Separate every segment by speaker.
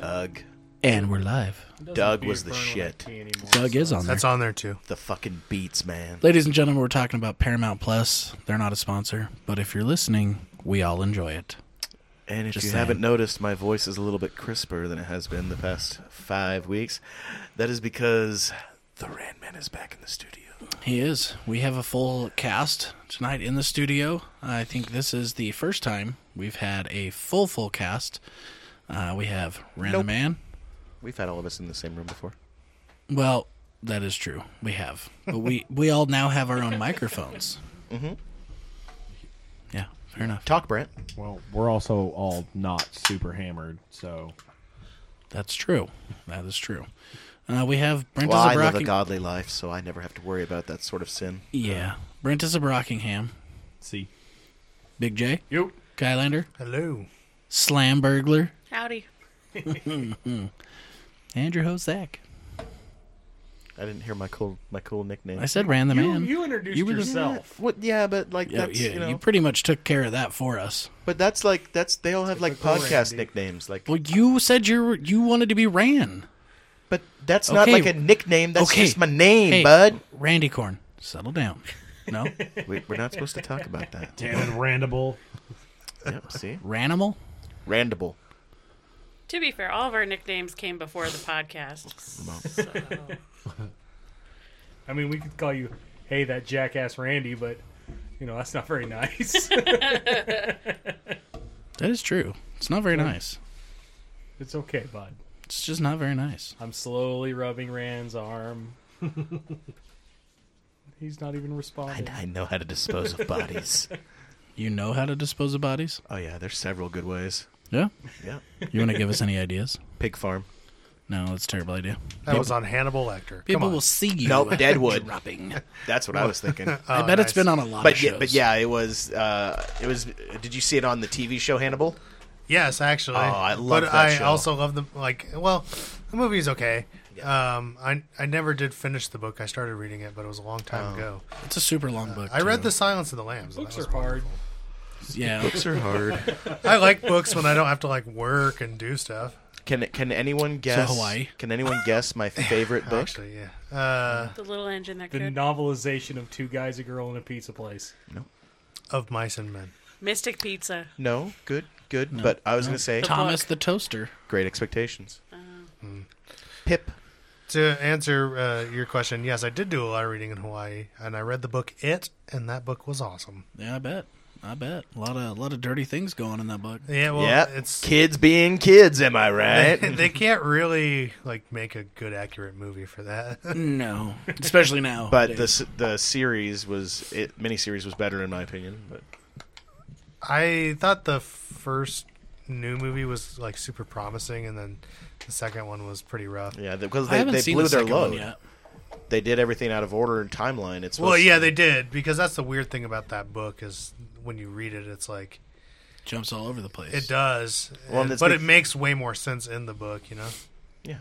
Speaker 1: Doug.
Speaker 2: And we're live.
Speaker 1: Doug was the shit.
Speaker 2: Doug is on there.
Speaker 3: That's on there too.
Speaker 1: The fucking beats, man.
Speaker 2: Ladies and gentlemen, we're talking about Paramount Plus. They're not a sponsor, but if you're listening, we all enjoy it.
Speaker 1: And if
Speaker 2: Just
Speaker 1: you
Speaker 2: saying.
Speaker 1: haven't noticed, my voice is a little bit crisper than it has been the past five weeks. That is because the Randman is back in the studio.
Speaker 2: He is. We have a full cast tonight in the studio. I think this is the first time we've had a full, full cast. Uh, we have Random
Speaker 1: Nope.
Speaker 2: Man.
Speaker 1: We've had all of us in the same room before.
Speaker 2: Well, that is true. We have. But we, we all now have our own microphones. Mm-hmm. Yeah, fair enough.
Speaker 1: Talk, Brent.
Speaker 4: Well, we're also all not super hammered, so
Speaker 2: That's true. That is true. Uh, we have Brent
Speaker 1: Well, I live a
Speaker 2: Zabrocking-
Speaker 1: godly life, so I never have to worry about that sort of sin.
Speaker 2: Yeah. Brent is a Brockingham.
Speaker 4: see.
Speaker 2: Big J.
Speaker 4: You
Speaker 2: Skylander.
Speaker 3: Hello.
Speaker 2: Slam Burglar.
Speaker 5: Howdy.
Speaker 2: And your host, Zach.
Speaker 1: I didn't hear my cool, my cool nickname.
Speaker 2: I said Ran the Man.
Speaker 4: you introduced
Speaker 2: You were the-
Speaker 4: yourself.
Speaker 1: What? Yeah, but like
Speaker 2: Yeah,
Speaker 1: that's
Speaker 2: yeah,
Speaker 1: you know.
Speaker 2: pretty much took care of that for us.
Speaker 1: but that's like that's they all have like
Speaker 3: Typical
Speaker 1: podcast
Speaker 3: Randy.
Speaker 1: nicknames. Like,
Speaker 2: Well, you said you were, you wanted to be Ran.
Speaker 1: but that's not
Speaker 2: Okay.
Speaker 1: like a nickname. That's
Speaker 2: Okay.
Speaker 1: just my name,
Speaker 2: Hey,
Speaker 1: bud.
Speaker 2: Randy Corn, settle down. No,
Speaker 1: We, we're not supposed to talk about that.
Speaker 4: Damn it, Randable.
Speaker 1: yep. See,
Speaker 2: Ranimal.
Speaker 1: Randable.
Speaker 5: To be fair, all of our nicknames came before the podcast. So.
Speaker 6: I mean, we could call you, hey, that jackass Randy, but you know that's not very nice.
Speaker 2: That is true. It's not very nice.
Speaker 6: it's okay, bud.
Speaker 2: It's just not very nice.
Speaker 6: I'm slowly rubbing Rand's arm. He's not even
Speaker 1: I,
Speaker 6: responding.
Speaker 1: I know how to dispose of bodies.
Speaker 2: You know how to dispose of bodies?
Speaker 1: Oh yeah, there's several good ways.
Speaker 2: Yeah.
Speaker 1: Yeah,
Speaker 2: You want to give us any ideas?
Speaker 1: pig farm.
Speaker 2: No, that's a terrible idea.
Speaker 3: That was on Hannibal Lecter. Come
Speaker 2: People
Speaker 3: on.
Speaker 2: will see you.
Speaker 1: No, Deadwood.
Speaker 2: Dropping.
Speaker 1: That's what I was thinking.
Speaker 2: I bet it's
Speaker 3: nice.
Speaker 2: been on a lot of
Speaker 1: Oh, But
Speaker 2: shows.
Speaker 1: yeah, but yeah, it was. Uh, it was. Did you see it on the TV show Hannibal?
Speaker 3: Yes, actually.
Speaker 1: Oh, I love
Speaker 3: But
Speaker 1: that
Speaker 3: I
Speaker 1: show.
Speaker 3: also love the like. Well, the movie's okay. Um, I I never did finish the book. I started reading it, but it was a long
Speaker 1: Oh,
Speaker 3: time ago.
Speaker 2: It's a super
Speaker 1: Uh,
Speaker 2: long book.
Speaker 3: I read
Speaker 2: too.
Speaker 3: The Silence of the Lambs. and that
Speaker 6: Books
Speaker 3: was
Speaker 6: are hard.
Speaker 2: Yeah.
Speaker 1: Books are hard.
Speaker 3: wonderful. I like books when I don't have to like work and do stuff.
Speaker 1: Can Can anyone guess?
Speaker 2: Hawaii.
Speaker 1: Can anyone guess my favorite book?
Speaker 3: Actually, yeah. Uh,
Speaker 5: The little engine that
Speaker 6: The
Speaker 5: could.
Speaker 6: novelization of Two Guys, a Girl, and a Pizza Place.
Speaker 3: of Mice and Men.
Speaker 5: Mystic Pizza.
Speaker 1: No. Good. Good. but I was gonna say
Speaker 2: Thomas the Toaster.
Speaker 1: Great Expectations. Hmm. Pip.
Speaker 3: To answer uh, your question, yes, I did do a lot of reading in Hawaii, and I read the book It, and that book was awesome.
Speaker 2: Yeah, I bet. I bet a lot of a lot of dirty things going in that book.
Speaker 3: Yeah, well,
Speaker 1: yep.
Speaker 3: it's
Speaker 1: kids being kids. Am I
Speaker 3: they,
Speaker 1: right?
Speaker 3: they can't really like make a good accurate movie for that.
Speaker 2: No, especially now.
Speaker 1: but the s- the series was it miniseries was better in my opinion. But
Speaker 3: I thought the first new movie was like super promising, and then the second one was pretty rough.
Speaker 1: yeah, because
Speaker 2: I
Speaker 1: they,
Speaker 2: haven't
Speaker 1: they
Speaker 2: seen
Speaker 1: blew
Speaker 2: the
Speaker 1: their
Speaker 2: second one
Speaker 1: load.
Speaker 2: yet.
Speaker 1: They did everything out of order and timeline. It's
Speaker 3: Well,
Speaker 1: supposed-
Speaker 3: yeah, they did because that's the weird thing about that book is when you read it, it's like
Speaker 2: Jumps all over the place.
Speaker 3: it does,
Speaker 1: Well,
Speaker 3: and-
Speaker 1: that's
Speaker 3: but
Speaker 1: be-
Speaker 3: it makes way more sense in the book, you know.
Speaker 1: Yeah.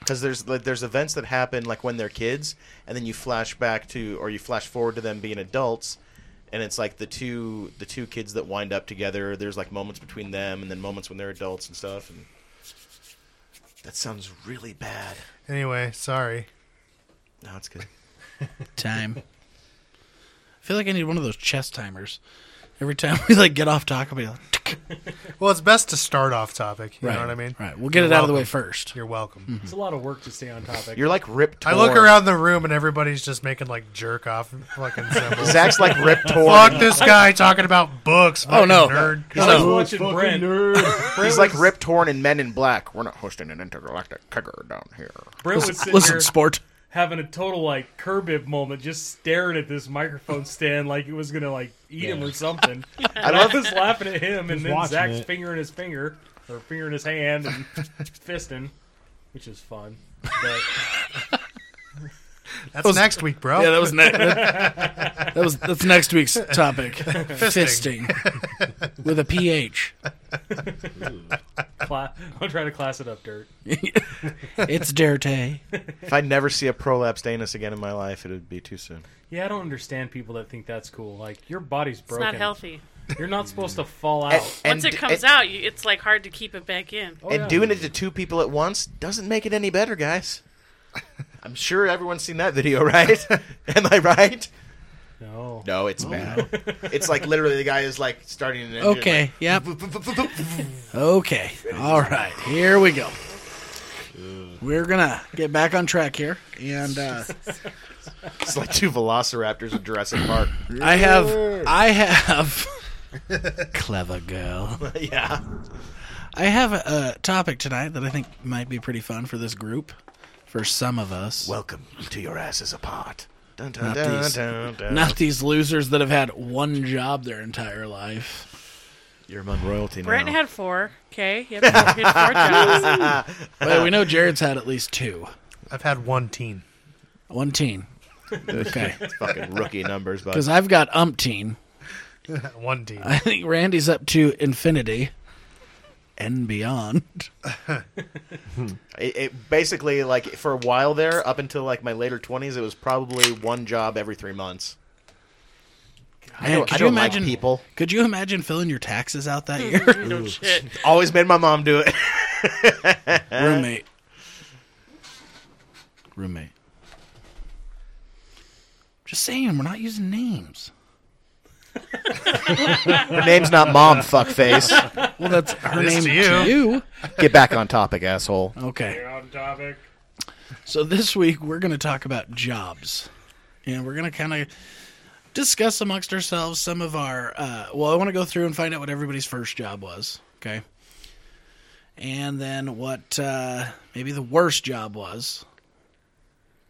Speaker 1: Because there's like, there's events that happen like when they're kids, and then you flash back to or you flash forward to them being adults, and it's like the two the two kids that wind up together. There's like moments between them, and then moments when they're adults and stuff. And that sounds really bad.
Speaker 3: Anyway, sorry.
Speaker 1: No, it's good.
Speaker 2: Time. I feel like I need one of those chess timers. Every time we like get off talk, I'll be like,
Speaker 3: Well, it's best to start off topic. You
Speaker 2: right,
Speaker 3: know what I mean?
Speaker 2: Right. We'll get
Speaker 3: You're
Speaker 2: it out of the way Mhm.
Speaker 3: welcome.
Speaker 2: 1st
Speaker 3: You're welcome.
Speaker 6: It's a lot of work to stay on topic.
Speaker 1: You're like ripped.
Speaker 3: I look around the room and everybody's just making like jerk off fucking symbols.
Speaker 1: Zach's like ripped
Speaker 3: Fuck this guy talking about books. Oh
Speaker 2: no.
Speaker 3: nerd.
Speaker 6: I was watching Brent.
Speaker 4: nerd.
Speaker 1: He's like ripped torn and men in black. We're not hosting an intergalactic kegger down here.
Speaker 6: Brent would sit
Speaker 2: Listen,
Speaker 6: here
Speaker 2: sport.
Speaker 6: having a total like Kerbib moment, just staring at this microphone stand like it was gonna like eat him or something. and I was laughing at him, and
Speaker 4: Just
Speaker 6: then
Speaker 4: watching
Speaker 6: Zach's
Speaker 4: it.
Speaker 6: fingering his finger or finger in his hand and fisting, which is fun. But
Speaker 3: That's next week, bro.
Speaker 2: Yeah, that was ne- that, that was that's next week's topic. Fisting, with a ph.
Speaker 6: cla- I'll try to class it up, dirt.
Speaker 2: It's dirty.
Speaker 1: If I never see a prolapsed anus again in my life, it would be too soon.
Speaker 6: Yeah, I don't understand people that think that's cool. Like your body's
Speaker 5: It's
Speaker 6: broken.
Speaker 5: not healthy.
Speaker 6: You're not supposed to fall
Speaker 1: And,
Speaker 6: out.
Speaker 1: and-
Speaker 5: Once it comes
Speaker 1: and-
Speaker 5: out, you, it's like hard to keep it back in.
Speaker 6: Oh,
Speaker 1: and
Speaker 6: yeah.
Speaker 1: doing it to two people at once doesn't make it any better, guys. I'm sure everyone's seen that video, right? Am I right? Oh.
Speaker 6: No.
Speaker 1: No, it's bad. it's like literally the guy is like starting an engine.
Speaker 2: Okay. Yep.
Speaker 1: like,
Speaker 2: Okay. All right. Here we go. We're gonna get back on track here, and uh,
Speaker 1: it's like two velociraptors in Jurassic Park.
Speaker 2: I have, I have, clever girl.
Speaker 1: yeah.
Speaker 2: I have a, a topic tonight that I think might be pretty fun for this group, for some of us.
Speaker 1: Welcome to your asses apart. Dun, dun,
Speaker 2: Not
Speaker 1: dun,
Speaker 2: these.
Speaker 1: dun, dun.
Speaker 2: not these losers that have had one job their entire life.
Speaker 1: You're among royalty now.
Speaker 5: Brent had four. Okay, he had four, he had four jobs.
Speaker 2: But we know Jared's had at least two.
Speaker 3: I've had one teen.
Speaker 2: One teen. Okay.
Speaker 1: fucking rookie numbers, but
Speaker 2: Because I've got umpteen.
Speaker 3: one teen.
Speaker 2: I think Randy's up to infinity and beyond.
Speaker 1: it, it basically like for a while there, up until like my later twenties, it was probably one job every three months. I
Speaker 2: Man,
Speaker 1: don't,
Speaker 2: could
Speaker 1: I
Speaker 2: you
Speaker 1: don't
Speaker 2: imagine?
Speaker 1: like people.
Speaker 2: Could you imagine filling your taxes out that year,
Speaker 5: No shit.
Speaker 1: Always made my mom do it.
Speaker 2: roommate? Roommate. Just saying, we're not using names.
Speaker 1: Her name's not mom, fuckface.
Speaker 2: Well, that's her
Speaker 3: This
Speaker 2: name
Speaker 3: to you.
Speaker 2: to you.
Speaker 1: Get back on topic, asshole.
Speaker 2: Okay.
Speaker 6: You're on topic.
Speaker 2: So this week we're going to talk about jobs, and we're going to kind of discuss amongst ourselves some of our. Uh, well, I want to go through and find out what everybody's first job was. Okay. And then what uh, maybe the worst job was.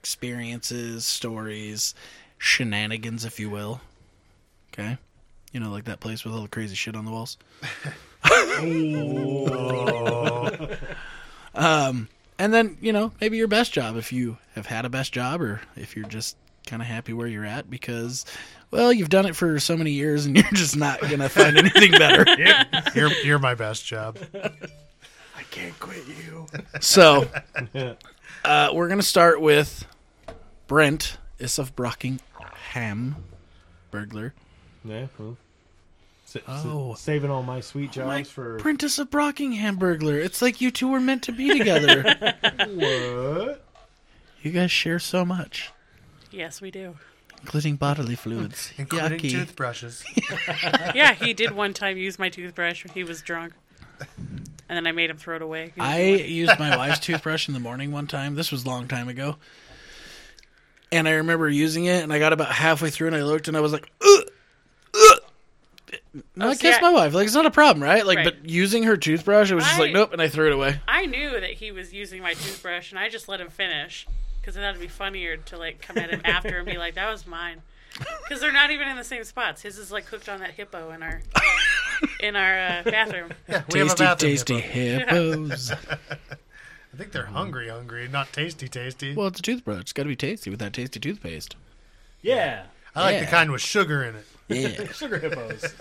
Speaker 2: Experiences, stories, shenanigans, if you will. Okay. You know, like that place with all the crazy shit on the walls. And then, you know, maybe your best job if you have had a best job or if you're just kind of happy where you're at because, well, you've done it for so many years and you're just not going to find anything better.
Speaker 3: You're you're my best job.
Speaker 1: I can't quit you.
Speaker 2: So uh, we're going to start with Brent Issof Brockingham, burglar.
Speaker 4: Yeah, well, sa- sa-
Speaker 2: Oh.
Speaker 4: saving all my sweet jobs
Speaker 2: Like,
Speaker 4: for
Speaker 2: Brent Issof Brockingham, burglar. It's like you two were meant to be together.
Speaker 4: what?
Speaker 2: you guys share so much,
Speaker 5: Yes, we do.
Speaker 2: including bodily fluids.
Speaker 3: Including
Speaker 2: Yucky.
Speaker 3: toothbrushes.
Speaker 5: Yeah, he did one time use my toothbrush when he was drunk, and then I made him throw it away. He was
Speaker 2: I
Speaker 5: like,
Speaker 2: used my wife's toothbrush in the morning one time. This was a long time ago. And I remember using it, and I got about halfway through, and I looked, and I was like, ugh, ugh. No,
Speaker 5: Oh,
Speaker 2: I
Speaker 5: see,
Speaker 2: kissed
Speaker 5: I-
Speaker 2: my wife. Like, it's not a problem, right? Like,
Speaker 5: Right.
Speaker 2: but using her toothbrush, it was just
Speaker 5: I-
Speaker 2: like, nope, and I threw it away.
Speaker 5: I knew that he was using my toothbrush, and I just let him finish because I thought it'd be funnier to like come at him after and be like, "That was mine," because they're not even in the same spots. His is like hooked on that hippo in our in our uh, bathroom.
Speaker 3: We have a
Speaker 2: tasty,
Speaker 3: bathroom
Speaker 2: tasty
Speaker 3: hippo.
Speaker 2: hippos.
Speaker 3: I think they're hungry, hungry, not tasty, tasty.
Speaker 2: well, it's a toothbrush. It's got to be tasty with that tasty toothpaste.
Speaker 6: Yeah.
Speaker 3: I like
Speaker 2: yeah.
Speaker 3: the kind with sugar in it.
Speaker 2: Yeah.
Speaker 6: Sugar hippos.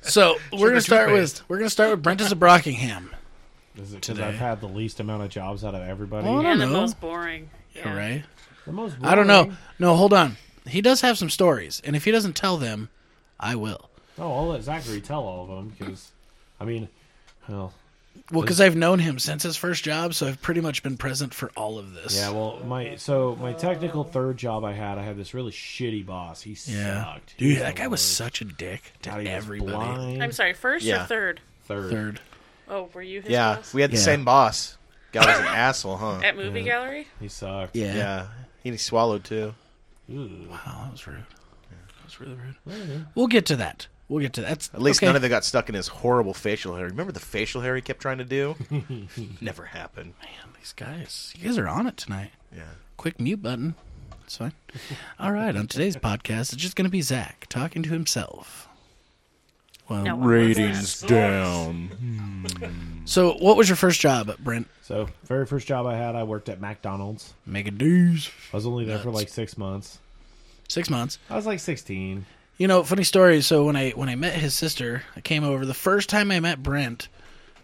Speaker 2: So we're gonna start
Speaker 3: toothpaste.
Speaker 2: with we're gonna start with Brentus of Brockingham.
Speaker 4: Is it because I've had the least amount of jobs out of everybody?
Speaker 2: Well, I don't
Speaker 5: And the
Speaker 2: know.
Speaker 5: most boring. Yeah.
Speaker 2: All right.
Speaker 4: The most
Speaker 2: I don't know.
Speaker 4: boring-
Speaker 2: No, hold on. He does have some stories, and if he doesn't tell them, I will.
Speaker 4: Oh, I'll let Zachary tell all of them because, I mean, well,
Speaker 2: Well, because I've known him since his first job, so I've pretty much been present for all of this.
Speaker 4: yeah. Well, my so my technical third job I had, I had this really shitty boss. He
Speaker 2: yeah.
Speaker 4: sucked. He
Speaker 2: Dude, that
Speaker 4: the
Speaker 2: guy was
Speaker 4: worst.
Speaker 2: such a dick to
Speaker 4: God, he was
Speaker 2: everybody.
Speaker 4: blind.
Speaker 5: I'm sorry. First
Speaker 1: Yeah.
Speaker 5: or third?
Speaker 4: Third.
Speaker 2: Third.
Speaker 5: Oh, were you his
Speaker 1: Yeah,
Speaker 5: boss?
Speaker 1: we uh, had the
Speaker 2: Yeah.
Speaker 1: same boss. Guy was an asshole, huh?
Speaker 5: at movie gallery.
Speaker 4: He sucked.
Speaker 2: Yeah.
Speaker 1: Yeah, he swallowed too.
Speaker 4: Ooh.
Speaker 2: Wow, that was rude. That was really rude. We'll get to that. We'll get to that. That's,
Speaker 1: At least
Speaker 2: okay.
Speaker 1: none of them got stuck in his horrible facial hair. Remember the facial hair he kept trying to do? Never happened.
Speaker 2: Man, these guys, you guys are on it tonight.
Speaker 1: Yeah.
Speaker 2: quick mute button. That's fine. All right, on today's podcast, it's just going to be Zach talking to himself. Well,
Speaker 5: No one was that.
Speaker 2: so what was your first job, Brent?
Speaker 4: So very first job I had, I worked at McDonald's.
Speaker 2: Mega dues.
Speaker 4: I was only there for
Speaker 2: Nuts.
Speaker 4: like six months.
Speaker 2: Six months.
Speaker 4: I was like sixteen.
Speaker 2: You know, funny story. So when I when I met his sister, I came over the first time I met Brent.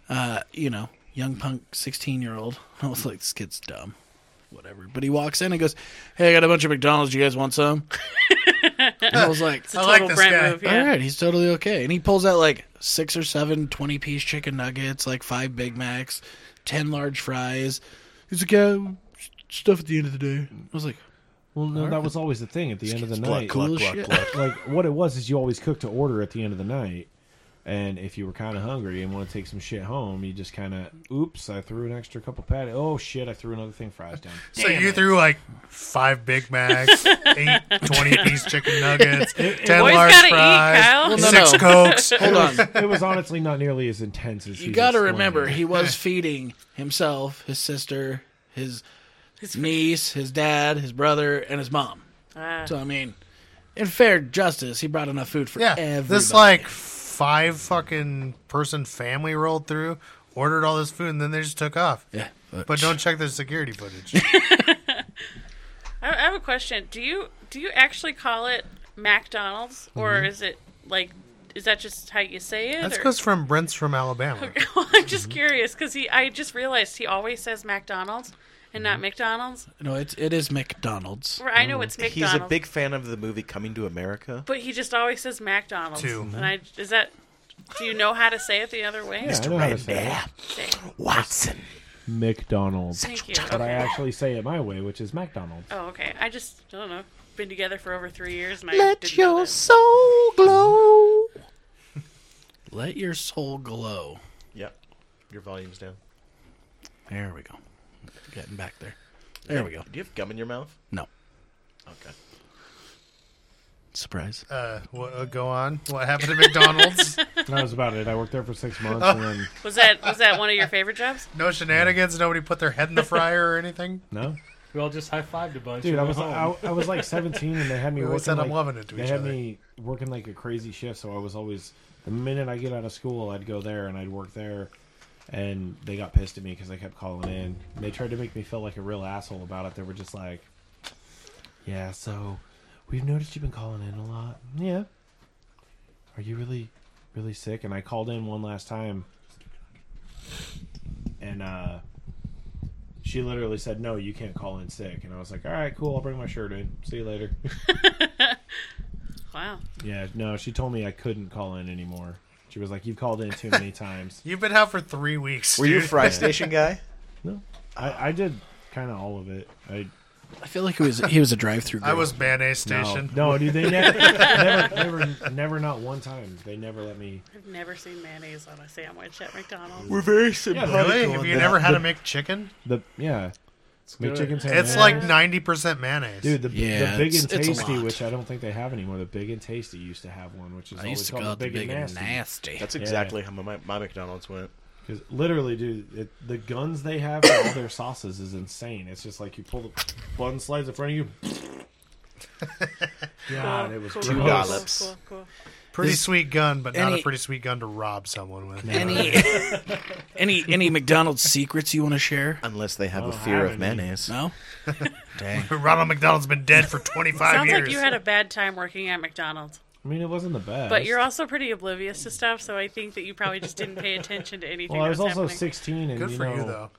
Speaker 2: Uh, you know, young punk, sixteen year old. I was like, this kid's dumb, whatever. But he walks in and goes, "Hey, I got a bunch of McDonald's. You guys want some?" And I was like,
Speaker 5: It's a
Speaker 3: I
Speaker 5: total
Speaker 3: like this
Speaker 5: Brent
Speaker 3: guy.
Speaker 5: move. Yeah.
Speaker 2: all right, he's totally okay. And he pulls out like six or seven 20 piece chicken nuggets, like five Big Macs, 10 large fries. He's like, yeah, stuff at the end of the day. I was like,
Speaker 7: Well, no, that was always the thing at the end of the night.
Speaker 2: cool as shit.
Speaker 7: Like what it was is you always cook to order at the end of the night, and if you were kind of hungry and want to take some shit home, you just kind of, oops, I threw an extra couple patty. Oh shit, I threw another thing fries down.
Speaker 3: So you threw like five Big Macs, eight 20 piece chicken nuggets, 10
Speaker 5: Boys
Speaker 3: large
Speaker 5: gotta eat, Kyle.
Speaker 3: fries,
Speaker 5: Well,
Speaker 2: no,
Speaker 3: six
Speaker 2: no.
Speaker 3: Cokes.
Speaker 2: hold on.
Speaker 7: It was honestly not nearly as intense as
Speaker 2: You
Speaker 7: he's
Speaker 2: got to
Speaker 7: explaining.
Speaker 2: remember, he was feeding himself, his sister, his niece, his dad, his brother, and his mom.
Speaker 5: Ah.
Speaker 2: So I mean, in fair justice, he brought enough food for
Speaker 3: Yeah.
Speaker 2: everybody.
Speaker 3: This like five fucking person family rolled through, ordered all this food, and then they just took off.
Speaker 2: yeah,
Speaker 3: But don't check the security footage.
Speaker 5: I, I have a question. Do you do you actually call it McDonald's or
Speaker 2: Mm-hmm.
Speaker 5: is it like is that just how you say it?
Speaker 3: That's
Speaker 5: or-
Speaker 3: because from Brent's from Alabama.
Speaker 5: I'm just curious because he I just realized he always says McDonald's and not McDonald's.
Speaker 2: no, it's it is McDonald's.
Speaker 5: Or I know it's McDonald's.
Speaker 1: Mm-hmm. He's a big fan of the movie Coming to America.
Speaker 5: but he just always says McDonald's.
Speaker 3: Two.
Speaker 5: And I is that do you know how to say it the other way?
Speaker 7: Yeah, I know how to say it.
Speaker 1: Watson.
Speaker 7: McDonald's.
Speaker 5: Thank you.
Speaker 7: But I
Speaker 5: Okay.
Speaker 7: actually say it my way, which is McDonald's.
Speaker 5: Oh, okay. I just I don't know. Been together for over three years, and I didn't know that.
Speaker 1: soul glow.
Speaker 2: Let your soul glow.
Speaker 1: Yep. Your volume's down.
Speaker 2: There we go. Getting back there. There we go.
Speaker 1: Do you have gum in your mouth?
Speaker 2: No
Speaker 1: Okay.
Speaker 2: surprise.
Speaker 3: Uh, what, uh, go on. What happened at McDonald's?
Speaker 7: That was about it. I worked there for six
Speaker 2: Oh.
Speaker 7: months, and then
Speaker 5: Was that was that one of your favorite jobs?
Speaker 3: No shenanigans. Nobody put their head in the fryer or anything.
Speaker 7: no,
Speaker 6: We all just high fived a bunch.
Speaker 7: dude,
Speaker 6: and
Speaker 7: I
Speaker 6: went
Speaker 7: was
Speaker 6: home.
Speaker 7: I, I was like 17, and they had me
Speaker 3: We
Speaker 7: working.
Speaker 3: always said
Speaker 7: like,
Speaker 3: I'm loving it to
Speaker 7: they
Speaker 3: each
Speaker 7: had
Speaker 3: other.
Speaker 7: me working like a crazy shift, so I was always the minute I get out of school, I'd go there and I'd work there, and they got pissed at me because I kept calling in. They tried to make me feel like a real asshole about it. They were just like, "Yeah, so we've noticed you've been calling in a lot. Yeah, are you really, really sick?" And I called in one last time, and uh. She literally said, "No, you can't call in sick." And I was like, "All right, cool. I'll bring my shirt in. See you later."
Speaker 5: Wow.
Speaker 7: Yeah, no, she told me I couldn't call in anymore. She was like, "You've called in too many times."
Speaker 3: You've been out for three weeks.
Speaker 1: Were you a
Speaker 3: dude.
Speaker 1: fry station guy?
Speaker 7: No, I, I did kind of all of it. I
Speaker 2: I feel like he was he was a drive-through.
Speaker 3: I was mayonnaise station.
Speaker 7: no, no, dude, they never, never, never, never, not one time. They never let me.
Speaker 5: I've never seen mayonnaise on a sandwich at McDonald's.
Speaker 1: We're very
Speaker 7: Yeah,
Speaker 1: simple.
Speaker 3: Really? Have you
Speaker 7: the-
Speaker 3: never had
Speaker 7: the-
Speaker 3: a McChicken?
Speaker 7: The yeah,
Speaker 6: good.
Speaker 7: McChicken sandwich.
Speaker 3: It's like ninety percent mayonnaise.
Speaker 7: dude, the,
Speaker 2: Yeah,
Speaker 7: the big
Speaker 2: it's-
Speaker 7: and
Speaker 2: it's a
Speaker 7: tasty,
Speaker 2: lot.
Speaker 7: which I don't think they have anymore. The big and tasty used to have one, which is
Speaker 2: I
Speaker 7: always
Speaker 2: used to
Speaker 7: called
Speaker 2: call it the big and
Speaker 7: nasty.
Speaker 2: nasty.
Speaker 1: That's exactly how my, my McDonald's went.
Speaker 7: Because literally, dude, it, the guns they have for all their sauces is insane. It's just like you pull the bun slides in front of you. God, it was
Speaker 1: Two
Speaker 7: gross.
Speaker 1: dollops.
Speaker 5: Cool, cool.
Speaker 3: pretty
Speaker 2: this-
Speaker 3: sweet gun, but not
Speaker 2: any-
Speaker 3: a pretty sweet gun to rob someone with.
Speaker 2: any any any McDonald's secrets you want to share?
Speaker 1: Unless they have
Speaker 7: I
Speaker 1: a
Speaker 7: don't
Speaker 1: fear
Speaker 7: have
Speaker 1: of
Speaker 7: any.
Speaker 1: mayonnaise.
Speaker 2: No. Dang.
Speaker 3: Ronald McDonald's been dead for twenty five
Speaker 5: Sounds
Speaker 3: years.
Speaker 5: like you had a bad time working at McDonald's.
Speaker 7: I mean, it wasn't the best.
Speaker 5: But you're also pretty oblivious to stuff, so I think that you probably just didn't pay attention to anything.
Speaker 7: Well, I
Speaker 5: that
Speaker 7: was
Speaker 5: was,
Speaker 7: also
Speaker 5: happening.
Speaker 7: 16, and
Speaker 3: Good
Speaker 7: you
Speaker 3: for
Speaker 7: know,
Speaker 3: you though.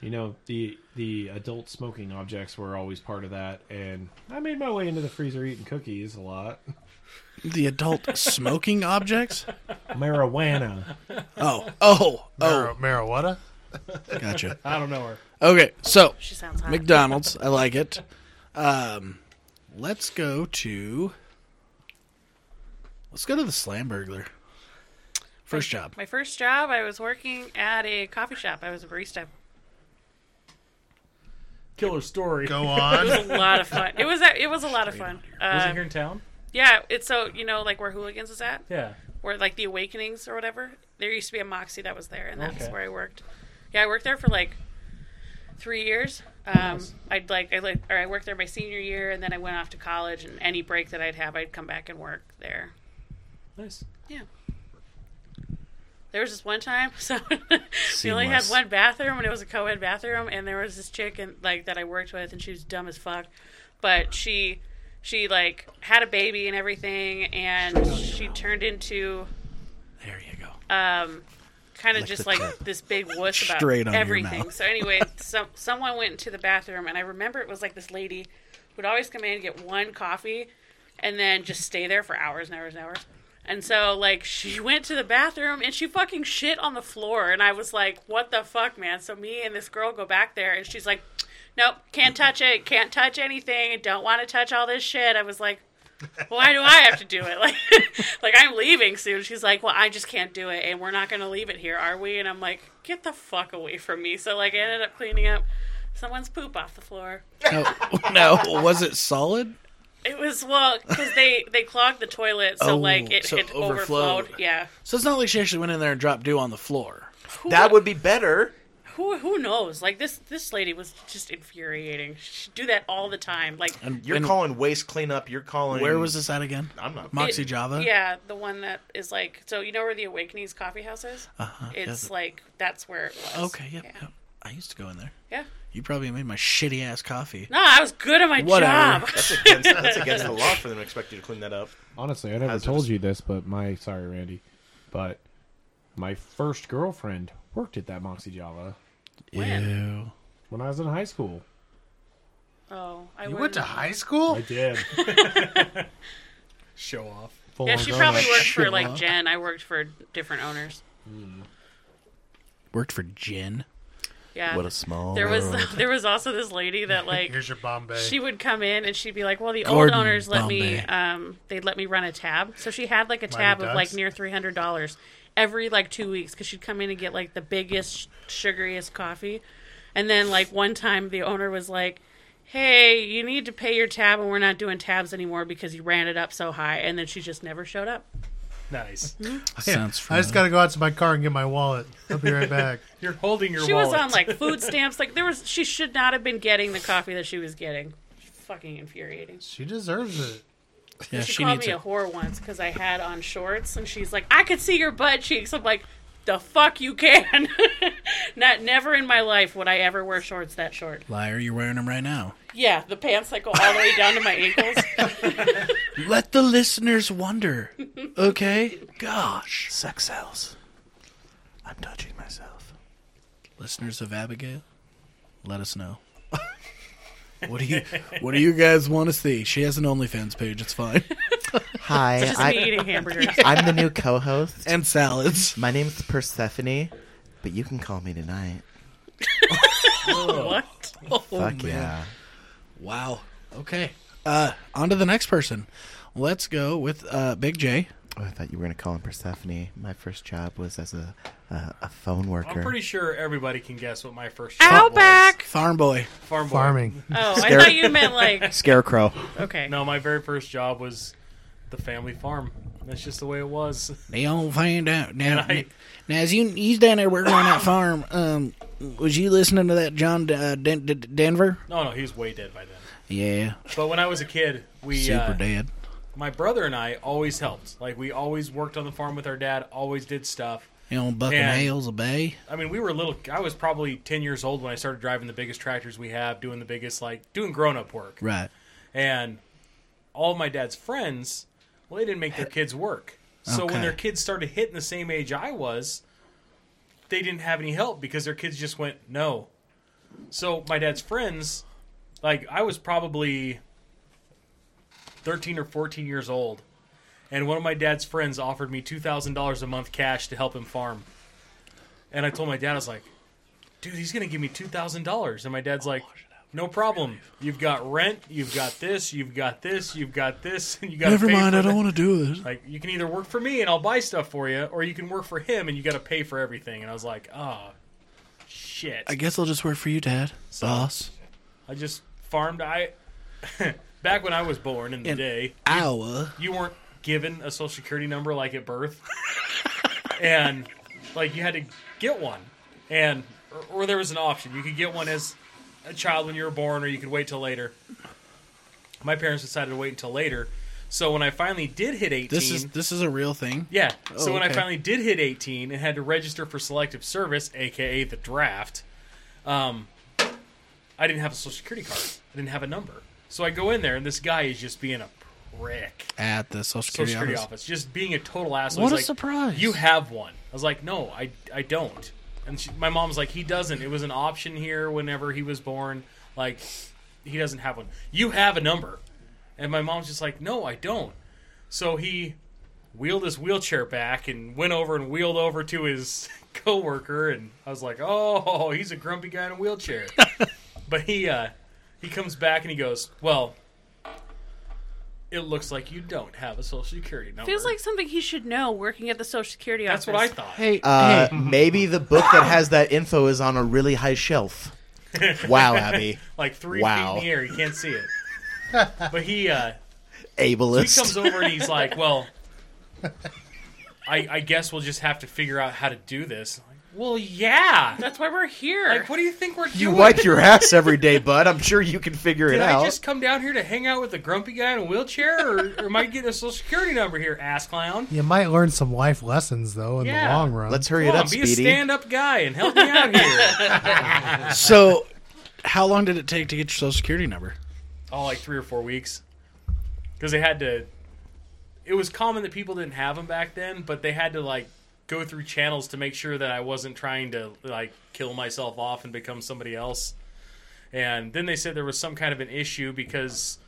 Speaker 7: you know the the adult smoking objects were always part of that, and I made my way into the freezer eating cookies a lot.
Speaker 2: The adult smoking objects?
Speaker 7: Marijuana.
Speaker 2: Oh, oh, oh.
Speaker 3: Mar- marijuana.
Speaker 2: Gotcha.
Speaker 6: I don't know her.
Speaker 2: Okay, so
Speaker 5: She sounds hot.
Speaker 2: McDonald's, I like it. Um, let's go to let's go to the Slam Burglar. First job.
Speaker 5: My first job, I was working at a coffee shop. I was a barista.
Speaker 6: Killer story.
Speaker 3: Go on.
Speaker 5: It was a lot of fun. It was a, it was a lot of fun.
Speaker 6: Was
Speaker 5: Uh,
Speaker 6: it here in town?
Speaker 5: yeah, it's so you know like where Hooligans is at,
Speaker 6: Yeah.
Speaker 5: where like the Awakenings or whatever. There used to be a Moxie that was there, and that's
Speaker 6: Okay.
Speaker 5: where I worked. Yeah, I worked there for like three years. Um, I'd like I like or I worked there my senior year, and then I went off to college. And any break that I'd have, I'd come back and work there.
Speaker 6: Nice.
Speaker 5: Yeah. There was this one time, so we only had
Speaker 1: Seamless.
Speaker 5: one bathroom, and it was a co-ed bathroom, and there was this chick and like that I worked with, and she was dumb as fuck, but she she like had a baby and everything, and she turned into
Speaker 2: There you go.
Speaker 5: um, kind of just
Speaker 2: the
Speaker 5: like
Speaker 2: tip.
Speaker 5: this big wuss about
Speaker 2: Straight on your
Speaker 5: everything.
Speaker 2: mouth.
Speaker 5: So anyway, some someone went into the bathroom, and I remember it was like this lady would always come in and get one coffee, and then just stay there for hours and hours and hours. And so, like, she went to the bathroom and she fucking shit on the floor. And I was like, what the fuck, man? So, me and this girl go back there, and she's like, nope, can't touch it, can't touch anything, don't want to touch all this shit. I was like, why do I have to do it? Like, like I'm leaving soon. She's like, well, I just can't do it, and we're not going to leave it here, are we? And I'm like, get the fuck away from me. So, like, I ended up cleaning up someone's poop off the floor.
Speaker 2: No, Oh, no, was it solid?
Speaker 5: It was well because they they clogged the toilet, so
Speaker 2: Oh,
Speaker 5: like it,
Speaker 2: so
Speaker 5: it
Speaker 2: it overflowed.
Speaker 5: overflowed. Yeah,
Speaker 2: So it's not like she actually went in there and dropped dew on the floor.
Speaker 5: who,
Speaker 1: That would be better.
Speaker 5: who who knows? Like this this lady was just infuriating. She do that all the time. Like
Speaker 2: And
Speaker 1: You're
Speaker 2: and
Speaker 1: calling waste cleanup. You're calling.
Speaker 2: Where was this at again?
Speaker 1: I'm not.
Speaker 2: Moxie
Speaker 5: it-
Speaker 2: Java.
Speaker 5: Yeah, the one that is like so you know where the Awakenings coffee house is? Uh-huh, it's
Speaker 2: yes.
Speaker 5: like that's where it was.
Speaker 2: Okay. Yep,
Speaker 5: Yeah.
Speaker 2: yep. I used to go in there.
Speaker 5: Yeah.
Speaker 2: You probably made my shitty ass coffee.
Speaker 5: No, I was good at my
Speaker 2: Whatever.
Speaker 5: job.
Speaker 1: That's against, that's against the law for them to expect you to clean that up.
Speaker 4: Honestly, I never
Speaker 1: Hazardous.
Speaker 4: told you this, but my sorry, Randy, but my first girlfriend worked at that Moxie Java
Speaker 2: Ew.
Speaker 4: when I was in high school.
Speaker 5: Oh, I
Speaker 3: You went
Speaker 5: wouldn't-
Speaker 3: to high school?
Speaker 4: I did.
Speaker 6: Show off.
Speaker 4: Full
Speaker 5: Yeah,
Speaker 4: on
Speaker 5: she
Speaker 4: grown
Speaker 5: probably
Speaker 4: up.
Speaker 5: worked for
Speaker 2: Shit,
Speaker 5: like
Speaker 2: Mom.
Speaker 5: Jen. I worked for different owners.
Speaker 2: Worked for gin.
Speaker 5: Yeah.
Speaker 1: small.
Speaker 5: there was there was also this lady that like
Speaker 3: Here's your Bombay.
Speaker 5: she would come in and she'd be like, "Well, the
Speaker 2: Gordon
Speaker 5: old owners let me,
Speaker 2: Bombay.
Speaker 5: um, they'd let me run a tab." So she had like a tab of like
Speaker 3: Ducks?
Speaker 5: near three hundred dollars every like two weeks because she'd come in and get like the biggest, sugariest coffee, and then like one time the owner was like. Hey, you need to pay your tab, and we're not doing tabs anymore because you ran it up so high. And then she just never showed up.
Speaker 6: Nice.
Speaker 3: Yeah,
Speaker 2: Sounds
Speaker 3: I just
Speaker 2: familiar.
Speaker 3: got to go out to my car and get my wallet. I'll be right back.
Speaker 6: You're holding your
Speaker 5: She
Speaker 6: wallet.
Speaker 5: was on like food stamps. Like there was, she should not have been getting the coffee that she was getting. Fucking infuriating.
Speaker 3: she deserves it.
Speaker 2: Yeah,
Speaker 5: She,
Speaker 2: she
Speaker 5: called
Speaker 2: needs
Speaker 5: me a
Speaker 2: it.
Speaker 5: whore once because I had on shorts, and she's like, "I could see your butt cheeks." I'm like, "The fuck you can!" Not never in my life would I ever wear shorts that short.
Speaker 2: Liar, you're wearing them right now.
Speaker 5: Yeah, the pants that go all the way down to my ankles.
Speaker 2: Let the listeners wonder. Okay? Gosh.
Speaker 1: sex cells. I'm touching myself.
Speaker 2: Listeners of Abigail, let us know. what do you what do you guys want to see? She has an OnlyFans page, it's fine.
Speaker 7: Hi,
Speaker 5: Just me
Speaker 7: I,
Speaker 5: eating hamburgers.
Speaker 7: I'm the new co-host.
Speaker 2: And salads.
Speaker 7: My name's Persephone, but you can call me tonight.
Speaker 5: what?
Speaker 7: Fuck yeah.
Speaker 2: Wow. Okay. Uh on to the next person. Let's go with uh Big J.
Speaker 7: Oh, I thought you were gonna call him Persephone. My first job was as a a, a phone worker.
Speaker 6: I'm pretty sure everybody can guess what my first job was.
Speaker 5: Outback.
Speaker 2: Farm boy.
Speaker 6: Farm boy.
Speaker 3: Farming.
Speaker 5: Oh, I thought you meant like
Speaker 7: Scarecrow.
Speaker 5: okay.
Speaker 6: No, my very first job was the family farm. That's just the way it was.
Speaker 2: They all find out. Now,
Speaker 6: Right.
Speaker 2: now as you he's down there working on that farm, um was you listening to that John uh, Den- Den- Denver?
Speaker 6: No, no, he was way dead by then.
Speaker 2: Yeah.
Speaker 6: But when I was a kid, we
Speaker 2: Super
Speaker 6: uh,
Speaker 2: dead.
Speaker 6: my brother and I always helped. Like we always worked on the farm with our dad. Always did stuff.
Speaker 2: You know,
Speaker 6: And-
Speaker 2: Buckinghale's a bay.
Speaker 6: I mean, we were little. I was probably ten years old when I started driving the biggest tractors we have, doing the biggest like doing grown up work.
Speaker 2: Right.
Speaker 6: And all of my dad's friends, well, they didn't make their kids work. So
Speaker 2: Okay.
Speaker 6: when their kids started hitting the same age I was, they didn't have any help because their kids just went no. So my dad's friends, like I was probably thirteen or fourteen years old, and one of my dad's friends offered me two thousand dollars a month cash to help him farm. And I told my dad, I was like, dude, he's gonna give me two thousand dollars. And my dad's like, no problem. You've got rent, you've got this, you've got this, you've got this, and you got.
Speaker 2: Never
Speaker 6: pay
Speaker 2: mind,
Speaker 6: For
Speaker 2: I don't
Speaker 6: that."
Speaker 2: want to do this.
Speaker 6: Like you can either work for me and I'll buy stuff for you, or you can work for him and you got to pay for everything. And I was like, oh, shit.
Speaker 2: I guess I'll just work for you, Dad. Boss.
Speaker 6: I just farmed. I back when I was born in the
Speaker 2: And-
Speaker 6: day,
Speaker 2: Iowa.
Speaker 6: you weren't given a social security number like at birth, and like you had to get one, and or, or there was an option. You could get one as a child when you were born, or you could wait till later. My parents decided to wait until later, so when I finally did hit eighteen,
Speaker 2: This is this is a real thing.
Speaker 6: Yeah. so
Speaker 2: Oh,
Speaker 6: when I
Speaker 2: okay.
Speaker 6: finally did hit 18 and had to register for selective service, aka the draft, um, I didn't have a social security card. I didn't have a number. So I go in there and this guy is just being a prick.
Speaker 2: At the Social
Speaker 6: Social
Speaker 2: Security,
Speaker 6: security
Speaker 2: office.
Speaker 6: office, just being a total asshole.
Speaker 2: What
Speaker 6: He's
Speaker 2: a
Speaker 6: like,
Speaker 2: surprise.
Speaker 6: You have one. I was like, no, I I don't. And she, my mom's like, he doesn't. It was an option here whenever he was born. Like, he doesn't have one. You have a number. And my mom's just like, no, I don't. So he wheeled his wheelchair back and went over and wheeled over to his coworker. And I was like, oh, he's a grumpy guy in a wheelchair. but he uh, he comes back and he goes, well, it looks like you don't have a social security number.
Speaker 5: Feels like something he should know working at the Social Security
Speaker 6: that's
Speaker 5: office.
Speaker 6: what I thought.
Speaker 2: Hey,
Speaker 1: Uh,
Speaker 2: hey,
Speaker 1: maybe the book that has that info is on a really high shelf. Wow, Abby,
Speaker 6: Like three
Speaker 1: Wow.
Speaker 6: feet in the air, you can't see it. but he uh, he
Speaker 1: ableist.
Speaker 6: comes over and he's like, "Well, I, I guess we'll just have to figure out how to do this." I'm like, well, yeah.
Speaker 5: That's why we're here.
Speaker 6: Like, what do you think we're
Speaker 1: you
Speaker 6: doing?
Speaker 1: wipe your ass every day, bud. I'm sure you can figure
Speaker 6: Did
Speaker 1: it
Speaker 6: I
Speaker 1: out.
Speaker 6: just come down here to hang out with a grumpy guy in a wheelchair, or, or am I getting a social security number here, ass clown?
Speaker 3: You might learn some life lessons though in
Speaker 6: Yeah.
Speaker 3: the long run.
Speaker 1: Let's hurry
Speaker 6: Come
Speaker 1: it
Speaker 6: on,
Speaker 1: up,
Speaker 6: be
Speaker 1: Speedy.
Speaker 6: a stand-up guy and help me out here.
Speaker 2: so how long did it take to get your social security number?
Speaker 6: oh, like three or four weeks, because they had to. It was common that people didn't have them back then, but they had to like go through channels to make sure that I wasn't trying to like kill myself off and become somebody else. And then they said there was some kind of an issue because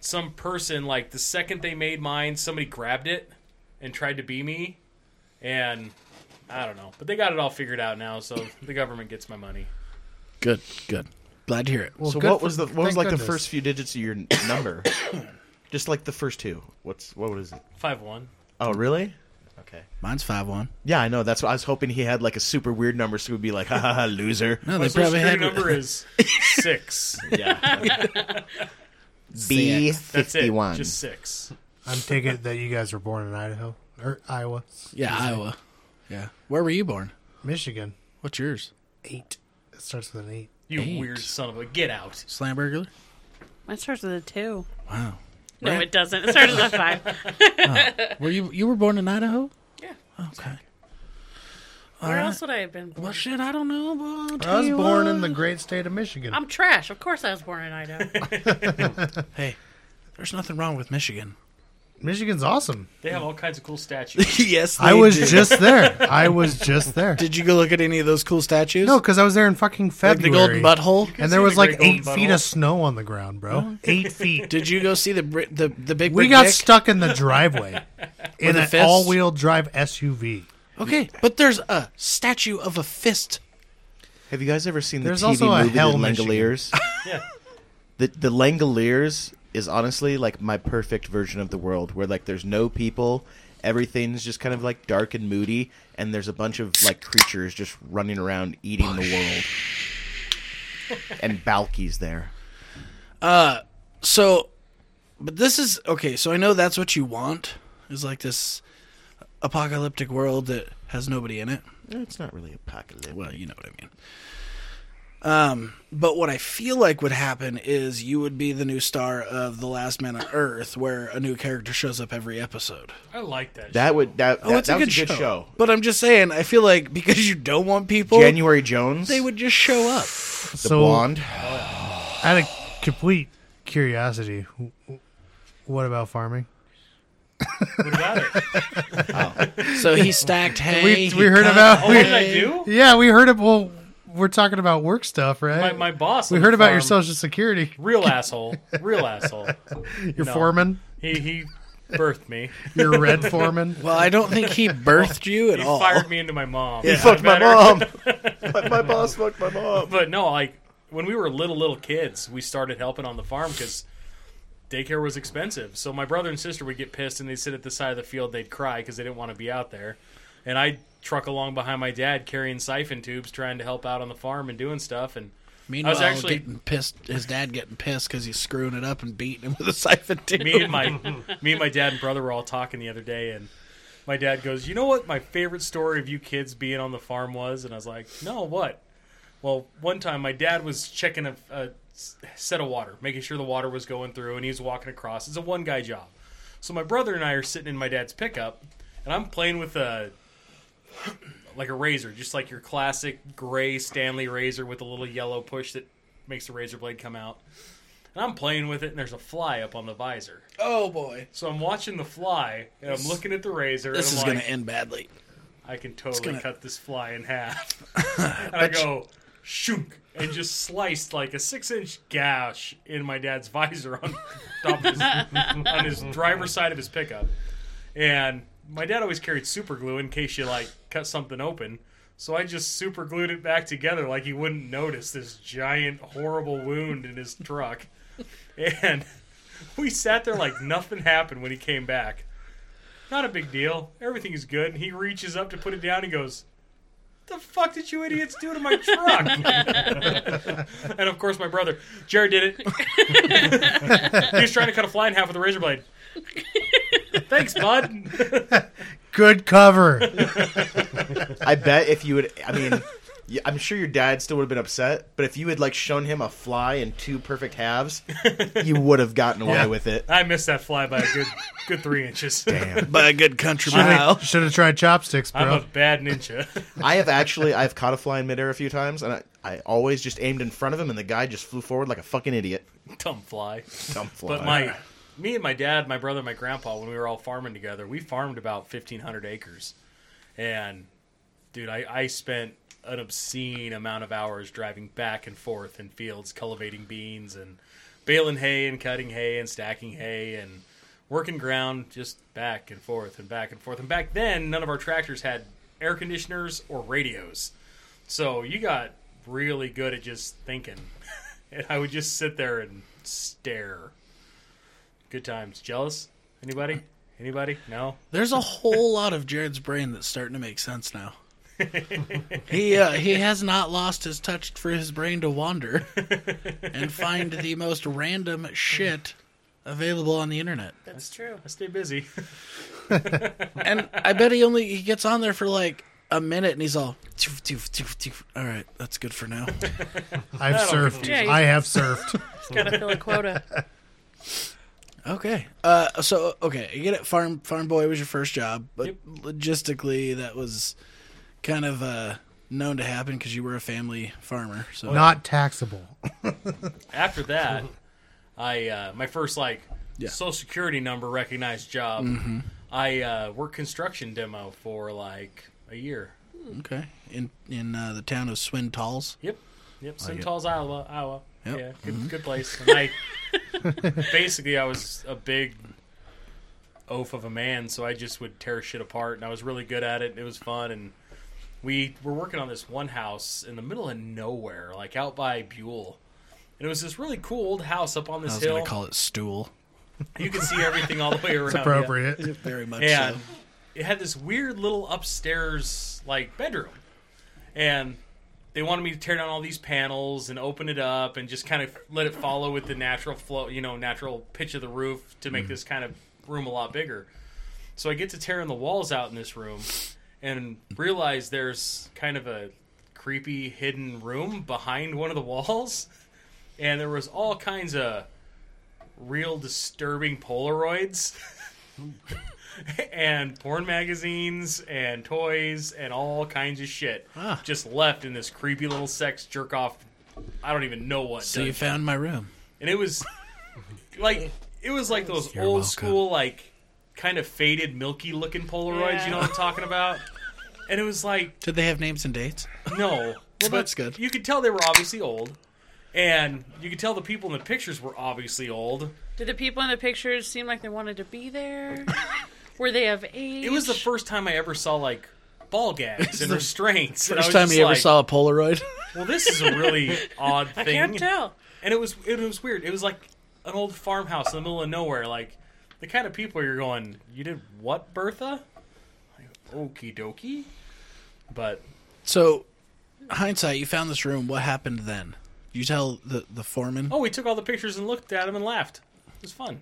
Speaker 6: some person, like the second they made mine, somebody grabbed it and tried to be me, and I don't know. But they got it all figured out now, so the government gets my money.
Speaker 2: Good, good. Glad to hear it.
Speaker 3: Well,
Speaker 1: So
Speaker 3: good
Speaker 1: what
Speaker 3: for-
Speaker 1: was the what was
Speaker 3: thank
Speaker 1: like the
Speaker 3: goodness.
Speaker 1: first few digits of your n- number? Just like the first two. What's what was it?
Speaker 6: Five one.
Speaker 1: Oh, really? Okay.
Speaker 2: Mine's five one.
Speaker 1: Yeah, I know. That's what I was hoping he had like a super weird number, so we'd be like, ha ha, ha loser.
Speaker 2: No, they
Speaker 6: My social
Speaker 2: probably
Speaker 6: security
Speaker 2: had
Speaker 6: number is six.
Speaker 1: Yeah.
Speaker 7: B
Speaker 6: That's
Speaker 7: fifty one.
Speaker 6: it. Just six.
Speaker 3: I'm taking it that you guys were born in Idaho or Iowa,
Speaker 2: yeah Iowa. Yeah, where were you born?
Speaker 3: Michigan.
Speaker 2: What's yours?
Speaker 3: Eight. It starts with an E. eight.
Speaker 6: You
Speaker 2: Eight.
Speaker 6: weird son of a get out.
Speaker 2: Slam burglar.
Speaker 5: Mine starts with a two.
Speaker 2: Wow.
Speaker 5: No,
Speaker 2: Right.
Speaker 5: it doesn't. It starts with a five.
Speaker 2: Were you you were born in Idaho?
Speaker 5: Yeah.
Speaker 2: Okay. All
Speaker 5: Where
Speaker 2: right.
Speaker 5: else would I have been born?
Speaker 2: Well, shit, I don't know. but I'll tell
Speaker 3: I was
Speaker 2: you
Speaker 3: born in
Speaker 2: what.
Speaker 3: the great state of Michigan.
Speaker 5: I'm trash. Of course, I was born in Idaho.
Speaker 2: Hey, there's nothing wrong with Michigan.
Speaker 3: Michigan's awesome.
Speaker 6: They have all kinds of cool statues.
Speaker 2: yes,
Speaker 3: I was just there. I was just there.
Speaker 2: Did you go look at any of those cool statues?
Speaker 3: No, because I was there in fucking
Speaker 2: like the
Speaker 3: February.
Speaker 2: Golden Butthole.
Speaker 3: And there
Speaker 6: see
Speaker 3: was
Speaker 6: the
Speaker 3: like
Speaker 6: great
Speaker 3: eight
Speaker 6: golden
Speaker 3: feet
Speaker 6: butthole.
Speaker 3: of snow on the ground, bro. Eight feet.
Speaker 2: Did you go see the bri- the the big?
Speaker 3: We
Speaker 2: Brick
Speaker 3: got
Speaker 2: Dick?
Speaker 3: stuck in the driveway in
Speaker 2: a
Speaker 3: an
Speaker 2: fist?
Speaker 3: all-wheel drive SUV.
Speaker 2: Okay, but there's a statue of a fist.
Speaker 1: Have you guys ever seen the
Speaker 3: There's
Speaker 1: TV
Speaker 3: also a
Speaker 1: movie
Speaker 3: hell
Speaker 1: The
Speaker 3: Michigan.
Speaker 1: Langoliers?
Speaker 6: yeah.
Speaker 1: the the Langoliers is honestly like my perfect version of the world where like there's no people, everything's just kind of like dark and moody, and there's a bunch of like creatures just running around eating the world. And Balky's there.
Speaker 2: So, but this is okay. So I know that's what you want is like this apocalyptic world that has nobody in it.
Speaker 1: It's not really apocalyptic.
Speaker 2: Well, you know what I mean. Um, but what I feel like would happen is you would be the new star of The Last Man on Earth, where a new character shows up every episode.
Speaker 6: I like that.
Speaker 1: That would that,
Speaker 2: Oh,
Speaker 1: that,
Speaker 2: it's
Speaker 1: that
Speaker 2: a,
Speaker 1: was
Speaker 2: good
Speaker 1: a good show.
Speaker 2: But I'm just saying, I feel like because you don't want people,
Speaker 1: January Jones,
Speaker 2: they would just show up.
Speaker 1: the
Speaker 3: so
Speaker 1: blonde.
Speaker 3: out of complete curiosity, w- w- what about farming?
Speaker 6: shit. What about it?
Speaker 2: So he stacked hay.
Speaker 3: We,
Speaker 2: he
Speaker 3: we heard
Speaker 2: cut-
Speaker 6: Oh,
Speaker 3: about.
Speaker 6: what
Speaker 3: We,
Speaker 6: did I do?
Speaker 3: yeah, we heard it. Well, we're talking about work stuff,
Speaker 6: My,
Speaker 3: right?
Speaker 6: my boss.
Speaker 3: we
Speaker 6: on
Speaker 3: heard
Speaker 6: the
Speaker 3: about your
Speaker 6: farm,
Speaker 3: social security.
Speaker 6: Real asshole. Real asshole.
Speaker 3: Your
Speaker 6: No.
Speaker 3: foreman.
Speaker 6: He he birthed me.
Speaker 3: Your red foreman.
Speaker 2: Well, I don't think he birthed you at
Speaker 6: He
Speaker 2: all.
Speaker 6: fired me into my mom.
Speaker 1: He
Speaker 6: Yeah.
Speaker 1: fucked my
Speaker 6: Better.
Speaker 1: mom. my, my boss fucked my mom.
Speaker 6: But no, like when we were little little kids, we started helping on the farm because daycare was expensive. So my brother and sister would get pissed and they'd sit at the side of the field. They'd cry because they didn't want to be out there. And I'd truck along behind my dad carrying siphon tubes, trying to help out on the farm and doing stuff. And
Speaker 2: Meanwhile,
Speaker 6: I was actually-
Speaker 2: getting pissed. His dad getting pissed because he's screwing it up and beating him with a siphon tube.
Speaker 6: me and my me and my dad and brother were all talking the other day and my dad goes you know what my favorite story of you kids being on the farm was and i was like no what well one time my dad was checking a, a s- set of water making sure the water was going through and he was walking across it's a one guy job so my brother and i are sitting in my dad's pickup and i'm playing with a like a razor just like your classic gray stanley razor with a little yellow push that makes the razor blade come out and i'm playing with it and there's a fly up on the visor
Speaker 2: oh boy,
Speaker 6: so I'm watching the fly, and I'm looking at the razor,
Speaker 2: this
Speaker 6: and
Speaker 2: is
Speaker 6: I'm
Speaker 2: gonna
Speaker 6: like,
Speaker 2: end badly.
Speaker 6: I can totally
Speaker 2: gonna-
Speaker 6: cut this fly in half. and I go, shunk, and just sliced like a six inch gash in my dad's visor on top of his, on his driver's side of his pickup. And my dad always carried super glue in case you like cut something open. So I just super glued it back together like he wouldn't notice this giant horrible wound in his truck. And we sat there like nothing happened when he came back. Not a big deal. Everything is good. And he reaches up to put it down and goes, the fuck did you idiots do to my truck? and of course, my brother, Jared, did it. he was trying to cut a fly in half with a razor blade. Thanks, bud.
Speaker 3: Good cover.
Speaker 1: I bet if you would, I mean, y- I'm sure your dad still would have been upset, but if you had like shown him a fly in two perfect halves, you would have gotten away
Speaker 6: Yeah.
Speaker 1: with it.
Speaker 6: I missed that fly by a good, good three inches.
Speaker 1: Damn.
Speaker 2: By a good country mile.
Speaker 3: Should have tried chopsticks,
Speaker 6: I'm a
Speaker 3: bro.
Speaker 6: bad ninja.
Speaker 1: I have actually, I've caught a fly in midair a few times, and I, I always just aimed in front of him, and the guy just flew forward like a fucking idiot.
Speaker 6: Dumb fly.
Speaker 1: Dumb fly.
Speaker 6: But my, me and my dad, my brother, and my grandpa, when we were all farming together, we farmed about fifteen hundred acres, and dude, I, I spent an obscene amount of hours driving back and forth in fields, cultivating beans and baling hay and cutting hay and stacking hay and working ground, just back and forth and back and forth. And back then, none of our tractors had air conditioners or radios, so you got really good at just thinking. and I would just sit there and stare. Good times. Jealous? Anybody? Anybody? No.
Speaker 2: There's a whole lot of Jared's brain that's starting to make sense now. he uh, he has not lost his touch for his brain to wander and find the most random shit available on the internet.
Speaker 5: That's true.
Speaker 6: I stay busy.
Speaker 2: And I bet he only he gets on there for like a minute and he's all "Toof, toof, toof, toof." all right, that's good for now.
Speaker 3: I've surfed.
Speaker 5: confuse me.
Speaker 3: I have surfed.
Speaker 5: Just gotta fill a quota.
Speaker 2: Okay. Uh, so okay, you get it. Farm farm boy was your first job, but
Speaker 6: Yep.
Speaker 2: logistically that was kind of uh, known to happen because you were a family farmer. So
Speaker 3: Not taxable.
Speaker 6: After that, I uh, my first like
Speaker 2: Yeah.
Speaker 6: social security number recognized job. I uh, worked construction demo for like a year.
Speaker 2: okay in in uh, the town of Swin Talls.
Speaker 6: Yep. Yep. Centals, Iowa. Iowa.
Speaker 2: Yep. Mm-hmm.
Speaker 6: Yeah. Good, good place. And I basically I was a big oaf of a man, so I just would tear shit apart, and I was really good at it. and It was fun, and we were working on this one house in the middle of nowhere, like out by Buell. And it was this really cool old house up on
Speaker 2: I
Speaker 6: this
Speaker 2: was
Speaker 6: hill.
Speaker 2: gonna call it stool.
Speaker 6: you could see everything all the way around. yeah.
Speaker 3: Appropriate.
Speaker 2: Very much
Speaker 6: And
Speaker 2: so.
Speaker 6: it had this weird little upstairs like bedroom. And they wanted me to tear down all these panels and open it up and just kind of let it follow with the natural flow, you know, natural pitch of the roof to make this kind of room a lot bigger. So I get to tearing the walls out in this room and realize there's kind of a creepy hidden room behind one of the walls. And there was all kinds of real disturbing Polaroids and porn magazines and toys and all kinds of shit
Speaker 2: Ah.
Speaker 6: just left in this creepy little sex jerk off. I don't even know what.
Speaker 2: So you
Speaker 6: dungeon.
Speaker 2: found my room.
Speaker 6: and it was like it was like those
Speaker 2: You're
Speaker 6: old
Speaker 2: welcome.
Speaker 6: school like kind of faded milky looking Polaroids.
Speaker 5: Yeah.
Speaker 6: You know what I'm talking about? And it was like
Speaker 2: Did they have names and dates?
Speaker 6: no, well,
Speaker 2: that's good.
Speaker 6: You could tell they were obviously old, and you could tell the people in the pictures were obviously old.
Speaker 5: Did the people in the pictures seem like they wanted to be there? Were they of age?
Speaker 6: It was the first time I ever saw like ball gags and restraints. and I
Speaker 2: First
Speaker 6: was
Speaker 2: time
Speaker 6: just
Speaker 2: you ever
Speaker 6: like,
Speaker 2: saw a Polaroid.
Speaker 6: Well, this is a really odd thing.
Speaker 5: I can't tell.
Speaker 6: and it was it was weird. It was like an old farmhouse in the middle of nowhere, like the kind of people you're going, you did what, Bertha? Like, Okie dokie. But
Speaker 2: so hindsight, you found this room. What happened then? You tell the the foreman.
Speaker 6: oh, we took all the pictures and looked at them and laughed. It was fun.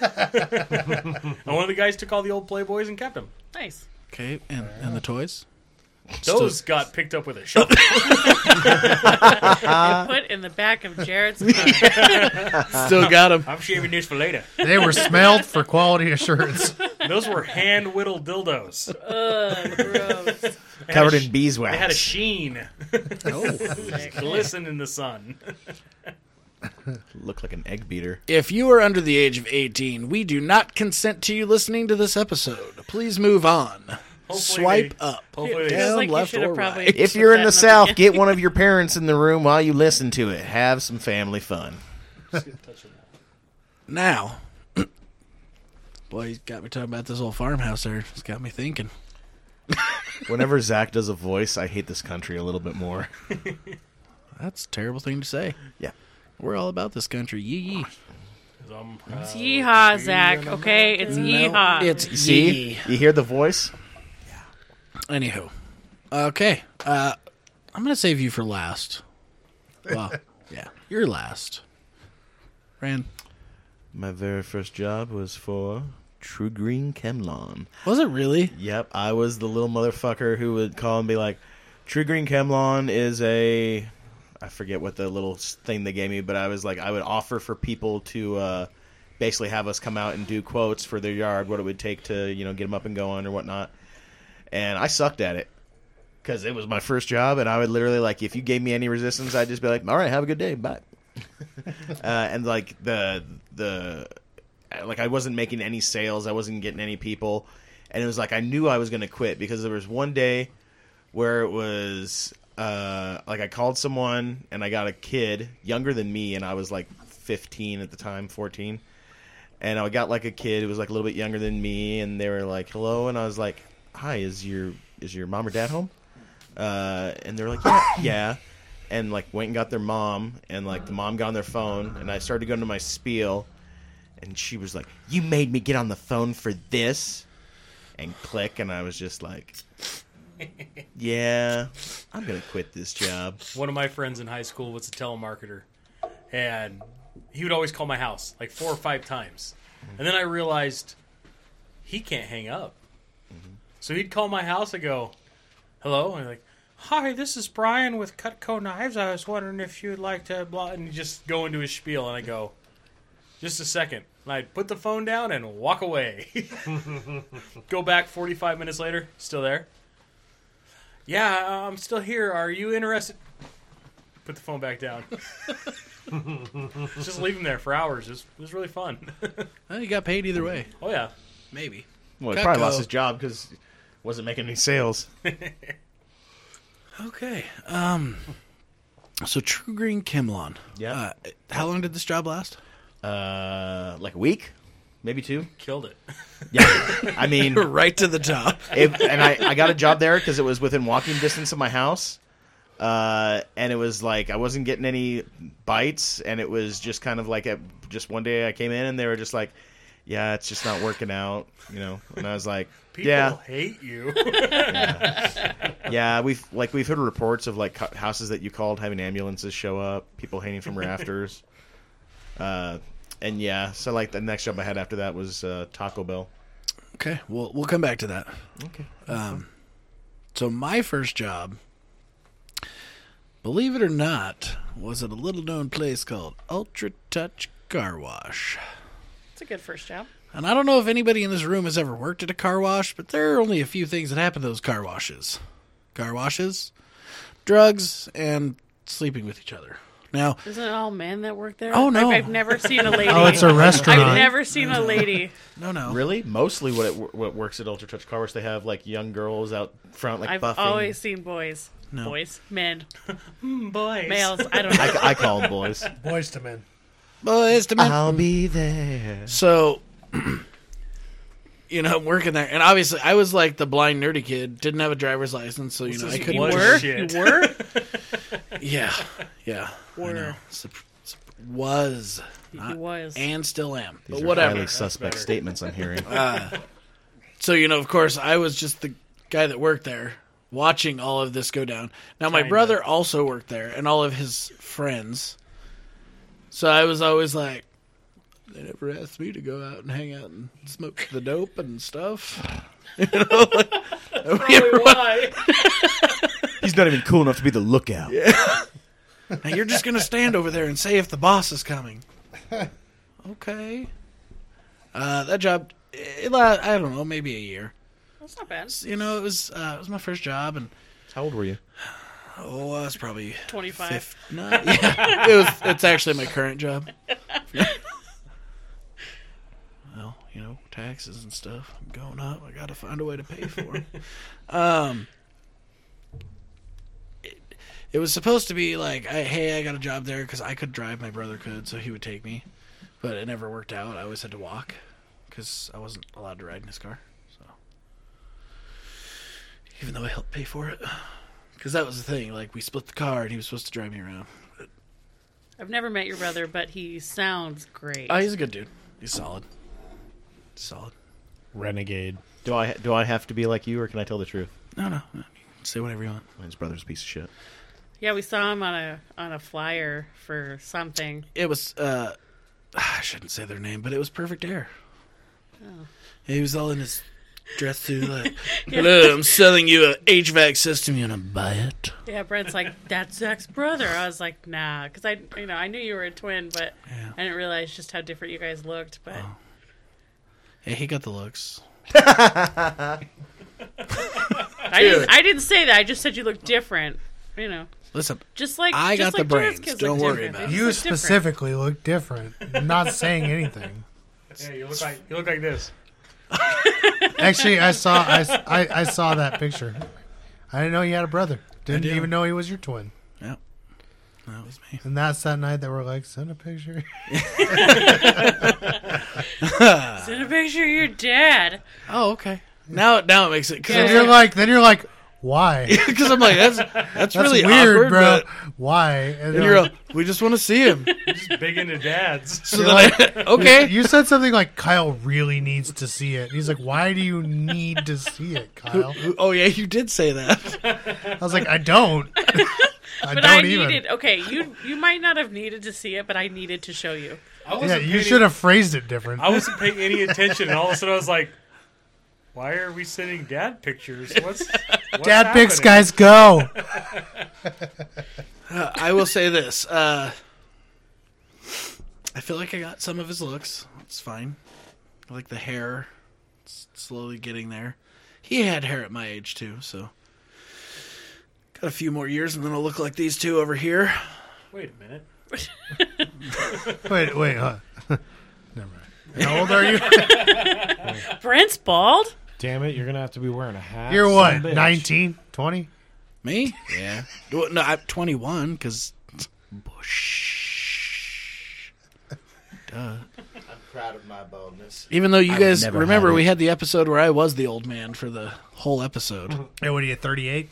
Speaker 6: and one of the guys took all the old Playboys and kept them.
Speaker 5: Nice.
Speaker 2: Okay, and and the toys.
Speaker 6: Those got picked up with a shovel.
Speaker 5: Put in the back of Jared's car.
Speaker 6: Uh,
Speaker 2: Still got them.
Speaker 6: I'm shaving these for later.
Speaker 3: They were smelled for quality assurance.
Speaker 6: Those were hand whittled dildos.
Speaker 5: Ugh, gross.
Speaker 6: They had
Speaker 1: Covered
Speaker 6: a
Speaker 1: in
Speaker 6: sh-
Speaker 1: beeswax.
Speaker 6: They had a sheen, Oh. glisten in the sun.
Speaker 1: Looked like an egg beater.
Speaker 2: If you are under the age of 18, we do not consent to you listening to this episode. Please move on.
Speaker 6: Hopefully
Speaker 2: Swipe
Speaker 6: they-
Speaker 2: up.
Speaker 6: Hopefully they
Speaker 2: Yeah.
Speaker 5: Feels
Speaker 2: Down,
Speaker 5: like you
Speaker 2: left,
Speaker 5: should have
Speaker 2: or
Speaker 5: probably
Speaker 2: right.
Speaker 5: put
Speaker 1: If you're in
Speaker 5: that
Speaker 1: the
Speaker 5: the
Speaker 1: South,
Speaker 5: beginning.
Speaker 1: get one of your parents in the room while you listen to it. Have some family fun.
Speaker 2: Now, boy, he's got me talking about this old farmhouse there. It's got me thinking.
Speaker 1: Whenever Zach does a voice, I hate this country a little bit more.
Speaker 2: That's a terrible thing to say.
Speaker 1: Yeah.
Speaker 2: We're all about this country. Yee yee.
Speaker 6: 'Cause I'm proud
Speaker 5: It's yeehaw, Zach.
Speaker 6: to be an
Speaker 5: Okay, it's yeehaw.
Speaker 2: It's
Speaker 1: You see?
Speaker 2: yee.
Speaker 1: You hear the voice?
Speaker 2: Anywho, okay. Uh, I'm gonna save you for last. Well, yeah, you're last. Ran,
Speaker 1: My very first job was for True Green Kemlon.
Speaker 2: was it really?
Speaker 1: Yep, I was the little motherfucker who would call and be like, "True Green Kemlon is a, I forget what the little s- thing they gave me, but I was like, I would offer for people to uh, basically have us come out and do quotes for their yard, what it would take to you know get them up and going or whatnot. And I sucked at it because it was my first job, and I would literally like, if you gave me any resistance, I'd just be like, "All right, have a good day, bye." uh, and like the the uh, like I wasn't making any sales, I wasn't getting any people, and it was like I knew I was going to quit because there was one day where it was uh, like I called someone and I got a kid younger than me, and I was like 15 at the time, 14, and I got like a kid who was like a little bit younger than me, and they were like hello, and I was like hi, is your is your mom or dad home? uh, and they're like, yeah, yeah, and like went and got their mom, and like the mom got on their phone, and I started going to my spiel, and she was like, "You made me get on the phone for this," and click, and I was just like, "Yeah, I'm gonna quit this job."
Speaker 6: one of my friends in high school was a telemarketer and he would always call my house like four or five times and then i realized he can't hang up so he'd call my house and go hello and I'm like hi this is brian with cutco knives i was wondering if you'd like to blah and he'd just go into his spiel and i go just a second and i'd put the phone down and walk away go back 45 minutes later still there yeah i'm still here are you interested put the phone back down. just leave them there for hours. It was, it was really fun.
Speaker 2: Well, you got paid either way.
Speaker 6: oh yeah,
Speaker 2: Maybe.
Speaker 1: Well,
Speaker 2: he
Speaker 1: he
Speaker 2: probably
Speaker 1: probably
Speaker 2: Cutco. lost
Speaker 1: lost
Speaker 2: his
Speaker 1: his job because wasn't making any sales.
Speaker 2: Okay. Um. So True Green Kimlon.
Speaker 1: Yeah.
Speaker 2: Uh, how long did this job last?
Speaker 1: Uh, like a week, maybe two.
Speaker 6: killed it.
Speaker 1: Yeah, I mean,
Speaker 2: right to the top.
Speaker 1: it, and I, I got a job there because it was within walking distance of my house. Uh, and it was like I wasn't getting any bites, and it was just kind of like at, just one day I came in and they were just like, "Yeah, it's just not working out," you know. And I was like,
Speaker 6: People
Speaker 1: "Yeah,
Speaker 6: hate you.
Speaker 1: yeah, we've like we've heard reports of like cu- houses that you called having ambulances show up, people hanging from rafters." uh, and yeah, so like the next job I had after that was uh, Taco Bell.
Speaker 2: Okay. Well, we'll come back to that. Um,
Speaker 1: Okay.
Speaker 2: So my first job, believe it or not, was at a little known place called Ultra Touch Car Wash.
Speaker 5: It's a good first job.
Speaker 2: And I don't know if anybody in this room has ever worked at a car wash, but there are only a few things that happen to those car washes. Car washes, drugs, and sleeping with each other. Now,
Speaker 5: Isn't it all men that work there?
Speaker 2: Oh, no.
Speaker 5: I've, I've never seen a lady.
Speaker 3: Oh, it's a restaurant.
Speaker 5: I've never seen a lady.
Speaker 2: no, no.
Speaker 1: Really, mostly what it, what works at Ultra Touch Car Wash, they have like young girls out front, like
Speaker 5: I've
Speaker 1: buffing.
Speaker 5: always seen boys. Boys. Men.
Speaker 6: Boys.
Speaker 5: Males. I don't know.
Speaker 1: I, I call them boys.
Speaker 3: Boys to men.
Speaker 2: Well, it's to men.
Speaker 7: I'll be there.
Speaker 2: So, you know, I'm working there, and obviously, I was like the blind nerdy kid, didn't have a driver's license, so you know,
Speaker 6: is
Speaker 2: I couldn't.
Speaker 5: You
Speaker 6: what
Speaker 5: were?
Speaker 6: shit.
Speaker 5: You were?
Speaker 2: Yeah, yeah. I know. Sup- sup- was
Speaker 5: He was.
Speaker 2: and still am,
Speaker 1: These
Speaker 2: but
Speaker 1: are
Speaker 2: whatever.
Speaker 1: highly suspect
Speaker 6: better.
Speaker 1: statements I'm hearing.
Speaker 2: So you know, of course, I was just the guy that worked there, watching all of this go down. Now my
Speaker 6: Kinda.
Speaker 2: brother also worked there, and all of his friends. So I was always like, they never asked me to go out and hang out and smoke the dope and stuff. You know, like, nobody ever
Speaker 6: Why?
Speaker 1: He's not even cool enough to be the lookout.
Speaker 2: Now you're just gonna stand over there and say if the boss is coming. Okay. Uh, that job, it, la- I don't know, maybe a year.
Speaker 5: That's not bad.
Speaker 2: You know, it was uh, it was my first job, and
Speaker 1: How old were you?
Speaker 2: oh, I was probably
Speaker 5: 25.
Speaker 2: fifth. No, yeah, it was. It's actually my current job. well, you know, taxes and stuff going up. I got to find a way to pay for them. um, it- it was supposed to be like, I, hey, I got a job there because I could drive. My brother could, so he would take me. But it never worked out. I always had to walk because I wasn't allowed to ride in his car. So, even though I helped pay for it, because that was the thing. Like we split the car, and he was supposed to drive me around.
Speaker 5: I've never met your brother, but he sounds great.
Speaker 2: Oh, he's a good dude. He's solid. Solid.
Speaker 4: Renegade.
Speaker 1: Do I do I have to be like you, or can I tell the truth?
Speaker 2: No, no. no. Say whatever you want.
Speaker 1: His brother's a piece of shit.
Speaker 5: yeah, we saw him on a on a flyer for something.
Speaker 2: It was uh I shouldn't say their name, but it was perfect air. Oh. He was all in his dress suit like Hello, I'm selling you a HVAC system, you wanna buy it?
Speaker 5: Yeah, Brent's like that's Zach's brother. I was like, nah, because I you know I knew you were a twin, but
Speaker 2: Yeah. Oh.
Speaker 5: I didn't realize just how different you guys looked. But
Speaker 2: Hey, he got the looks.
Speaker 5: I didn't, I didn't say that. I just said you look different. You know,
Speaker 2: Listen,
Speaker 5: just like
Speaker 2: I
Speaker 5: just
Speaker 2: got
Speaker 5: like
Speaker 2: the
Speaker 5: Jordan's
Speaker 2: brains.
Speaker 5: kids
Speaker 2: Don't
Speaker 5: look
Speaker 2: worry
Speaker 5: different. They
Speaker 2: about
Speaker 5: just
Speaker 3: You
Speaker 5: look different.
Speaker 3: specifically look different. I'm not saying anything.
Speaker 6: Yeah, you look like you look like this.
Speaker 3: Actually, I saw I, s- I- I saw that picture. I didn't know you had a brother. Didn't
Speaker 2: do.
Speaker 3: even know he was your twin.
Speaker 2: yeah. That was me.
Speaker 3: And that's that night that we're like, send a picture.
Speaker 5: Send a picture of your dad.
Speaker 2: Oh, okay. Now now it makes it cause
Speaker 3: And
Speaker 5: Yeah.
Speaker 2: I'm,
Speaker 3: you're like, then you're like, why? That's
Speaker 2: cause I'm like, that's that's, really
Speaker 3: weird,
Speaker 2: awkward,
Speaker 3: bro.
Speaker 2: but-
Speaker 3: Why?
Speaker 2: and
Speaker 3: And you're
Speaker 2: you're all,
Speaker 3: like-
Speaker 2: we just wanna see him.
Speaker 6: Just big into dads.
Speaker 2: So then I, okay.
Speaker 3: you said something like Kyle really needs to see it. He's like, why do you need to see it, Kyle?
Speaker 2: Oh yeah, you did say that.
Speaker 3: I was like, I don't. I
Speaker 5: But
Speaker 3: don't
Speaker 5: I
Speaker 3: even.
Speaker 5: needed. Okay, you you might not have needed to see it, but I needed to show you.
Speaker 6: I
Speaker 3: Yeah,
Speaker 6: wasn't
Speaker 3: you
Speaker 6: paying-
Speaker 3: should have phrased it different.
Speaker 6: I wasn't paying any attention, and all of a sudden I was like, "Why are we sending dad pictures? What's, what's
Speaker 3: Dad pics,
Speaker 6: happening?"
Speaker 3: guys, go.
Speaker 2: Uh, I will say this. Uh, I feel like I got some of his looks. It's fine. I like the hair, it's slowly getting there. He had hair at my age too, so got a few more years, and then I'll look like these two over here.
Speaker 6: Wait a minute.
Speaker 3: Wait, wait, huh? Never mind. How old are you?
Speaker 5: Brent's bald.
Speaker 4: Damn it, you're gonna have to be wearing a hat.
Speaker 3: You're
Speaker 4: son
Speaker 3: what?
Speaker 4: of a bitch.
Speaker 3: 19? 20?
Speaker 2: Me? Yeah. Well, No, I'm 21 because
Speaker 7: Proud of my boldness.
Speaker 2: even though you
Speaker 7: I've
Speaker 2: guys
Speaker 7: never
Speaker 2: remember
Speaker 7: had
Speaker 2: we
Speaker 7: it.
Speaker 2: had the episode where I was the old man for the whole episode.
Speaker 3: Hey, what are you, 38?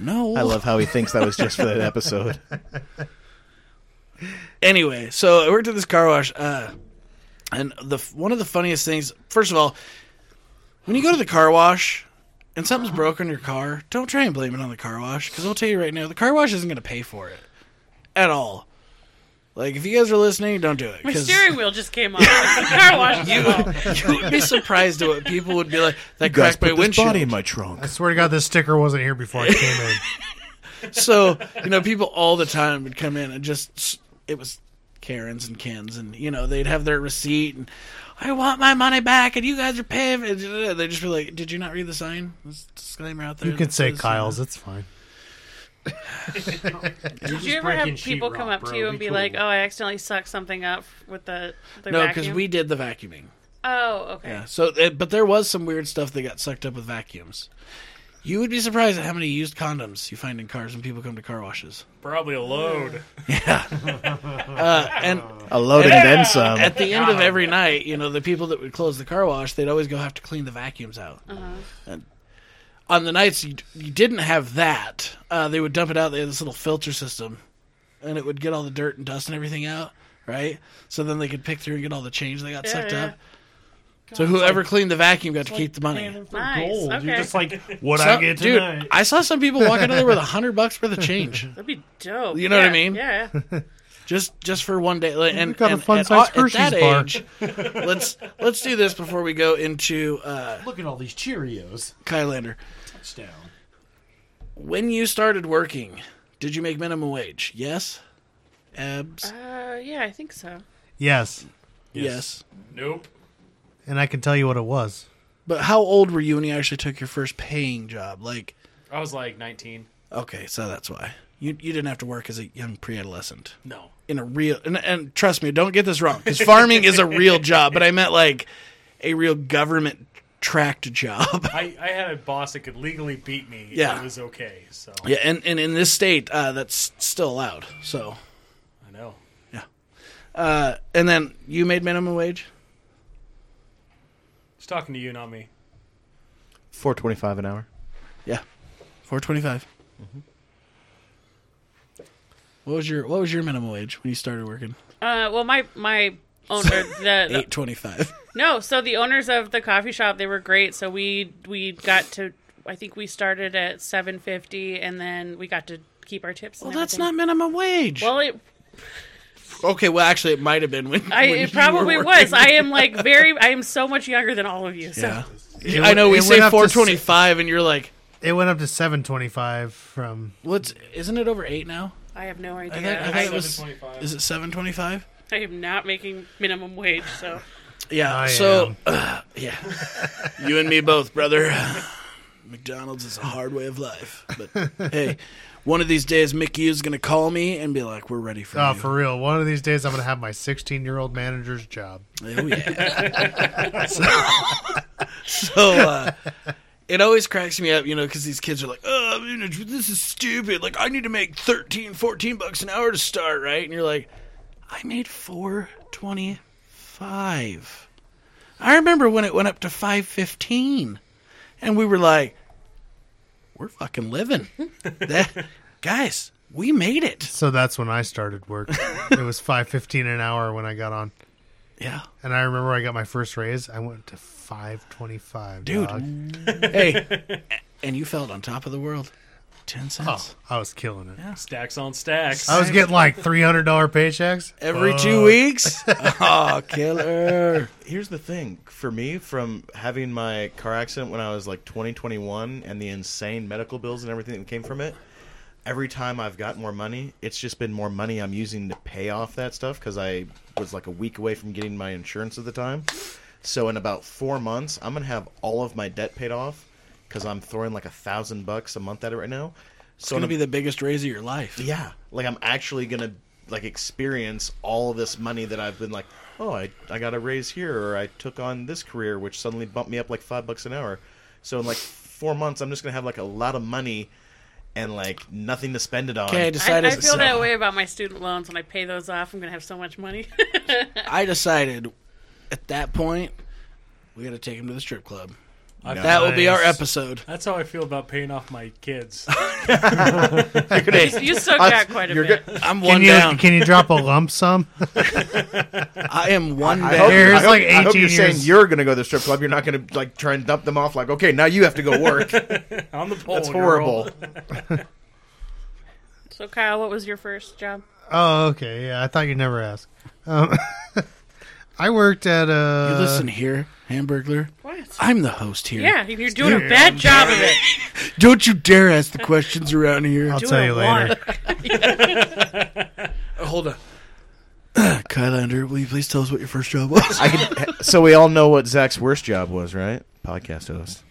Speaker 2: no,
Speaker 1: I love how he thinks that was just for that episode.
Speaker 2: anyway, so I worked at this car wash, uh, and the one of the funniest things. First of all, when you go to the car wash and something's broken in your car, don't try and blame it on the car wash because I'll tell you right now, the car wash isn't going to pay for it at all. Like if you guys are listening, don't do it.
Speaker 5: My
Speaker 2: 'cause
Speaker 5: steering wheel just came off. It's the car wash.
Speaker 2: you would be surprised at what people would be like. That
Speaker 1: Guys,
Speaker 2: cracked my
Speaker 1: put this
Speaker 2: windshield.
Speaker 1: body in my trunk.
Speaker 3: I swear to God, this sticker wasn't here before I came in.
Speaker 2: so you know people all the time would come in and just it was karens and kins and you know they'd have their receipt and i want my money back and you guys are paying and they'd just be like did you not read the sign There's a disclaimer out there
Speaker 3: You can
Speaker 2: that
Speaker 3: say
Speaker 2: says,
Speaker 3: Kyle's. It's fine.
Speaker 5: Did you ever have
Speaker 4: breaking
Speaker 5: people
Speaker 4: sheetrock,
Speaker 5: come up
Speaker 4: bro.
Speaker 5: to you and
Speaker 4: Be
Speaker 5: be like,
Speaker 4: cool.
Speaker 5: "Oh, I accidentally sucked something up with the the
Speaker 2: no
Speaker 5: because
Speaker 2: because we did the vacuuming
Speaker 5: Oh, okay.
Speaker 2: yeah so it, but there was some weird stuff that got sucked up with vacuums you would be surprised at how many used condoms you find in cars when people come to car washes
Speaker 6: Probably a load.
Speaker 2: and
Speaker 1: A loading then some.
Speaker 2: at the end of every night, you know, the people that would close the car wash, they'd always go have to clean the vacuums out.
Speaker 5: Uh-huh.
Speaker 2: And on the nights you, you didn't have that, uh, they would dump it out. They had this little filter system, and it would get all the dirt and dust and everything out, right? So then they could pick through and get all the change they got
Speaker 5: Yeah,
Speaker 2: sucked
Speaker 5: yeah.
Speaker 2: up. so whoever cleaned the vacuum got to keep the money.
Speaker 4: Paying for
Speaker 5: Nice,
Speaker 6: Oh,
Speaker 4: gold. You're
Speaker 5: okay.
Speaker 4: just like, what
Speaker 2: So-
Speaker 4: I get
Speaker 2: dude,
Speaker 4: tonight?
Speaker 2: I saw some people walk out of there with a hundred bucks worth of change,
Speaker 5: That'd be dope.
Speaker 2: You know what I
Speaker 5: Yeah,
Speaker 2: mean?
Speaker 5: Yeah.
Speaker 2: just just for one day. Like, And
Speaker 3: got a
Speaker 2: and-
Speaker 3: fun
Speaker 2: and
Speaker 3: size
Speaker 2: at
Speaker 3: Hershey's
Speaker 2: that
Speaker 3: bar.
Speaker 2: age, let's let's do this before we go into uh,
Speaker 4: Look at all these Cheerios.
Speaker 2: Kylander.
Speaker 4: Touchdown.
Speaker 2: when you started working, did you make minimum wage? Yes. Abs.
Speaker 5: Uh, yeah, I think so.
Speaker 3: Yes.
Speaker 2: yes.
Speaker 6: Nope.
Speaker 3: And I can tell you what it was.
Speaker 2: But how old were you when you actually took your first paying job? Like,
Speaker 6: I was like 19.
Speaker 2: okay, so that's why you you didn't have to work as a young pre-adolescent
Speaker 6: No.
Speaker 2: in a real and, and trust me, don't get this wrong because farming is a real job. But I meant like a real government tracked job.
Speaker 6: I, I had a boss that could legally beat me.
Speaker 2: Yeah.
Speaker 6: and it was okay. So
Speaker 2: yeah, and, and in this state, uh, that's still allowed. So,
Speaker 6: I know.
Speaker 2: uh, and then you made minimum wage.
Speaker 6: Just talking to you, not me.
Speaker 1: Four twenty-five an hour.
Speaker 2: Yeah, four What was your What was your minimum wage when you started working?
Speaker 5: Uh, well, my my owner, the, the
Speaker 2: Eight twenty five.
Speaker 5: No, so the owners of the coffee shop they were great. So we we got to I think we started at seven fifty, and then we got to keep our tips.
Speaker 2: Well,
Speaker 5: and
Speaker 2: that's not
Speaker 5: everything.
Speaker 2: minimum wage.
Speaker 5: Well, it
Speaker 2: okay, well, actually, it might have been when
Speaker 5: I
Speaker 2: when you
Speaker 5: it probably
Speaker 2: were
Speaker 5: was.
Speaker 2: working.
Speaker 5: I am like very. I am so much younger than all of you. So
Speaker 2: yeah.
Speaker 3: It
Speaker 2: I know we
Speaker 3: went- it
Speaker 2: say
Speaker 3: went up to
Speaker 2: four twenty five, and you're like,
Speaker 3: It went up to seven twenty five from oh,
Speaker 2: what's? Isn't it over eight now?
Speaker 5: I have no idea.
Speaker 2: I
Speaker 5: I,
Speaker 2: think, I think it was.
Speaker 6: 725.
Speaker 2: Is it seven twenty five?
Speaker 5: am not making minimum wage. So
Speaker 2: Yeah.
Speaker 3: I
Speaker 2: so, uh, yeah, you and me both, brother. McDonald's is a hard way of life, but hey, one of these days Mickey is gonna call me and be like, "We're ready for
Speaker 3: Oh,
Speaker 2: you."
Speaker 3: for real. One of these days, I'm gonna have my 16 year old manager's job.
Speaker 2: Oh yeah. so, so uh, it always cracks me up, you know, because these kids are like, "Oh, you know, this is stupid. Like, I need to make 13, 14 bucks an hour to start, right?" And you're like, "I made four twenty five. I remember when it went up to five fifteen, and we were like, "We're fucking living, that, guys. We made it."
Speaker 3: So that's when I started work. it was 5:15 an hour when I got on,
Speaker 2: Yeah.
Speaker 3: and I remember I got my first raise. I went to 5:25.
Speaker 2: Dude.
Speaker 3: dog.
Speaker 2: hey, a- and you felt on top of the world. Ten cents
Speaker 3: oh, I was killing it.
Speaker 6: Stacks on stacks.
Speaker 3: I was getting like $300 paychecks
Speaker 2: every
Speaker 3: Fuck.
Speaker 2: two weeks. Oh, killer!
Speaker 1: Here's the thing for me from having my car accident when I was like 20, 21, and the insane medical bills and everything that came from it. Every time I've got more money, it's just been more money I'm using to pay off that stuff because I was like a week away from getting my insurance at the time. So in about four months, I'm gonna have all of my debt paid off because I'm throwing like a thousand bucks a month at it right now.
Speaker 2: It's
Speaker 1: So in a-
Speaker 2: gonna be the biggest raise of your life.
Speaker 1: yeah like i'm actually gonna like experience all of this money that i've been like oh i, I got a raise here or i took on this career which suddenly bumped me up like five bucks an hour so in like four months i'm just gonna have like a lot of money and like nothing to spend it on
Speaker 2: Okay, I
Speaker 5: I,
Speaker 2: decided.
Speaker 5: I feel that way about my student loans. When I pay those off, I'm gonna have so much money.
Speaker 2: I decided at that point we got to take him to the strip club.
Speaker 6: I-
Speaker 2: That will be our
Speaker 3: Nice.
Speaker 2: episode.
Speaker 6: That's how I feel about paying off my kids.
Speaker 5: you still got quite a
Speaker 1: you're
Speaker 5: bit.
Speaker 2: I'm
Speaker 3: Can
Speaker 2: one
Speaker 3: you
Speaker 2: down.
Speaker 3: can you drop a lump sum?
Speaker 2: I am one
Speaker 1: I hope,
Speaker 2: down.
Speaker 1: I
Speaker 3: There's
Speaker 1: hope-
Speaker 3: like
Speaker 1: I hope
Speaker 3: 18
Speaker 1: you're saying
Speaker 3: years.
Speaker 1: you're gonna go to the strip club. You're not gonna like try and dump them off. Like, okay, now you have to go work. That's
Speaker 6: On the pole. girl.
Speaker 1: horrible.
Speaker 5: So Kyle, what was your first job?
Speaker 3: Oh, okay. Yeah, I thought you'd never ask. Um, I worked at uh, a.
Speaker 2: You Listen here, Hamburglar.
Speaker 5: What?
Speaker 2: I'm the host here.
Speaker 5: Yeah, you're doing a bad job of it.
Speaker 2: Don't you dare ask the questions around here.
Speaker 3: I'll tell you
Speaker 5: I
Speaker 3: later.
Speaker 2: hold on. Kylander, will you please tell us what your first job was?
Speaker 1: I can, so we all know what Zach's worst job was, right? Podcast host,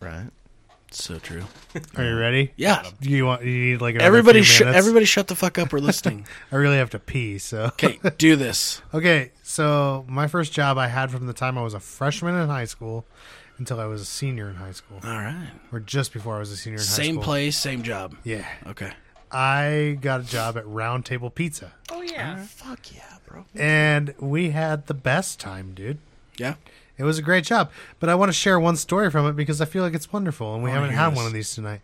Speaker 1: right?
Speaker 2: so true.
Speaker 3: Are you ready?
Speaker 2: Yeah.
Speaker 3: Do you want? You need like another
Speaker 2: Everybody,
Speaker 3: few
Speaker 2: sh-
Speaker 3: minutes?
Speaker 2: everybody, shut the fuck up. We're listening.
Speaker 3: I really have to pee. So
Speaker 2: Okay, do this.
Speaker 3: Okay, so my first job I had from the time I was a freshman in high school until I was a senior in high school,
Speaker 2: All right.
Speaker 3: or just before I was a senior in high
Speaker 2: Same
Speaker 3: school.
Speaker 2: place, same job.
Speaker 3: Yeah,
Speaker 2: Okay.
Speaker 3: I got a job at Round Table Pizza,
Speaker 5: Oh yeah.
Speaker 2: Uh-huh.
Speaker 1: Fuck yeah, bro.
Speaker 3: and we had the best time, dude.
Speaker 2: Yeah.
Speaker 3: It was a great job, but I want to share one story from it because I feel like it's wonderful, and we haven't
Speaker 2: hear
Speaker 3: had
Speaker 2: this.
Speaker 3: one of these tonight.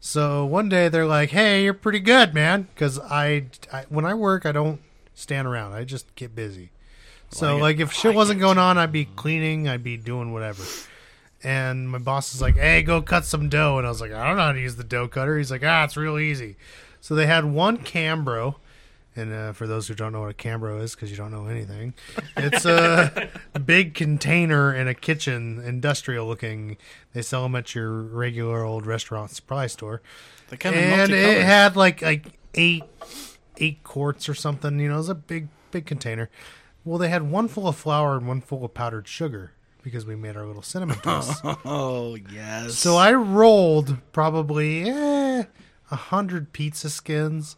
Speaker 3: So one day they're like, "Hey, you're pretty good, man." Because I, I- when I work, I don't stand around; I just get busy. So like, if shit wasn't going on, I'd be cleaning, I'd be doing whatever. And my boss is like, "Hey, go cut some dough," and I was like, "I don't know how to use the dough cutter." He's like, "Ah, it's real easy." So they had one Cambro, and uh, for those who don't know what a Cambro is, because you don't know anything, it's uh, a big container in a kitchen, industrial looking. They sell them at your regular old restaurant supply store,
Speaker 2: They kind
Speaker 3: and it had like like eight eight quarts or something. You know, it was a big big container. Well, they had one full of flour and one full of powdered sugar because we made our little cinnamon toast.
Speaker 2: oh yes.
Speaker 3: So I rolled probably eh, a hundred pizza skins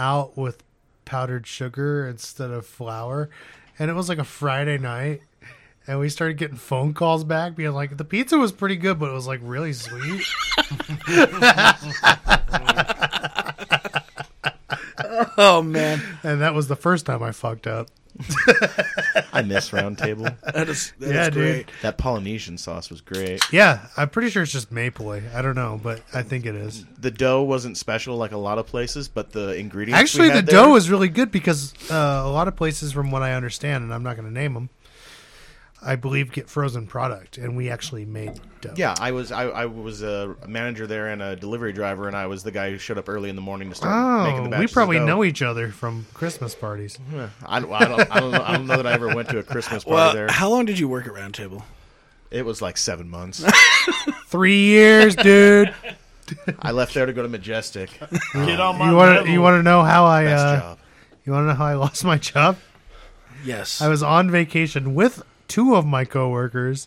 Speaker 3: out with powdered sugar instead of flour, and it was like a Friday night, and we started getting phone calls back being like the pizza was pretty good but it was like really sweet
Speaker 2: Oh man,
Speaker 3: and that was the first time i fucked up
Speaker 1: I miss Roundtable.
Speaker 2: that is that is
Speaker 3: Yeah, dude.
Speaker 2: great.
Speaker 1: that Polynesian sauce was great.
Speaker 3: yeah i'm pretty sure it's just mapley i don't know but i think it is
Speaker 1: The dough wasn't special like a lot of places, but the ingredients. we
Speaker 3: actually the
Speaker 1: had
Speaker 3: dough
Speaker 1: there-
Speaker 3: is really good because uh, a lot of places from what i understand and i'm not going to name them i believe get frozen product and we actually made dough
Speaker 1: Yeah, I was I, I was a manager there and a delivery driver, and I was the guy who showed up early in the morning to start making the
Speaker 3: Oh,
Speaker 1: batches.
Speaker 3: we probably
Speaker 1: of dough. Mm-hmm.
Speaker 3: know each other from Christmas parties.
Speaker 1: I, don't- I, don't, I, don't know, I don't know that I ever went to a Christmas party
Speaker 2: Well,
Speaker 1: there.
Speaker 2: how long did you work at Roundtable?
Speaker 1: It was like seven months.
Speaker 3: Three years, dude.
Speaker 1: I left there to go to Majestic.
Speaker 4: Get on my
Speaker 3: You want to you want to know how I
Speaker 1: Best
Speaker 3: uh,
Speaker 1: job.
Speaker 3: you want to know how I lost my job?
Speaker 2: Yes,
Speaker 3: I was on vacation with two of my coworkers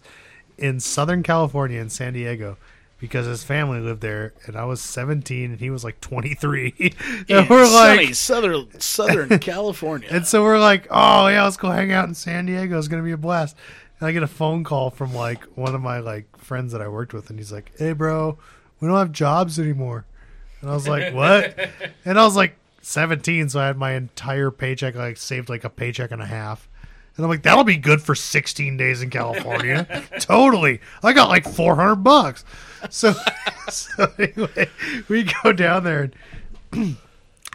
Speaker 3: in Southern California in San Diego because his family lived there, and I was 17 and he was like 23. and
Speaker 2: in
Speaker 3: we're
Speaker 2: sunny
Speaker 3: like,
Speaker 2: southern Southern California.
Speaker 3: and so we're like, oh yeah, let's go hang out in San Diego. It's gonna be a blast. And I get a phone call from like one of my like friends that I worked with, and he's like, hey bro, we don't have jobs anymore. And I was like, what? and I was like 17, so I had my entire paycheck like saved like a paycheck and a half. And I'm like, that'll be good for 16 days in California. totally. I got like 400 bucks. So, so anyway, we go down there and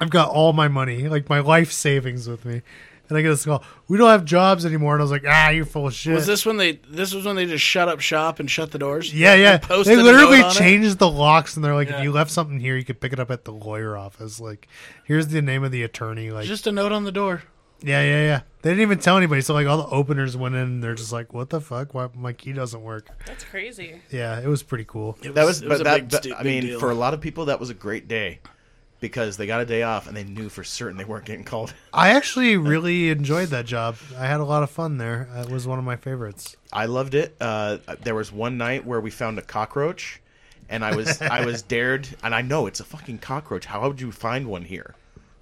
Speaker 3: I've got all my money, like my life savings with me. And I get this call, we don't have jobs anymore. And I was like, ah, you're full of shit.
Speaker 2: was this when they? This was when they just shut up shop and shut the doors.
Speaker 3: Yeah, yeah.
Speaker 2: posted
Speaker 3: They
Speaker 2: a
Speaker 3: literally
Speaker 2: note on it?
Speaker 3: changed the locks, and they're like,
Speaker 6: Yeah.
Speaker 3: if you left something here, you could pick it up at the lawyer office. Like, here's the name of the attorney. Like,
Speaker 2: Just a note on the door.
Speaker 3: yeah, yeah, yeah. They didn't even tell anybody. So like, all the openers went in, and they're just like, what the fuck? Why my key doesn't work?
Speaker 5: That's crazy.
Speaker 3: Yeah, it was pretty cool.
Speaker 2: It
Speaker 1: That was,
Speaker 2: it
Speaker 1: but
Speaker 2: a
Speaker 1: that,
Speaker 2: big
Speaker 1: that-
Speaker 2: sti-
Speaker 1: I
Speaker 2: big
Speaker 1: mean,
Speaker 2: deal.
Speaker 1: for a lot of people, that was a great day because they got a day off and they knew for certain they weren't getting called.
Speaker 3: I actually really enjoyed that job. I had a lot of fun there. It was one of my favorites.
Speaker 1: I loved it. Uh, there was one night where we found a cockroach, and I was I was dared, and I know it's a fucking cockroach. How would you find one here?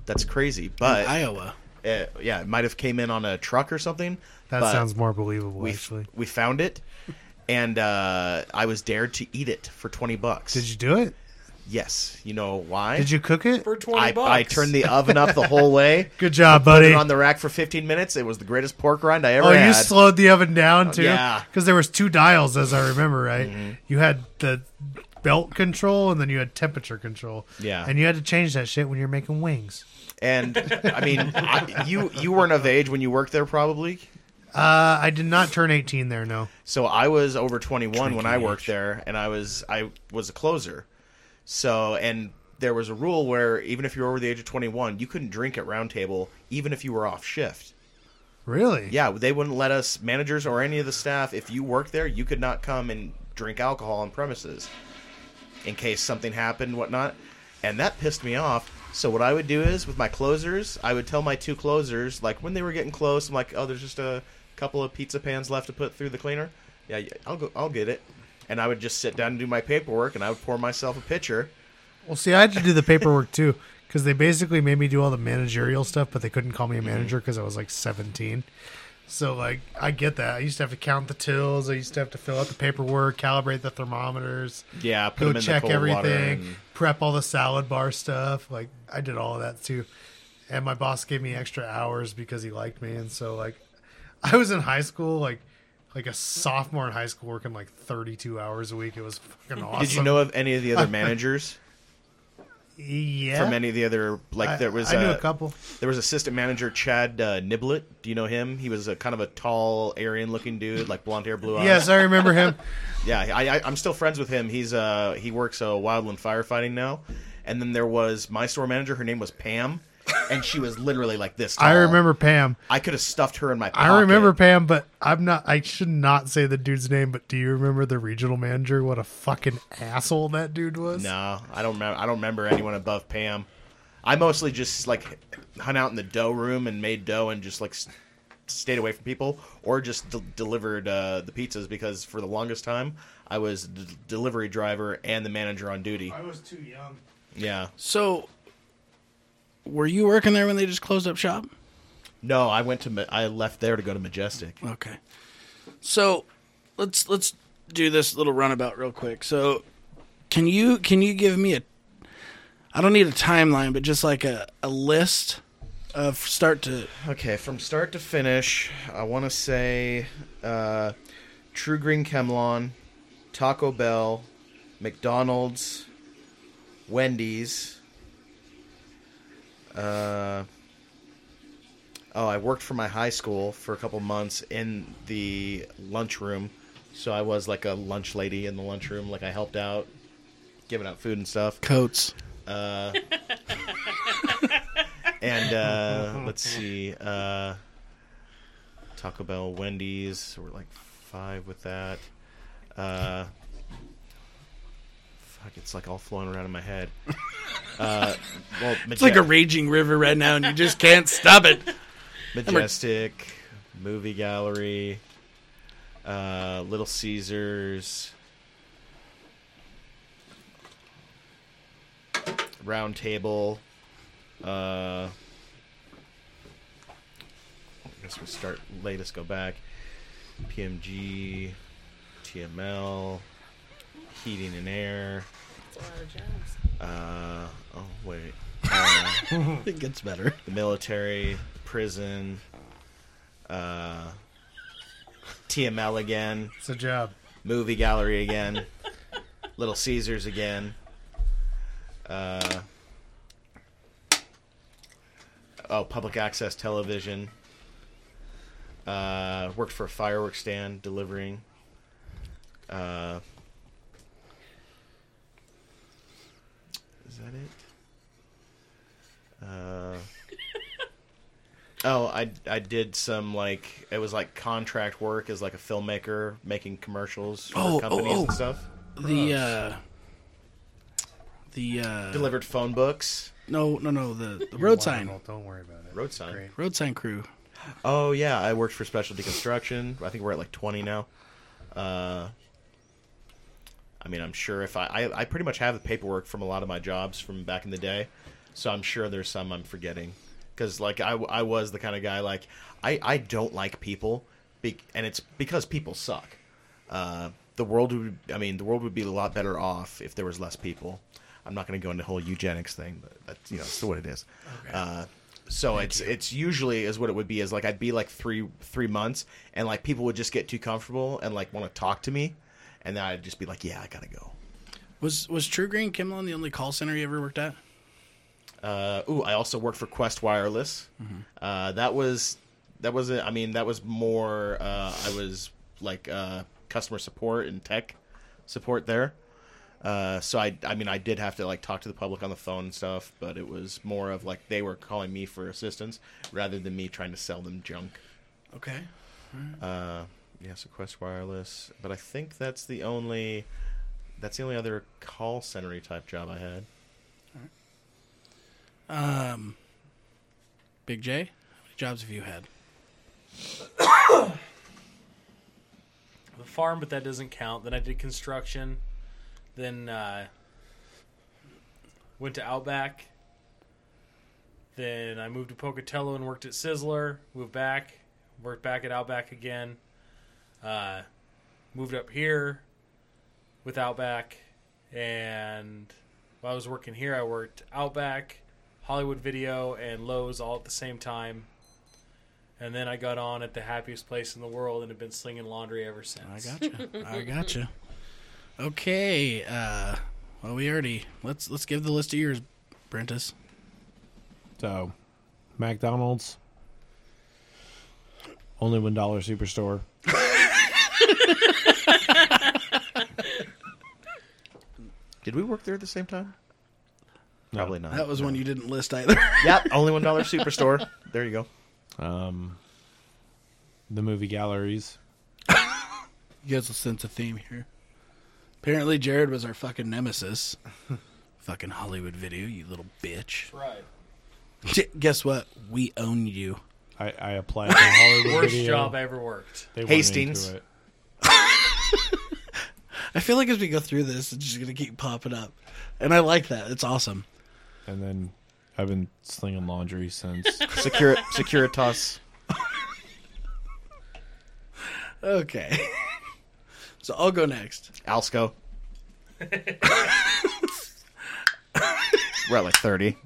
Speaker 1: That's crazy. But
Speaker 2: Iowa.
Speaker 1: uh, yeah, it might have came in on a truck or something.
Speaker 3: That
Speaker 1: but
Speaker 3: sounds more believable,
Speaker 1: we
Speaker 3: actually.
Speaker 1: we found it, and uh, I was dared to eat it for twenty bucks.
Speaker 3: Did you do it?
Speaker 1: Yes. You know why?
Speaker 3: Did you cook it?
Speaker 6: for twenty
Speaker 1: I,
Speaker 6: bucks.
Speaker 1: I turned the oven up the whole way.
Speaker 3: Good job,
Speaker 1: Put
Speaker 3: buddy.
Speaker 1: it on the rack for 15 minutes. It was the greatest pork rind I ever
Speaker 3: Oh,
Speaker 1: had.
Speaker 3: you slowed the oven down too.
Speaker 1: Oh, yeah. Mm-hmm.
Speaker 3: because there was two dials, as I remember, right? You had the belt control, and then you had temperature control.
Speaker 1: Yeah.
Speaker 3: and you had to change that shit when you're making wings.
Speaker 1: and I mean, I, you you weren't of age when you worked there, probably.
Speaker 3: Uh, I did not turn 18 there. No,
Speaker 1: So I was over 21 when I worked there, and I was I was a closer. So and there was a rule where even if you were over the age of 21, you couldn't drink at round table, even if you were off shift.
Speaker 3: really?
Speaker 1: Yeah, they wouldn't let us managers or any of the staff. If you worked there, you could not come and drink alcohol on premises, in case something happened, whatnot. And that pissed me off. So what I would do is with my closers, I would tell my two closers like when they were getting close, I'm like, oh, there's just a couple of pizza pans left to put through the cleaner. Yeah, yeah, I'll go, I'll get it. And I would just sit down and do my paperwork, and I would pour myself a pitcher.
Speaker 3: Well, see, I had to do the paperwork too because they basically made me do all the managerial stuff, but they couldn't call me a manager because I was like 17. So, like, I get that. I used to have to count the tills. I used to have to fill out the paperwork, calibrate the thermometers.
Speaker 1: Yeah, put
Speaker 3: go
Speaker 1: them in
Speaker 3: check
Speaker 1: the cold water.
Speaker 3: everything,
Speaker 1: and-
Speaker 3: prep all the salad bar stuff. Like I did all of that too. And my boss gave me extra hours because he liked me. And so like I was in high school, like like a sophomore in high school working like thirty two hours a week. It was fucking awesome.
Speaker 1: Did you know of any of the other managers
Speaker 3: Yeah.
Speaker 1: from any of the other like
Speaker 3: I-
Speaker 1: there was
Speaker 3: I, knew
Speaker 1: uh,
Speaker 3: a couple.
Speaker 1: There was assistant manager Chad uh, Niblett. Do you know him? He was a kind of a tall, Aryan-looking dude, like blonde hair, blue eyes.
Speaker 3: Yes, I remember him.
Speaker 1: Yeah, I, I, I'm still friends with him. He's uh, he works uh, wildland firefighting now. And then there was my store manager. Her name was Pam, and she was literally like this. Tall.
Speaker 3: I remember Pam.
Speaker 1: I could have stuffed her in my. Pocket.
Speaker 3: I remember Pam, but I'm not. I should not say the dude's name. But do you remember the regional manager? What a fucking asshole that dude was.
Speaker 1: No, I don't remember. I don't remember anyone above Pam. I mostly just like hung out in the dough room and made dough and just like s- stayed away from people, or just d- delivered uh, the pizzas because for the longest time I was the d- delivery driver and the manager on duty.
Speaker 4: I was too young.
Speaker 1: Yeah,
Speaker 2: So, were you working there when they just closed up shop?
Speaker 1: no, I went to Ma- I left there to go to Majestic.
Speaker 2: Okay. So let's let's do this little runabout real quick. So can you can you give me a I don't need a timeline, but just like a, a list of start to
Speaker 1: Okay, from start to finish, I want to say uh, True Green Kemlon, Taco Bell, McDonald's, Wendy's. Uh, oh, I worked for my high school for a couple months in the lunchroom. So I was like a lunch lady in the lunchroom. Like I helped out, giving out food and stuff.
Speaker 2: coats.
Speaker 1: Uh, and uh, let's see, uh, Taco Bell, Wendy's. So we're like five with that. Uh, fuck, it's like all flowing around in my head. Uh, well,
Speaker 2: It's like a raging river right now, and you just can't stop it.
Speaker 1: majestic movie gallery, uh, Little Caesars. Round table. Uh, I guess we start latest. Go back. PMG, TML, heating and air.
Speaker 5: That's a lot of jobs.
Speaker 1: Uh, oh wait. Uh,
Speaker 2: It gets better.
Speaker 1: the military, the prison, uh, TML again,
Speaker 3: It's a job.
Speaker 1: movie gallery again, Little Caesars again. Uh, oh, public access television. Uh, worked for a fireworks stand delivering. Uh, is that it? Uh, oh, I I did some like it was like contract work as like a filmmaker making commercials for
Speaker 2: Oh, oh,
Speaker 1: companies
Speaker 2: oh.
Speaker 1: and stuff.
Speaker 2: The uh, the uh,
Speaker 1: Delivered phone books.
Speaker 2: no no no the, the road sign
Speaker 3: Wonderful. Don't worry about it.
Speaker 1: Road sign.
Speaker 3: Great.
Speaker 2: road sign crew.
Speaker 1: Oh yeah, I worked for Specialty Construction. I think we're at like twenty now. Uh, I mean, I'm sure if I, I I pretty much have the paperwork from a lot of my jobs from back in the day, so I'm sure there's some I'm forgetting because like I, I was the kind of guy like I I don't like people, be, and it's because people suck. Uh, the world would I mean the world would be a lot better off if there was less people. I'm not going to go into the whole eugenics thing, but that's you know still what it is. Uh, so it's it's usually is what it would be is like I'd be like three three months and like people would just get too comfortable and like want to talk to me, and then I'd just be like yeah I gotta go.
Speaker 2: Was was True Green Kimlin the only call center you ever worked at?
Speaker 1: Uh, ooh, I also worked for Quest Wireless. Uh, that was that was I mean that was more uh, I was like uh, customer support and tech support there. Uh, so I I mean I did have to like talk to the public on the phone and stuff, but it was more of like they were calling me for assistance rather than me trying to sell them junk.
Speaker 2: Okay.
Speaker 1: Uh, yeah, so Quest Wireless, but I think that's the only that's the only other call centery type job I had.
Speaker 2: Um, Big J, how many jobs have you had?
Speaker 6: the farm, but that doesn't count. Then I did construction. Then uh, went to Outback. Then I moved to Pocatello and worked at Sizzler. Moved back, worked back at Outback again. Uh, moved up here with Outback, and while I was working here, I worked Outback, Hollywood Video, and Lowe's all at the same time. And then I got on at the happiest place in the world and have been slinging laundry ever since.
Speaker 2: I gotcha. I gotcha. Okay. Uh, well, we already let's let's give the list of yours, Brentus.
Speaker 4: So, McDonald's, only one dollar superstore.
Speaker 1: Did we work there at the same time?
Speaker 4: No.
Speaker 1: Probably not.
Speaker 2: That was one you didn't list either.
Speaker 1: Yep, only one dollar superstore. There you go.
Speaker 4: Um, the movie galleries.
Speaker 2: you guys will sense a theme here. Apparently, Jared was our fucking nemesis. fucking Hollywood video, you little bitch.
Speaker 6: Right.
Speaker 2: Guess what? We own you.
Speaker 4: I, I applied for Hollywood.
Speaker 6: Worst
Speaker 4: Video.
Speaker 6: job I ever worked.
Speaker 4: They went into
Speaker 1: Hastings.
Speaker 4: it.
Speaker 2: I feel like as we go through this, it's just gonna keep popping up, and I like that. It's awesome.
Speaker 4: and then I've been slinging laundry since.
Speaker 1: Secure Securitas.
Speaker 2: Okay. so I'll go next.
Speaker 1: Alsco. We're at like 30.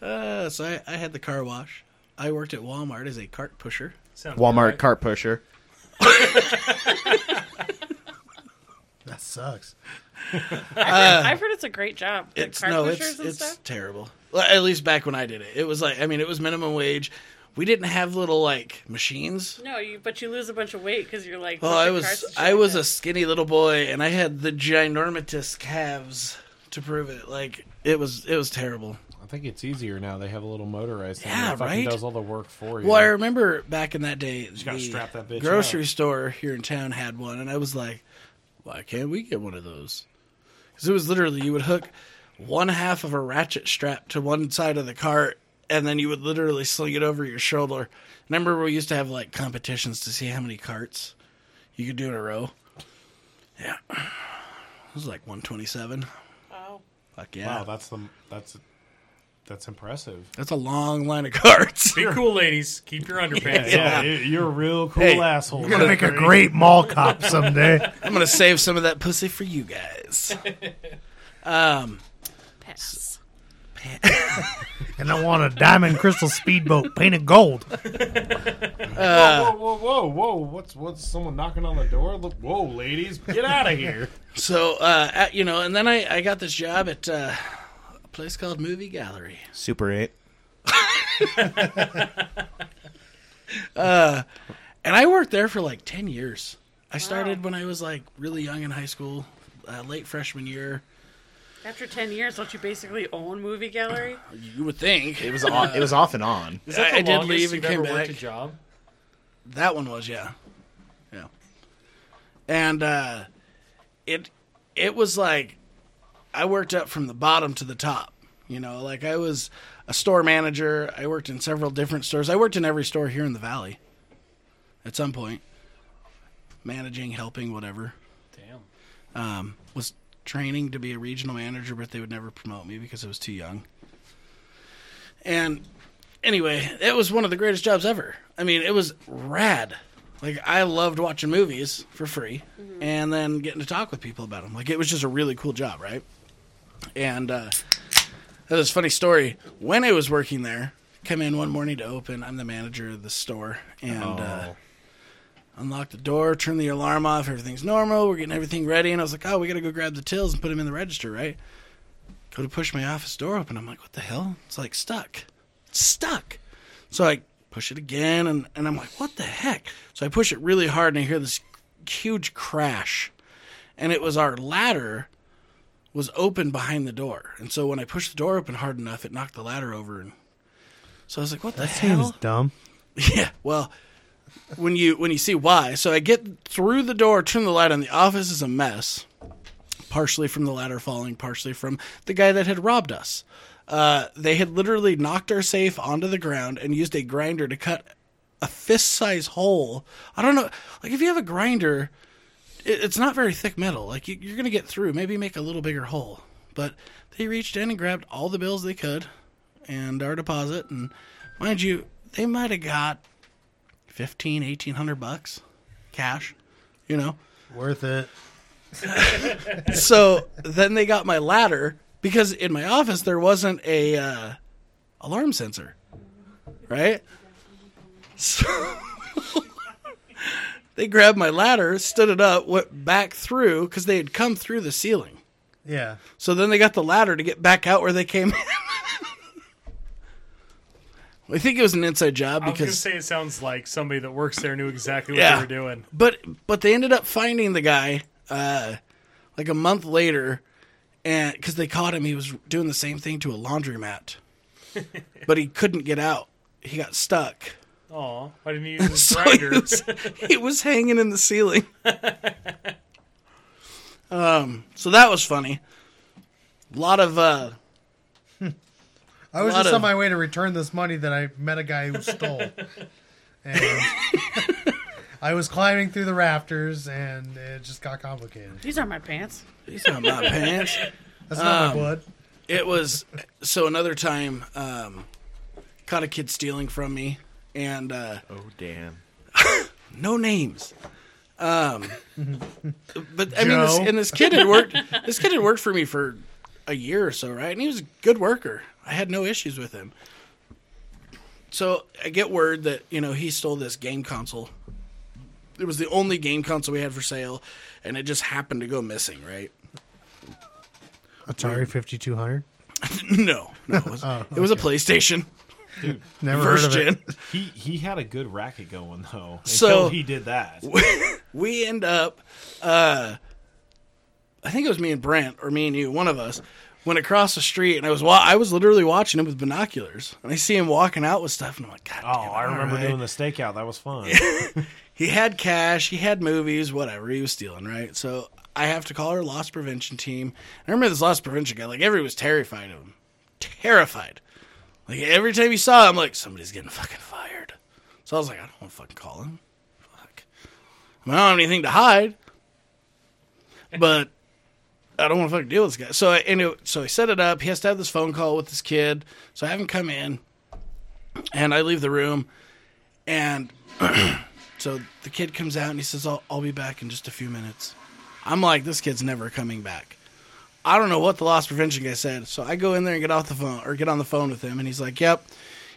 Speaker 2: Uh, so I, I had the car wash. I worked at Walmart as a cart pusher.
Speaker 6: Sounds
Speaker 1: Walmart
Speaker 6: right.
Speaker 1: cart pusher.
Speaker 3: That sucks.
Speaker 5: I've heard it's a great job. Like
Speaker 2: Uh, it's
Speaker 5: car
Speaker 2: no,
Speaker 5: pushers
Speaker 2: it's
Speaker 5: and
Speaker 2: it's
Speaker 5: stuff.
Speaker 2: terrible. Well, at least back when I did it, it was like I mean, it was minimum wage. We didn't have little like machines.
Speaker 5: No, you but you lose a bunch of weight because you're like.
Speaker 2: Well,
Speaker 5: pushing
Speaker 2: I
Speaker 5: carts
Speaker 2: was
Speaker 5: and shit
Speaker 2: I
Speaker 5: like
Speaker 2: was
Speaker 5: that.
Speaker 2: a skinny little boy, and I had the ginormous calves to prove it. Like it was it was terrible.
Speaker 4: I think it's easier now. They have a little motorized thing
Speaker 2: Yeah,
Speaker 4: that fucking
Speaker 2: right?
Speaker 4: does all the work for you.
Speaker 2: Well, I remember back in that day,
Speaker 4: gotta
Speaker 2: the
Speaker 4: strap that bitch
Speaker 2: grocery
Speaker 4: up.
Speaker 2: store here in town had one, and I was like, "Why can't we get one of those?" Because it was literally you would hook one half of a ratchet strap to one side of the cart, and then you would literally sling it over your shoulder. And I remember we used to have like competitions to see how many carts you could do in a row. Yeah, it was like one twenty-seven.
Speaker 5: Wow.
Speaker 2: Fuck yeah,
Speaker 4: Wow, that's the that's that's impressive.
Speaker 2: that's a long line of carts.
Speaker 6: Be cool, ladies. Keep your underpants on.
Speaker 4: Yeah, you- you're a real cool
Speaker 2: Hey,
Speaker 4: asshole.
Speaker 3: You're gonna make a great mall cop someday.
Speaker 2: I'm gonna save some of that pussy for you guys.
Speaker 5: Pass.
Speaker 3: And I want a diamond crystal speedboat painted gold.
Speaker 4: Whoa, whoa, whoa, whoa! What's what's someone knocking on the door? Look, whoa, ladies, get out of here!
Speaker 2: So, uh, at, you know, and then I, I got this job at uh, a place called Movie Gallery.
Speaker 1: Super 8.
Speaker 2: And I worked there for like 10 years. I started when I was like really young in high school, uh, late freshman year.
Speaker 5: After ten years, don't you basically own movie gallery?
Speaker 2: You would think.
Speaker 1: It was on, it was off and on.
Speaker 6: Is that
Speaker 2: I-
Speaker 6: the
Speaker 2: I did
Speaker 6: longest
Speaker 2: leave
Speaker 6: you've
Speaker 2: and
Speaker 6: ever
Speaker 2: came
Speaker 6: worked a
Speaker 2: back.
Speaker 6: job?
Speaker 2: That one was, yeah. Yeah. And uh, it it was like I worked up from the bottom to the top. You know, like I was a store manager. I worked in several different stores. I worked in every store here in the valley at some point. Managing, helping, whatever.
Speaker 6: Damn.
Speaker 2: Um, was training to be a regional manager, but they would never promote me because I was too young. And anyway, it was one of the greatest jobs ever. I mean, it was rad. Like I loved watching movies for free and then getting to talk with people about them. Like it was just a really cool job, right? And uh I had this funny story. When I was working there, come in one morning to open. I'm the manager of the store and uh unlock the door, turn the alarm off, everything's normal. We're getting everything ready and I was like, "Oh, we got to go grab the tills and put them in the register, right?" Go to push my office door open. I'm like, "What the hell?" It's like stuck stuck. So I push it again, and, and I'm like, what the heck? So I push it really hard, and I hear this huge crash. And it was our ladder was open behind the door. And so when I pushed the door open hard enough, it knocked the ladder over. And so I was like, what the
Speaker 3: That
Speaker 2: hell?
Speaker 3: seems dumb.
Speaker 2: Yeah, well, when you when you see why, so I get through the door, turn the light on. The office is a mess, partially from the ladder falling, partially from the guy that had robbed us. Uh, they had literally knocked our safe onto the ground and used a grinder to cut a fist-size hole. I don't know, like if you have a grinder, it, it's not very thick metal. Like you, you're gonna get through, maybe make a little bigger hole. But they reached in and grabbed all the bills they could and our deposit and mind you they might have got 15 1800 bucks cash you know
Speaker 3: Worth it.
Speaker 2: so then they got my ladder because in my office there wasn't a uh, alarm sensor right so they grabbed my ladder stood it up went back through because they had come through the ceiling
Speaker 3: Yeah.
Speaker 2: so then they got the ladder to get back out where they came in. I think it was an inside job
Speaker 6: I was gonna
Speaker 2: because,
Speaker 6: say it sounds like somebody that works there knew exactly what
Speaker 2: Yeah.
Speaker 6: they were doing.
Speaker 2: but but they ended up finding the guy uh, like a month later, and because they caught him, he was doing the same thing to a laundromat, but he couldn't get out. He got stuck,
Speaker 6: Aw, why didn't you use his
Speaker 2: so he
Speaker 6: grinder?
Speaker 2: was, he was hanging in the ceiling. um, so that was funny. A lot of uh,
Speaker 3: I was
Speaker 2: Lot
Speaker 3: just
Speaker 2: of-
Speaker 3: on my way to return this money that I met a guy who stole. and I was climbing through the rafters and it just got complicated.
Speaker 5: These are my pants.
Speaker 2: he's not my pants.
Speaker 3: That's not
Speaker 2: Um,
Speaker 3: my blood.
Speaker 2: it was so another time um caught a kid stealing from me and uh
Speaker 1: Oh, damn.
Speaker 2: no names. Um, but I mean, this, and this kid had worked. This kid had worked for me for a year or so, right? And he was a good worker. I had no issues with him. So I get word that you know he stole this game console. It was the only game console we had for sale, and it just happened to go missing, right?
Speaker 3: Atari 5200.
Speaker 2: no, no, it was, it was a PlayStation
Speaker 3: Oh, Never
Speaker 2: first
Speaker 3: heard of
Speaker 2: gen.
Speaker 3: it.
Speaker 4: He he had a good racket going though. Until
Speaker 2: So-
Speaker 4: he did that.
Speaker 2: we end up uh I think it was me and Brent or me and you, one of us, went across the street and I was wa- I was literally watching him with binoculars. And I see him walking out with stuff and I'm like, God
Speaker 4: Oh,
Speaker 2: damn it,
Speaker 4: I remember
Speaker 2: all right."
Speaker 4: doing the stakeout. That was fun.
Speaker 2: He had cash, he had movies, whatever, he was stealing, right? So I have to call our loss prevention team. I remember this loss prevention guy, like everyone was terrified of him. Terrified. Like every time he saw him, like, somebody's getting fucking fired. So I was like, I don't want to fucking call him. Fuck. I, mean, I don't have anything to hide. But I don't want to fucking deal with this guy. So I, and it, so I set it up. He has to have this phone call with this kid. So I have him come in, and I leave the room, and so the kid comes out and he says, "I'll, I'll be back in just a few minutes." I'm like, "This kid's never coming back." I don't know what the loss prevention guy said. So I go in there and get off the phone or get on the phone with him, and he's like, "Yep."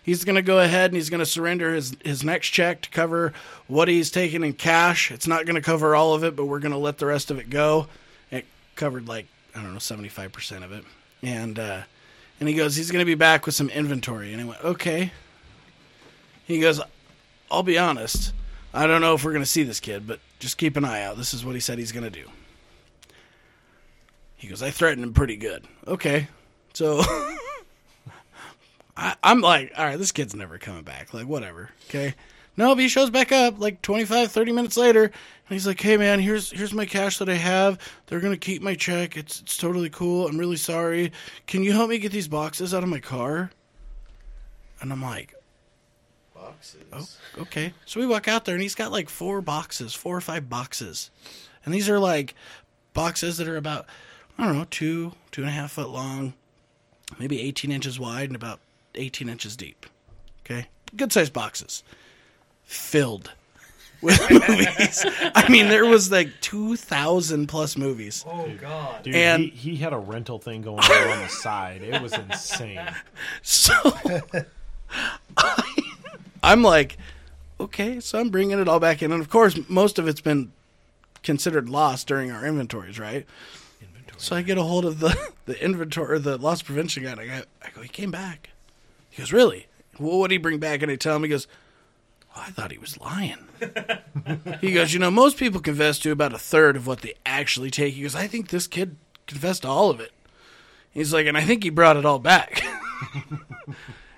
Speaker 2: He's going to go ahead and he's going to surrender his, his next check to cover what he's taking in cash. It's not going to cover all of it, but we're going to let the rest of it go. It covered like, I don't know, 75% of it. And, uh, and he goes, he's going to be back with some inventory. And I went, okay. He goes, I'll be honest. I don't know if we're going to see this kid, but just keep an eye out. This is what he said he's going to do. He goes, I threatened him pretty good. Okay. So I, I'm like, all right, this kid's never coming back. Like, whatever. Okay. No, but he shows back up like 25, 30 minutes later. And he's like, hey, man, here's here's my cash that I have. They're going to keep my check. It's, it's totally cool. I'm really sorry. Can you help me get these boxes out of my car? And I'm like, okay. So we walk out there, and he's got like four boxes, four or five boxes, and these are like boxes that are about I don't know two, two and a half foot long, maybe eighteen inches wide and about eighteen inches deep. Okay, good sized boxes, filled with movies. I mean, there was like two thousand plus movies.
Speaker 6: Oh God.
Speaker 4: Dude,
Speaker 2: And-
Speaker 4: he, he had a rental thing going on on the side. It was insane.
Speaker 2: So I'm like, okay, so I'm bringing it all back in, and of course, most of it's been considered lost during our inventories, right? So I get a hold of the the inventory, the loss prevention guy. And I go, I go, he came back. He goes, really? Well, what did he bring back? And I tell him, he goes, "Oh, I thought he was lying. he goes, you know, most people confess to about a third of what they actually take. He goes, I think this kid confessed to all of it. He's like, and I think he brought it all back.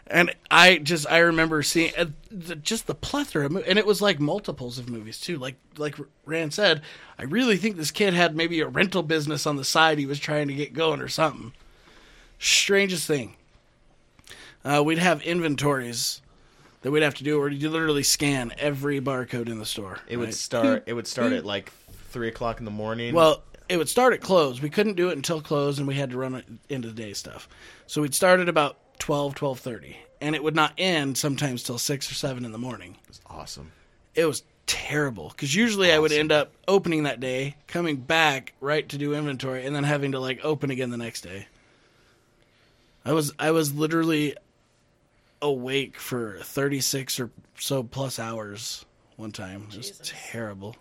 Speaker 2: And I just I remember seeing uh, the, just the plethora, of mo- and it was like multiples of movies too. Like like Rand said, I really think this kid had maybe a rental business on the side he was trying to get going or something. Strangest thing. Uh, we'd have inventories that we'd have to do, or you literally scan every barcode in the store.
Speaker 1: It would
Speaker 2: right?
Speaker 1: start. It would start at like three o'clock in the morning.
Speaker 2: Well, it would start at close. We couldn't do it until close, and we had to run it into the day stuff. So we'd start at about 12, 12.30, and it would not end sometimes till 6 or 7 in the morning.
Speaker 1: it's awesome.
Speaker 2: It was terrible, because usually I would end up opening that day, coming back right to do inventory, and then having to, like, open again the next day. I was I was literally awake for 36 or so plus hours one time. It was terrible.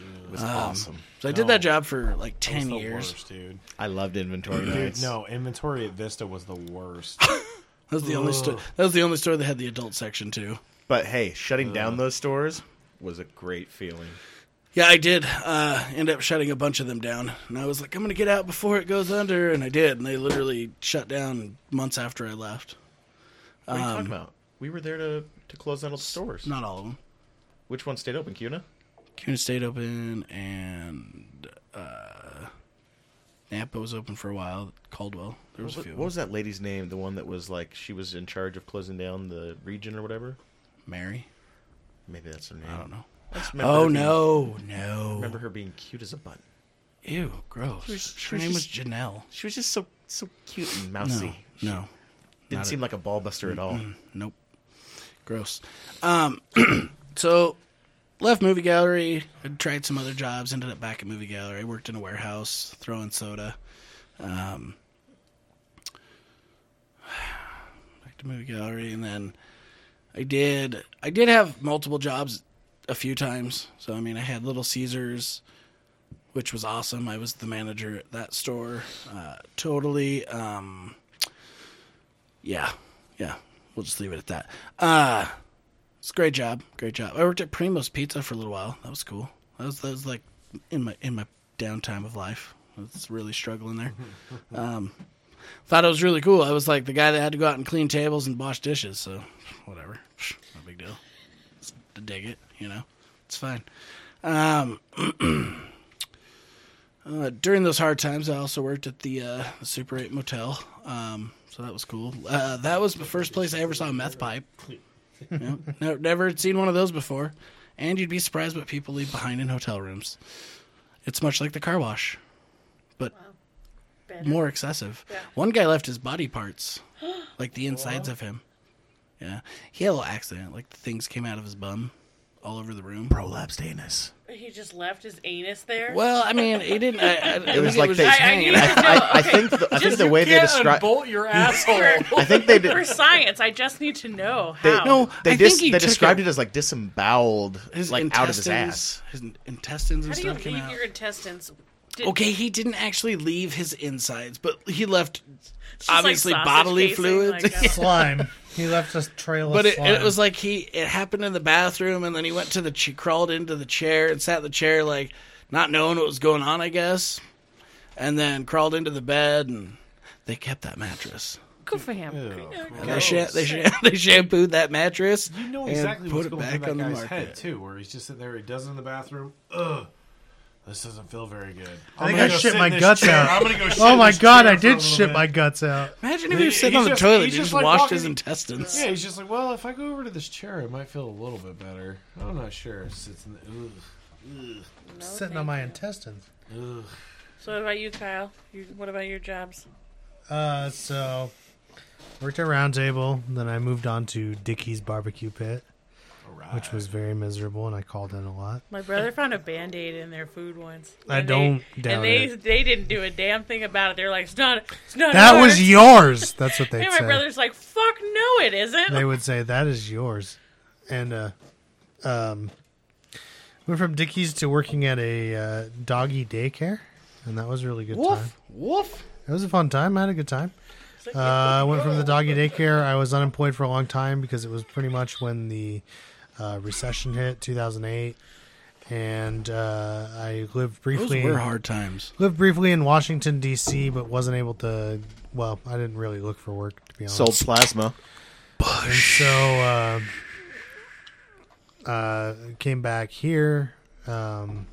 Speaker 2: Um,
Speaker 1: It was awesome.
Speaker 2: So I did that job for like 10
Speaker 4: the
Speaker 2: years.
Speaker 4: worst, dude.
Speaker 1: I loved inventory
Speaker 4: Dude,
Speaker 1: nights.
Speaker 4: no, inventory at Vista was the worst.
Speaker 2: That was the only store. That was the only store that had the adult section too.
Speaker 1: But hey, shutting down those stores was a great feeling.
Speaker 2: Yeah, I did uh, end up shutting a bunch of them down, and I was like, "I'm gonna get out before it goes under," and I did, and they literally shut down months after I left.
Speaker 1: What are
Speaker 2: Um,
Speaker 1: you talking about? We were there to, to close out all the stores.
Speaker 2: Not all of them.
Speaker 1: Which one stayed open, Cuna?
Speaker 2: Cuna stayed open, and uh, Napa was open for a while. Caldwell, there was
Speaker 1: What,
Speaker 2: a few.
Speaker 1: what was that lady's name? The one that was like she was in charge of closing down the region or whatever.
Speaker 2: Mary?
Speaker 1: Maybe that's her name.
Speaker 2: I don't know.
Speaker 1: I just remember her
Speaker 2: Oh
Speaker 1: being-
Speaker 2: no, no.
Speaker 1: Remember her being cute as a button.
Speaker 2: Ew, gross.
Speaker 1: was- she
Speaker 2: Her
Speaker 1: was
Speaker 2: name was
Speaker 1: just-
Speaker 2: Janelle.
Speaker 1: She was just so so cute and
Speaker 2: No,
Speaker 1: mousy.
Speaker 2: no.
Speaker 1: Didn't seem like a ball buster at all.
Speaker 2: Nope. Gross. Um, so left movie gallery, had tried some other jobs, ended up back at movie gallery, worked in a warehouse, throwing soda. Um, back to movie gallery, and then I did. I did have multiple jobs a few times. So I mean, I had Little Caesars, which was awesome. I was the manager at that store. Uh, totally. Um, yeah, yeah. We'll just leave it at that. Uh, it's a great job. Great job. I worked at Primo's Pizza for a little while. That was cool. That was that was like in my in my downtime of life. I was really struggling there. Um, thought it was really cool. I was like the guy that had to go out and clean tables and wash dishes. So whatever, no big deal. It's- I dig it, you know. It's fine. Um, uh, during those hard times, I also worked at the uh, Super Eight Motel. Um, so that was cool. Uh, that was the first place I ever saw a meth pipe. Yep. No, never had seen one of those before. And you'd be surprised what people leave behind in hotel rooms. It's much like the car wash, but
Speaker 5: Better.
Speaker 2: more excessive.
Speaker 5: Yeah.
Speaker 2: One guy left his body parts, like the insides of him. Yeah, he had a little accident. Like the things came out of his bum, all over the room.
Speaker 7: Prolapsed anus.
Speaker 5: He just left his anus there.
Speaker 2: Well, I mean, he didn't. I, I, it
Speaker 1: was like they-
Speaker 5: I, I need to know.
Speaker 1: I, I
Speaker 5: okay.
Speaker 1: think the, I think
Speaker 6: Just
Speaker 1: the
Speaker 6: you
Speaker 1: way they
Speaker 6: can't
Speaker 1: describe
Speaker 6: unbolt your asshole.
Speaker 1: I think they
Speaker 5: For
Speaker 1: did,
Speaker 5: science, I just need to know
Speaker 1: they,
Speaker 5: how.
Speaker 2: No,
Speaker 1: they,
Speaker 2: I
Speaker 1: dis-
Speaker 2: think he
Speaker 1: they
Speaker 2: took
Speaker 1: described
Speaker 2: it-
Speaker 1: it as like disemboweled
Speaker 2: his
Speaker 1: like
Speaker 2: intestines,
Speaker 1: out of his ass.
Speaker 2: His intestines and
Speaker 5: how do you
Speaker 2: stuff came
Speaker 5: leave
Speaker 2: out.
Speaker 5: your intestines? Did-
Speaker 2: Okay, he didn't actually leave his insides, but he left
Speaker 5: it's just like
Speaker 2: obviously
Speaker 5: sausage
Speaker 2: bodily
Speaker 5: casing,
Speaker 2: fluids.
Speaker 5: like, uh,
Speaker 3: slime. He left us trail of
Speaker 2: But it,
Speaker 3: slime.
Speaker 2: it was like he it happened in the bathroom, and then he went to the he crawled into the chair and sat in the chair like not knowing what was going on, I guess, and then crawled into the bed and they kept that mattress.
Speaker 5: Good for him.
Speaker 2: And they, sha-
Speaker 5: Oh,
Speaker 2: they, sha- they shampooed that mattress.
Speaker 4: You know
Speaker 2: and
Speaker 4: exactly
Speaker 2: put
Speaker 4: what's
Speaker 2: it
Speaker 4: going
Speaker 2: back
Speaker 4: through that
Speaker 2: on the
Speaker 4: guy's
Speaker 2: market.
Speaker 4: head too, where he's just sitting there. He does it in the bathroom. Ugh, this doesn't feel very good.
Speaker 3: I
Speaker 4: I'm
Speaker 3: think
Speaker 4: gonna
Speaker 3: I
Speaker 4: go
Speaker 3: shit
Speaker 4: sit
Speaker 3: my
Speaker 4: in this
Speaker 3: guts
Speaker 4: chair.
Speaker 3: out.
Speaker 4: I'm gonna go. Shit
Speaker 3: Oh
Speaker 4: in
Speaker 3: my
Speaker 4: this
Speaker 3: god,
Speaker 4: chair
Speaker 3: I
Speaker 4: for a
Speaker 3: did
Speaker 4: little
Speaker 3: shit
Speaker 4: bit.
Speaker 3: my guts out.
Speaker 2: Imagine if he was
Speaker 4: He-
Speaker 2: sitting
Speaker 4: he's
Speaker 2: on the
Speaker 4: just-
Speaker 2: toilet,
Speaker 4: he's
Speaker 2: he
Speaker 4: just
Speaker 2: just
Speaker 4: like
Speaker 2: washed
Speaker 4: walking-
Speaker 2: his intestines.
Speaker 4: Yeah, he's just like, well, if I go over to this chair, it might feel a little bit better. I'm not sure. Sits in the.
Speaker 3: Sitting on my intestines.
Speaker 4: Ugh, ugh.
Speaker 5: So what about you, Kyle? You, what about your jobs?
Speaker 3: Uh, so worked at Roundtable, then I moved on to Dickie's Barbecue Pit,
Speaker 4: All right.
Speaker 3: which was very miserable, and I called in a lot.
Speaker 5: My brother found a band aid in their food once.
Speaker 3: I
Speaker 5: And
Speaker 3: don't
Speaker 5: they,
Speaker 3: doubt
Speaker 5: And they
Speaker 3: it.
Speaker 5: they didn't do a damn thing about it. They're like, it's not, it's not.
Speaker 3: That
Speaker 5: ours.
Speaker 3: was yours. That's what they
Speaker 5: And my
Speaker 3: said.
Speaker 5: brother's like, fuck no, it isn't.
Speaker 3: They would say that is yours, and uh, um, went from Dickie's to working at a uh, doggy daycare, and that was a really good time.
Speaker 2: Woof, woof.
Speaker 3: It was a fun time. I had a good time. Uh, I went from the doggy daycare. I was unemployed for a long time because it was pretty much when the uh, recession hit, 2008, and uh, I lived
Speaker 2: Those
Speaker 3: briefly.
Speaker 2: were hard times.
Speaker 3: Lived briefly in Washington D.C., but wasn't able to. Well, I didn't really look for work to be honest.
Speaker 1: Sold plasma.
Speaker 3: And so uh, uh, came back here, um,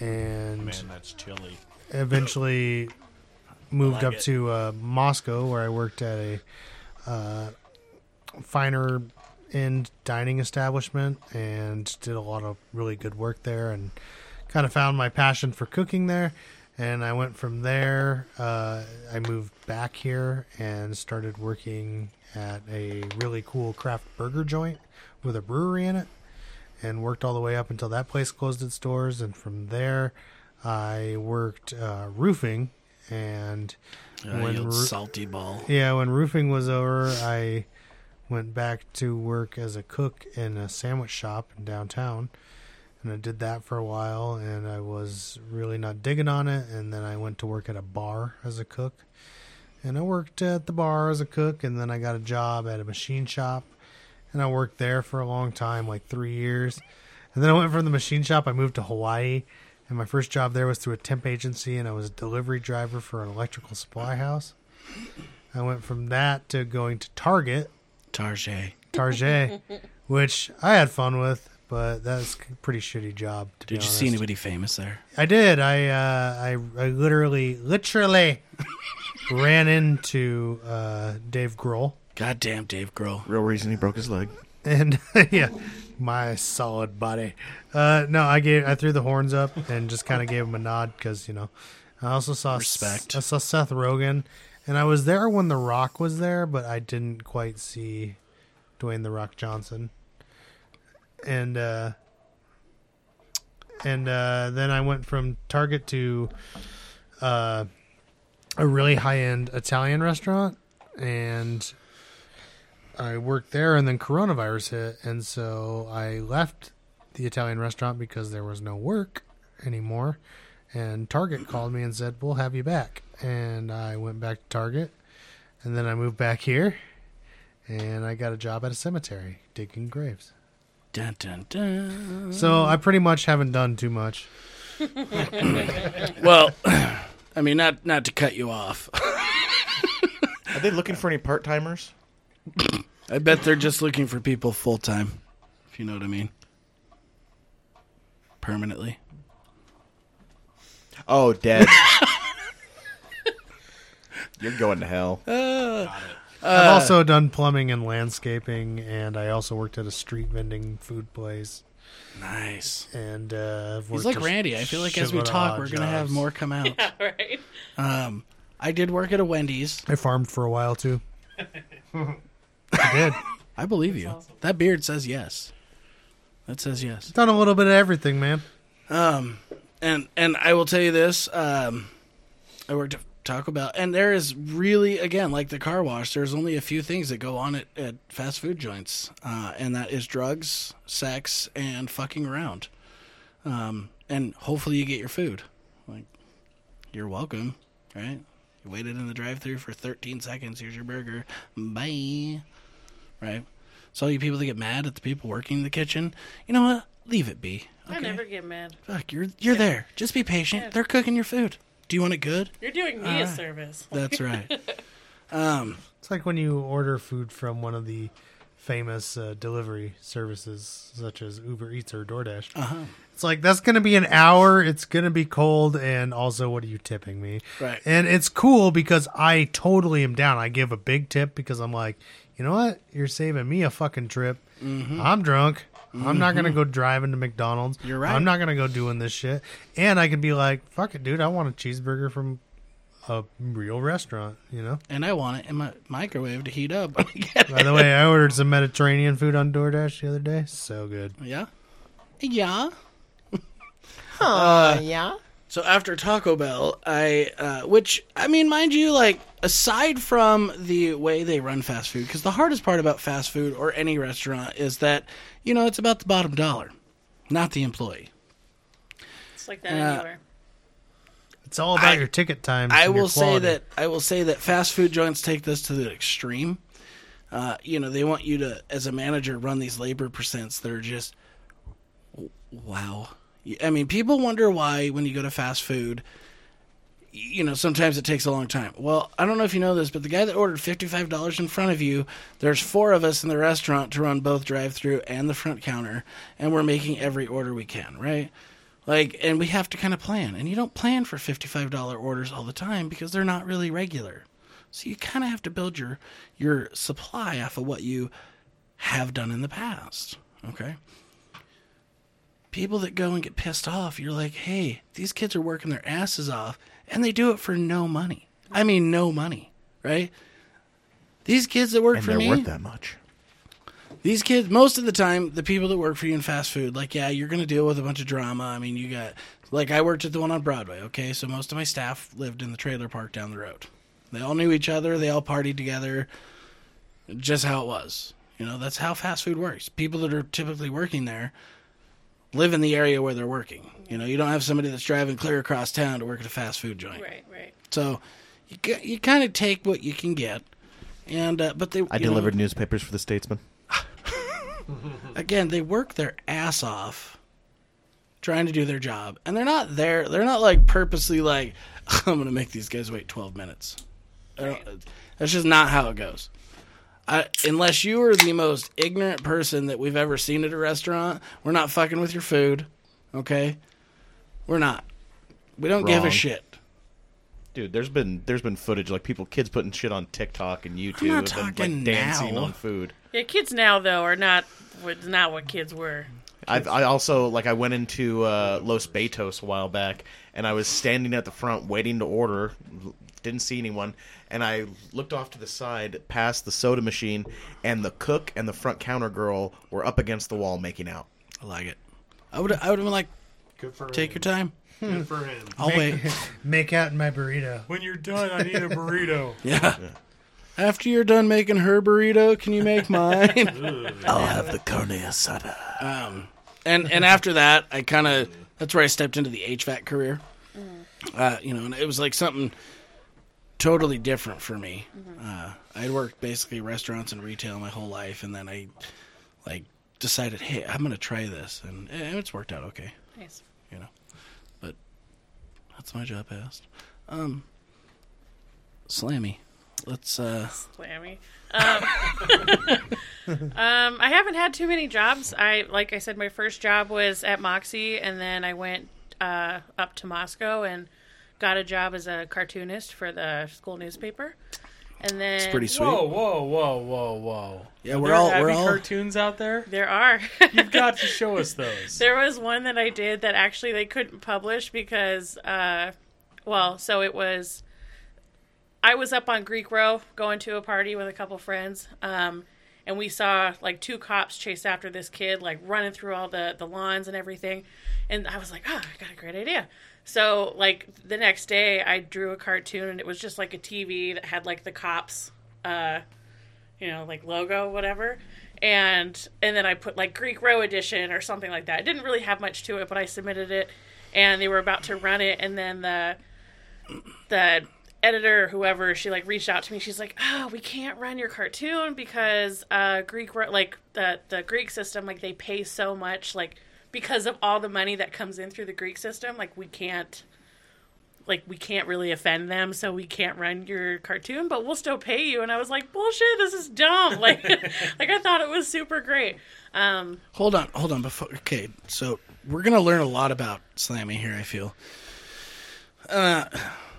Speaker 3: and
Speaker 4: Man, that's chilly.
Speaker 3: eventually moved
Speaker 6: like
Speaker 3: up
Speaker 6: it.
Speaker 3: to uh, Moscow, where I worked at a uh, finer end dining establishment and did a lot of really good work there and kind of found my passion for cooking there. And I went from there. Uh, I moved back here and started working at a really cool craft burger joint with a brewery in it and worked all the way up until that place closed its doors. And from there, I worked uh, roofing. And
Speaker 2: Uh,
Speaker 3: when
Speaker 2: you old
Speaker 3: ru-
Speaker 2: salty ball.
Speaker 3: yeah, when roofing was over, I went back to work as a cook in a sandwich shop in downtown. And I did that for a while, and I was really not digging on it. And then I went to work at a bar as a cook. And I worked at the bar as a cook, and then I got a job at a machine shop. And I worked there for a long time, like three years. And then I went from the machine shop, I moved to Hawaii. And my first job there was through a temp agency, and I was a delivery driver for an electrical supply house. I went from that to going to Target,
Speaker 2: Tarjay.
Speaker 3: Target, which I had fun with, but that's a pretty shitty job. To be
Speaker 2: Did you
Speaker 3: honest.
Speaker 2: see anybody famous there?
Speaker 3: I did. I uh, I I literally literally ran into uh, Dave Grohl
Speaker 2: Goddamn Dave Grohl.
Speaker 7: Real reason he broke his leg.
Speaker 3: and yeah, my solid body. Uh, no, I gave I threw the horns up and just kind of gave him a nod because you know I also saw
Speaker 2: Respect.
Speaker 3: I saw Seth Rogen, and I was there when The Rock was there, but I didn't quite see Dwayne The Rock Johnson. And uh, and uh, then I went from Target to uh, a really high end Italian restaurant, and I worked there. And then coronavirus hit, and so I left the Italian restaurant because there was no work anymore. And Target called me and said, "We'll have you back." And I went back to Target, and then I moved back here, and I got a job at a cemetery digging graves.
Speaker 2: Dun, dun, dun.
Speaker 3: So I pretty much haven't done too much.
Speaker 2: Well, I mean, not not to cut you off.
Speaker 1: Are they looking for any part timers?
Speaker 2: I bet they're just looking for people full time, if you know what I mean. Permanently.
Speaker 1: Oh, dead. You're going to hell.
Speaker 2: Uh,
Speaker 3: I've also done plumbing and landscaping, and I also worked at a street vending food place.
Speaker 2: Nice.
Speaker 3: And uh, I've
Speaker 2: He's like
Speaker 3: worked a
Speaker 2: Randy. I feel like as we
Speaker 3: shitload of
Speaker 2: talk,
Speaker 3: odd
Speaker 2: we're gonna have
Speaker 3: jobs.
Speaker 2: more come out.
Speaker 5: right?
Speaker 2: Um, I did work at a Wendy's.
Speaker 3: I farmed for a while too. I did.
Speaker 2: I believe you. That beard says yes. That says yes.
Speaker 3: Done a little bit of everything, man.
Speaker 2: Um, and and I will tell you this. Um, I worked at Taco Bell, and there is really again like the car wash. There's only a few things that go on at, at fast food joints, uh, and that is drugs, sex, and fucking around. Um, and hopefully you get your food. Like, you're welcome. Right? You waited in the drive-through for 13 seconds. Here's your burger. Bye. Right? So all you people that get mad at the people working in the kitchen, you know what? Leave it be.
Speaker 5: I never get mad.
Speaker 2: Fuck, you're you're there. Just be patient. They're cooking your food. Do you want it good?
Speaker 5: You're doing me a
Speaker 3: Uh,
Speaker 5: service.
Speaker 2: That's right.
Speaker 3: It's like when you order food from one of the famous uh, delivery services, such as Uber Eats or DoorDash. Uh-huh. It's like that's going to be an hour. It's going to be cold, and also, what are you tipping me?
Speaker 2: Right.
Speaker 3: And it's cool because I totally am down. I give a big tip because I'm like, you know what? You're saving me a fucking trip. I'm drunk. I'm not gonna go driving to McDonald's.
Speaker 2: Mm-hmm. You're right.
Speaker 3: I'm not gonna go doing this shit. And I can be like, "Fuck it, dude! I want a cheeseburger from a real restaurant." You know.
Speaker 2: and I want it in my microwave to heat up when I get it.
Speaker 3: By the way, I ordered some Mediterranean food on DoorDash the other day. So good.
Speaker 2: Yeah. Yeah. yeah. So after Taco Bell, I, uh, which I mean, mind you, like aside from the way they run fast food, because the hardest part about fast food or any restaurant is that you know it's about the bottom dollar, not the employee.
Speaker 5: It's like that
Speaker 2: Uh,
Speaker 5: anywhere.
Speaker 3: It's all about
Speaker 2: I-
Speaker 3: your ticket times.
Speaker 2: I
Speaker 3: and your
Speaker 2: will say
Speaker 3: quality.
Speaker 2: that I will say that fast food joints take this to the extreme. Uh, you know, they want you to, as a manager, run these labor percents that are just w- wow. I mean, people wonder why when you go to fast food, y- you know, sometimes it takes a long time. Well, I don't know if you know this, but the guy that ordered fifty-five dollars in front of you, there's four of us in the restaurant to run both drive-through and the front counter, and we're making every order we can, right? Like, and we have to kind of plan. And you don't plan for $55 orders all the time because they're not really regular. So you kind of have to build your your supply off of what you have done in the past. Okay? People that go and get pissed off, you're like, "Hey, these kids are working their asses off and they do it for no money." I mean, no money, right? These kids that work
Speaker 7: And
Speaker 2: for
Speaker 7: they're
Speaker 2: me,
Speaker 7: worth that much.
Speaker 2: these kids, most of the time, the people that work for you in fast food, like, yeah, you're going to deal with a bunch of drama. I mean, you got, like, I worked at the one on Broadway, okay? So most of my staff lived in the trailer park down the road. They all knew each other, they all partied together, just how it was. You know, that's how fast food works. People that are typically working there live in the area where they're working. You know, you don't have somebody that's driving clear across town to work at a fast food joint.
Speaker 5: Right, right.
Speaker 2: So you, ki- you kind of take what you can get. And, uh, but they,
Speaker 7: I
Speaker 2: you know-
Speaker 7: delivered newspapers for the Statesman.
Speaker 2: again, they work their ass off trying to do their job. And they're not there. They're not like purposely like, I'm going to make these guys wait 12 minutes. I don't- That's just not how it goes. I, unless you are the most ignorant person that we've ever seen at a restaurant, we're not fucking with your food. Okay? We're not. We don't give a
Speaker 1: Wrong.
Speaker 2: shit.
Speaker 1: Dude, there's been there's been footage like people kids putting shit on TikTok and YouTube
Speaker 2: not
Speaker 1: of them
Speaker 2: talking
Speaker 1: like dancing
Speaker 2: now.
Speaker 1: on food.
Speaker 5: Yeah, kids now though are not what not what kids were.
Speaker 1: I've, I also like I went into uh, Los Betos a while back, and I was standing at the front waiting to order. l- Didn't see anyone, and I looked off to the side past the soda machine, and the cook and the front counter girl were up against the wall making out.
Speaker 2: I like it. I would I would have been like,
Speaker 4: Good for
Speaker 2: Take your
Speaker 4: him.
Speaker 2: time. Hmm.
Speaker 4: time. Good for him.
Speaker 2: I'll wait.
Speaker 3: Make out in my burrito.
Speaker 6: When you're done, I need a burrito.
Speaker 2: Yeah. After you're done making her burrito, can you make mine? Um,
Speaker 7: I'll have the carne asada.
Speaker 2: and and after that, I kind of that's where I stepped into the HVAC career. Uh, you know, and it was like something totally different for me. Uh, I'd worked basically restaurants and retail my whole life, and then I like decided, hey, I'm gonna try this, and eh, it's worked out okay.
Speaker 5: Nice.
Speaker 2: you know. But that's my job asked. Um Slammy. Let's uh
Speaker 5: Slammy. Um, um, I haven't had too many jobs. I like I said, my first job was at Moxie, and then I went uh, up to Moscow and got a job as a cartoonist for the school newspaper. And then
Speaker 2: it's pretty sweet.
Speaker 6: Whoa, whoa, whoa, whoa, whoa.
Speaker 2: Yeah,
Speaker 6: Are
Speaker 2: we're
Speaker 6: there
Speaker 2: all-
Speaker 6: happy
Speaker 2: we're all-
Speaker 6: cartoons out there.
Speaker 5: there are
Speaker 6: You've got to show us those.
Speaker 5: There was one that I did that actually they couldn't publish because, uh, well, so it was. I was up on Greek Row going to a party with a couple friends, um, and we saw like two cops chase after this kid, like running through all the the lawns and everything. And I was like, oh, I got a great idea. So like the next day, I drew a cartoon, and it was just like a TV that had like the cops you know, like logo, whatever. And and then I put like Greek Row edition or something like that. It didn't really have much to it, but I submitted it, and they were about to run it, and then the the editor or whoever she like reached out to me. She's like, "Oh, we can't run your cartoon because uh, Greek Row, like the the Greek system, like they pay so much, like because of all the money that comes in through the Greek system, like we can't." like we can't really offend them, so we can't run your cartoon, but we'll still pay you. And I was like, bullshit, this is dumb. Like, like I thought it was super great. Um,
Speaker 2: Hold on, hold on before okay, so we're gonna learn a lot about Slammy here, I feel. Uh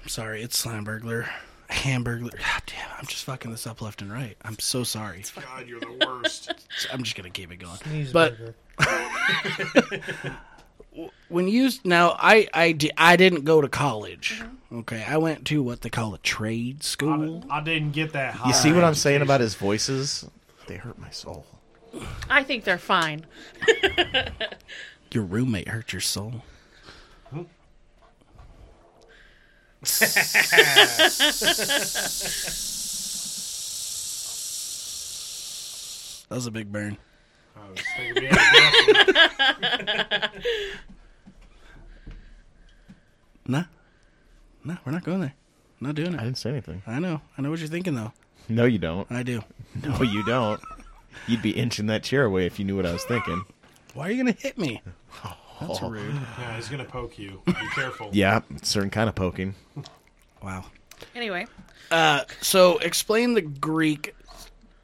Speaker 2: sorry, it's Slam Burglar. Hamburglar. God damn, I'm just fucking this up left and right. I'm so sorry.
Speaker 4: God, you're the worst.
Speaker 2: I'm just gonna keep it going.
Speaker 3: Sneeze
Speaker 2: But-
Speaker 3: burger.
Speaker 2: when you now I I, di- I didn't go to college. Okay, I went to what they call a trade
Speaker 4: I,
Speaker 2: school.
Speaker 4: I didn't get that high.
Speaker 1: You see what I'm saying about his voices? They hurt my soul.
Speaker 5: I think they're fine.
Speaker 2: Your roommate hurt your soul. that was a big burn.
Speaker 4: I was thinking of Anthony Russell.
Speaker 2: Nah, nah, we're not going there. Not doing
Speaker 1: I
Speaker 2: it.
Speaker 1: didn't say anything.
Speaker 2: I know. I know what you're thinking though.
Speaker 1: No, you don't.
Speaker 2: I do.
Speaker 1: No, you don't. You'd be inching that chair away if you knew what I was thinking. Oh.
Speaker 2: Why are you gonna hit me? That's rude.
Speaker 4: Yeah, he's gonna poke you. Be careful.
Speaker 1: Yeah, certain kind of poking.
Speaker 2: Wow.
Speaker 5: Anyway,
Speaker 2: So explain the Greek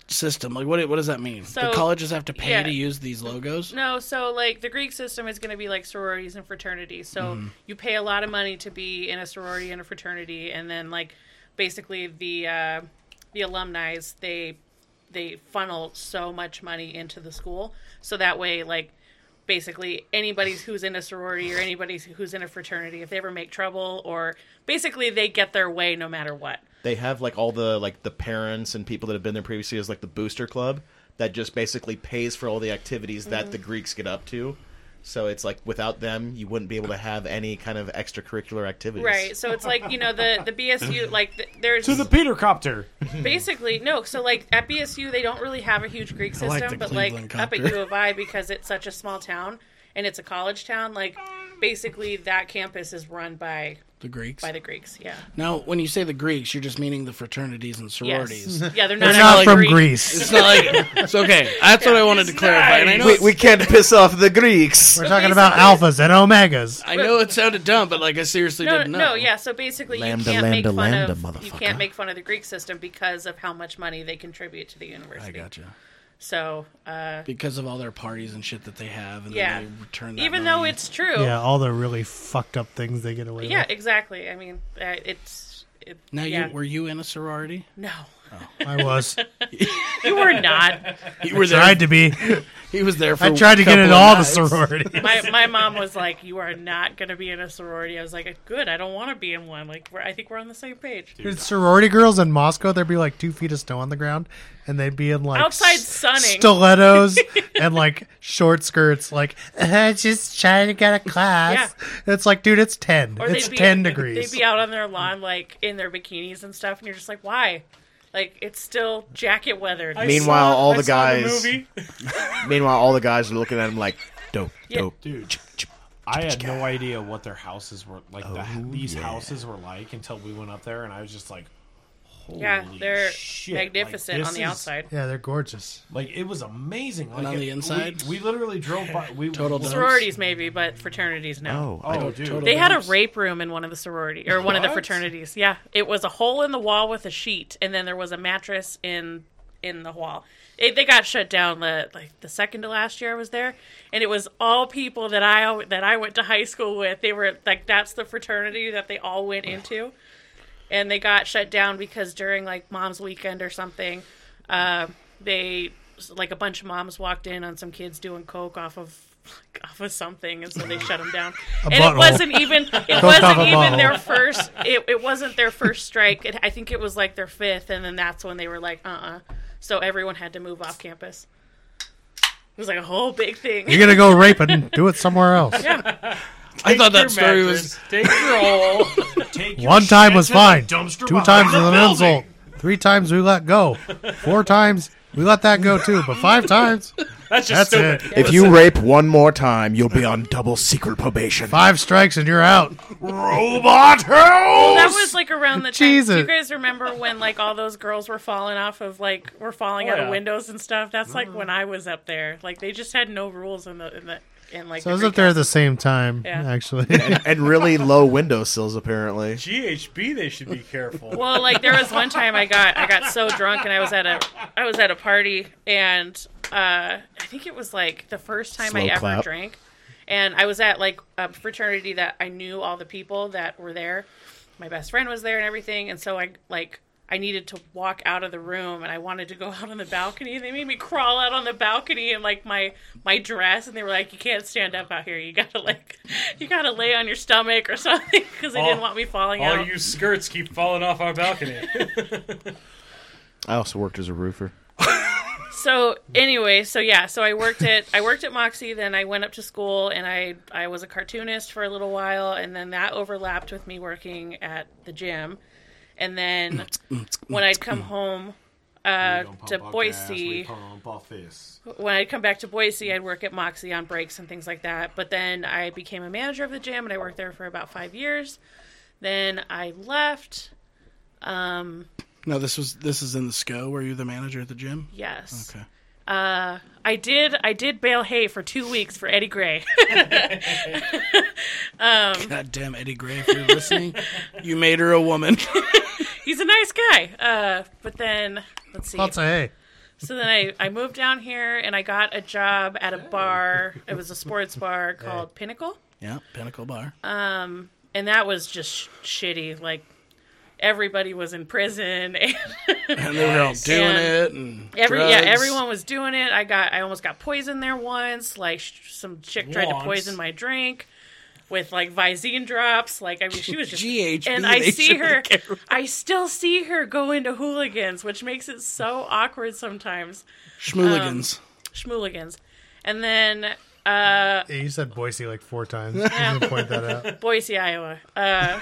Speaker 2: system. Like what what does that mean?
Speaker 5: So-
Speaker 2: the colleges have to pay
Speaker 5: yeah.
Speaker 2: to use these logos?
Speaker 5: no, so like the Greek system is going to be like sororities and fraternities. So you pay a lot of money to be in a sorority and a fraternity, and then like basically the uh, the alumni's they they funnel so much money into the school, so that way like basically anybody who's in a sorority or anybody who's in a fraternity if they ever make trouble or basically they get their way no matter what
Speaker 1: They have like all the like the parents and people that have been there previously as like the booster club that just basically pays for all the activities that the Greeks get up to. So it's like without them, you wouldn't be able to have any kind of extracurricular activities.
Speaker 5: right so it's like you know the the bsu like th- there's
Speaker 4: To the Peter copter.
Speaker 5: basically no so like at bsu they don't really have a huge greek system
Speaker 2: like the
Speaker 5: but
Speaker 2: Cleveland
Speaker 5: like up at
Speaker 2: copter.
Speaker 5: u of i because it's such a small town and it's a college town like basically that campus is run by
Speaker 2: The Greeks.
Speaker 5: by the greeks yeah
Speaker 2: now when you say the Greeks, you're just meaning the fraternities and sororities.
Speaker 5: yes yeah they're not,
Speaker 3: They're not
Speaker 5: actually
Speaker 3: from
Speaker 5: Greek.
Speaker 3: Greece.
Speaker 2: it's not like it's okay. That's what I wanted to clarify. And I know it's-
Speaker 1: can't piss off the Greeks.
Speaker 3: We're talking about alphas and omegas.
Speaker 2: I know it sounded dumb, but like I seriously
Speaker 5: no,
Speaker 2: didn't know.
Speaker 5: no, yeah. So basically,
Speaker 7: Lambda,
Speaker 5: you can't
Speaker 7: lambda,
Speaker 5: make fun
Speaker 7: lambda,
Speaker 5: of you
Speaker 7: motherfucker.
Speaker 5: can't make fun of the Greek system because of how much money they contribute to the
Speaker 2: I
Speaker 5: university.
Speaker 2: gotcha.
Speaker 5: So uh,
Speaker 2: Because of all their parties and shit that they have, and
Speaker 5: Yeah.
Speaker 2: then they return. That money.
Speaker 5: even though it's true,
Speaker 3: Yeah, all the really fucked up things they get away
Speaker 5: yeah,
Speaker 3: with.
Speaker 5: exactly. I mean, uh, it's it,
Speaker 2: now,
Speaker 5: yeah.
Speaker 2: you, were you in a sorority?
Speaker 5: no,
Speaker 3: I was.
Speaker 5: You were not.
Speaker 2: You were there.
Speaker 3: tried to be.
Speaker 2: He was there for.
Speaker 3: I tried to
Speaker 2: a
Speaker 3: get
Speaker 2: couple
Speaker 3: in
Speaker 2: of
Speaker 3: all the
Speaker 2: nights.
Speaker 3: sorority.
Speaker 5: My my mom was like, "You are not going to be in a sorority." I was like, "Good, I don't want to be in one." Like, we're, I think we're on the same page.
Speaker 3: Dude, sorority girls in Moscow, there'd be like two feet of snow on the ground, and they'd be in like
Speaker 5: Outside
Speaker 3: s-
Speaker 5: sunning.
Speaker 3: stilettos and like short skirts. Like, uh, just trying to get a class. It's like, dude, it's ten. it's
Speaker 5: they'd be-
Speaker 3: ten degrees.
Speaker 5: They'd be out on their lawn, like in their bikinis and stuff, and you're just like, "Why?" Like, it's still jacket weather.
Speaker 6: I
Speaker 1: Meanwhile,
Speaker 6: saw-
Speaker 1: all
Speaker 6: I
Speaker 1: the
Speaker 6: saw
Speaker 1: guys-
Speaker 6: movie.
Speaker 1: Meanwhile, all the guys are looking at him like, dope,
Speaker 5: Yeah.
Speaker 1: dope.
Speaker 4: dude. I had no idea what their houses were like.
Speaker 2: Oh,
Speaker 4: the, these houses were like until we went up there, and I was just like, "Holy
Speaker 5: yeah, they're
Speaker 4: shit, like,
Speaker 5: magnificent
Speaker 4: this
Speaker 5: on the
Speaker 4: is-
Speaker 5: outside.
Speaker 3: yeah, they're gorgeous.
Speaker 4: Like it was amazing. Like
Speaker 2: on
Speaker 4: it-
Speaker 2: the inside?
Speaker 4: we, we literally drove by. We
Speaker 2: Total
Speaker 4: we-
Speaker 2: dump.
Speaker 5: Sororities maybe, but fraternities no.
Speaker 7: Oh, I
Speaker 4: Oh, dude,
Speaker 2: Total
Speaker 5: They had a
Speaker 2: Oops.
Speaker 5: rape room in one of the sorority or one of the
Speaker 4: What?
Speaker 5: fraternities. Yeah, it was a hole in the wall with a sheet, and then there was a mattress in in the wall. It, they got shut down the like the second to last year I was there, and it was all people that I al- that I went to high school with. They were like that's the fraternity that they all went into, and they got shut down because during like mom's weekend or something, uh, they like a bunch of moms walked in on some kids doing coke off of. Off of something, and so they shut them down. and
Speaker 3: butthole.
Speaker 5: it wasn't even it
Speaker 3: off
Speaker 5: wasn't
Speaker 3: a
Speaker 5: even
Speaker 3: bottle.
Speaker 5: their first it, it wasn't their first strike it, i think it was like their fifth and then that's when they were like uh-uh so everyone had to move off campus it was like a whole big thing
Speaker 3: You're gonna go raping. Do it somewhere else.
Speaker 2: I thought
Speaker 6: Your
Speaker 2: that story was.
Speaker 6: mattress, Take your all.
Speaker 4: Take your
Speaker 3: One time
Speaker 4: shit
Speaker 3: was
Speaker 4: to the
Speaker 3: fine.
Speaker 4: dumpster
Speaker 3: Two
Speaker 4: behind
Speaker 3: times
Speaker 4: the
Speaker 3: was an
Speaker 4: building.
Speaker 3: insult. Three times we let go. Four times we let that go too. But five times,
Speaker 6: That's just
Speaker 3: that's
Speaker 6: stupid.
Speaker 3: it.
Speaker 1: If you rape one more time, you'll be on double secret probation.
Speaker 3: Five strikes and you're out.
Speaker 1: Robot
Speaker 5: that was like around the time
Speaker 3: Jesus.
Speaker 5: do you guys remember when like all those girls were falling off of like were falling
Speaker 6: Oh,
Speaker 5: out
Speaker 6: yeah.
Speaker 5: of windows and stuff that's like when i was up there like they just had no rules in the in the in like
Speaker 3: So I
Speaker 5: the
Speaker 3: was up
Speaker 5: Greek
Speaker 3: there at
Speaker 5: house.
Speaker 3: the same time,
Speaker 5: Yeah.
Speaker 3: actually.
Speaker 1: and really low windowsills, apparently.
Speaker 6: GHB, they should be careful.
Speaker 5: Well, like there was one time I got I got so drunk and I was at a I was at a party and uh, I think it was like the first time I
Speaker 1: Slow
Speaker 5: ever
Speaker 1: clap.
Speaker 5: drank, and I was at like a fraternity that I knew all the people that were there. My best friend was there and everything, and so I like I needed to walk out of the room and I wanted to go out on the balcony and they made me crawl out on the balcony in like my my dress and they were like you can't stand up out here you gotta like you gotta lay on your stomach or something because they didn't
Speaker 6: All-
Speaker 5: want me falling
Speaker 6: all
Speaker 5: out.
Speaker 6: you skirts keep falling off our balcony.
Speaker 1: I also worked as a roofer.
Speaker 5: So anyway, so yeah, so I worked at I worked at Moxie, then I went up to school and I I was a cartoonist for a little while and then that overlapped with me working at the gym. And then when I'd come home uh,
Speaker 4: We don't pump
Speaker 5: to
Speaker 4: our gas, we
Speaker 5: Boise,
Speaker 4: pump our fists.
Speaker 5: when I'd come back to Boise, I'd work at Moxie on breaks and things like that. But then I became a manager of the gym and I worked there for about 5 years. Then I left. Um
Speaker 2: No, this was this is in the SCO. Were you the manager at the gym?
Speaker 5: yes. Uh,
Speaker 2: Okay.
Speaker 5: I did. I did bale hay for two weeks for Eddie Gray.
Speaker 2: God damn Eddie Gray, if you're listening, you made her a woman.
Speaker 5: He's a nice guy. Uh, but then let's see.
Speaker 3: Lots of hay.
Speaker 5: So then I, I moved down here and I got a job at a bar. It was a sports bar called Pinnacle,
Speaker 2: yeah, Pinnacle Bar.
Speaker 5: Uh, and that was just sh- shitty. Like everybody was in prison. And
Speaker 2: and they were all doing
Speaker 5: And
Speaker 2: it. And
Speaker 5: every
Speaker 2: drugs.
Speaker 5: yeah, everyone was doing it. I got I almost got poisoned there once. Like sh- some chick tried to
Speaker 6: Once.
Speaker 5: poison my drink. With like Visine drops, like I mean, she was just
Speaker 2: GHB.
Speaker 5: and I
Speaker 2: they
Speaker 5: see
Speaker 2: shouldn't
Speaker 5: her.
Speaker 2: care.
Speaker 5: I still see her go into hooligans, which makes it so awkward sometimes.
Speaker 2: Schmooligans.
Speaker 5: um, Schmooligans, and then uh,
Speaker 3: Yeah, you said Boise like four times. I'm gonna point that out.
Speaker 5: Boise, Iowa, uh,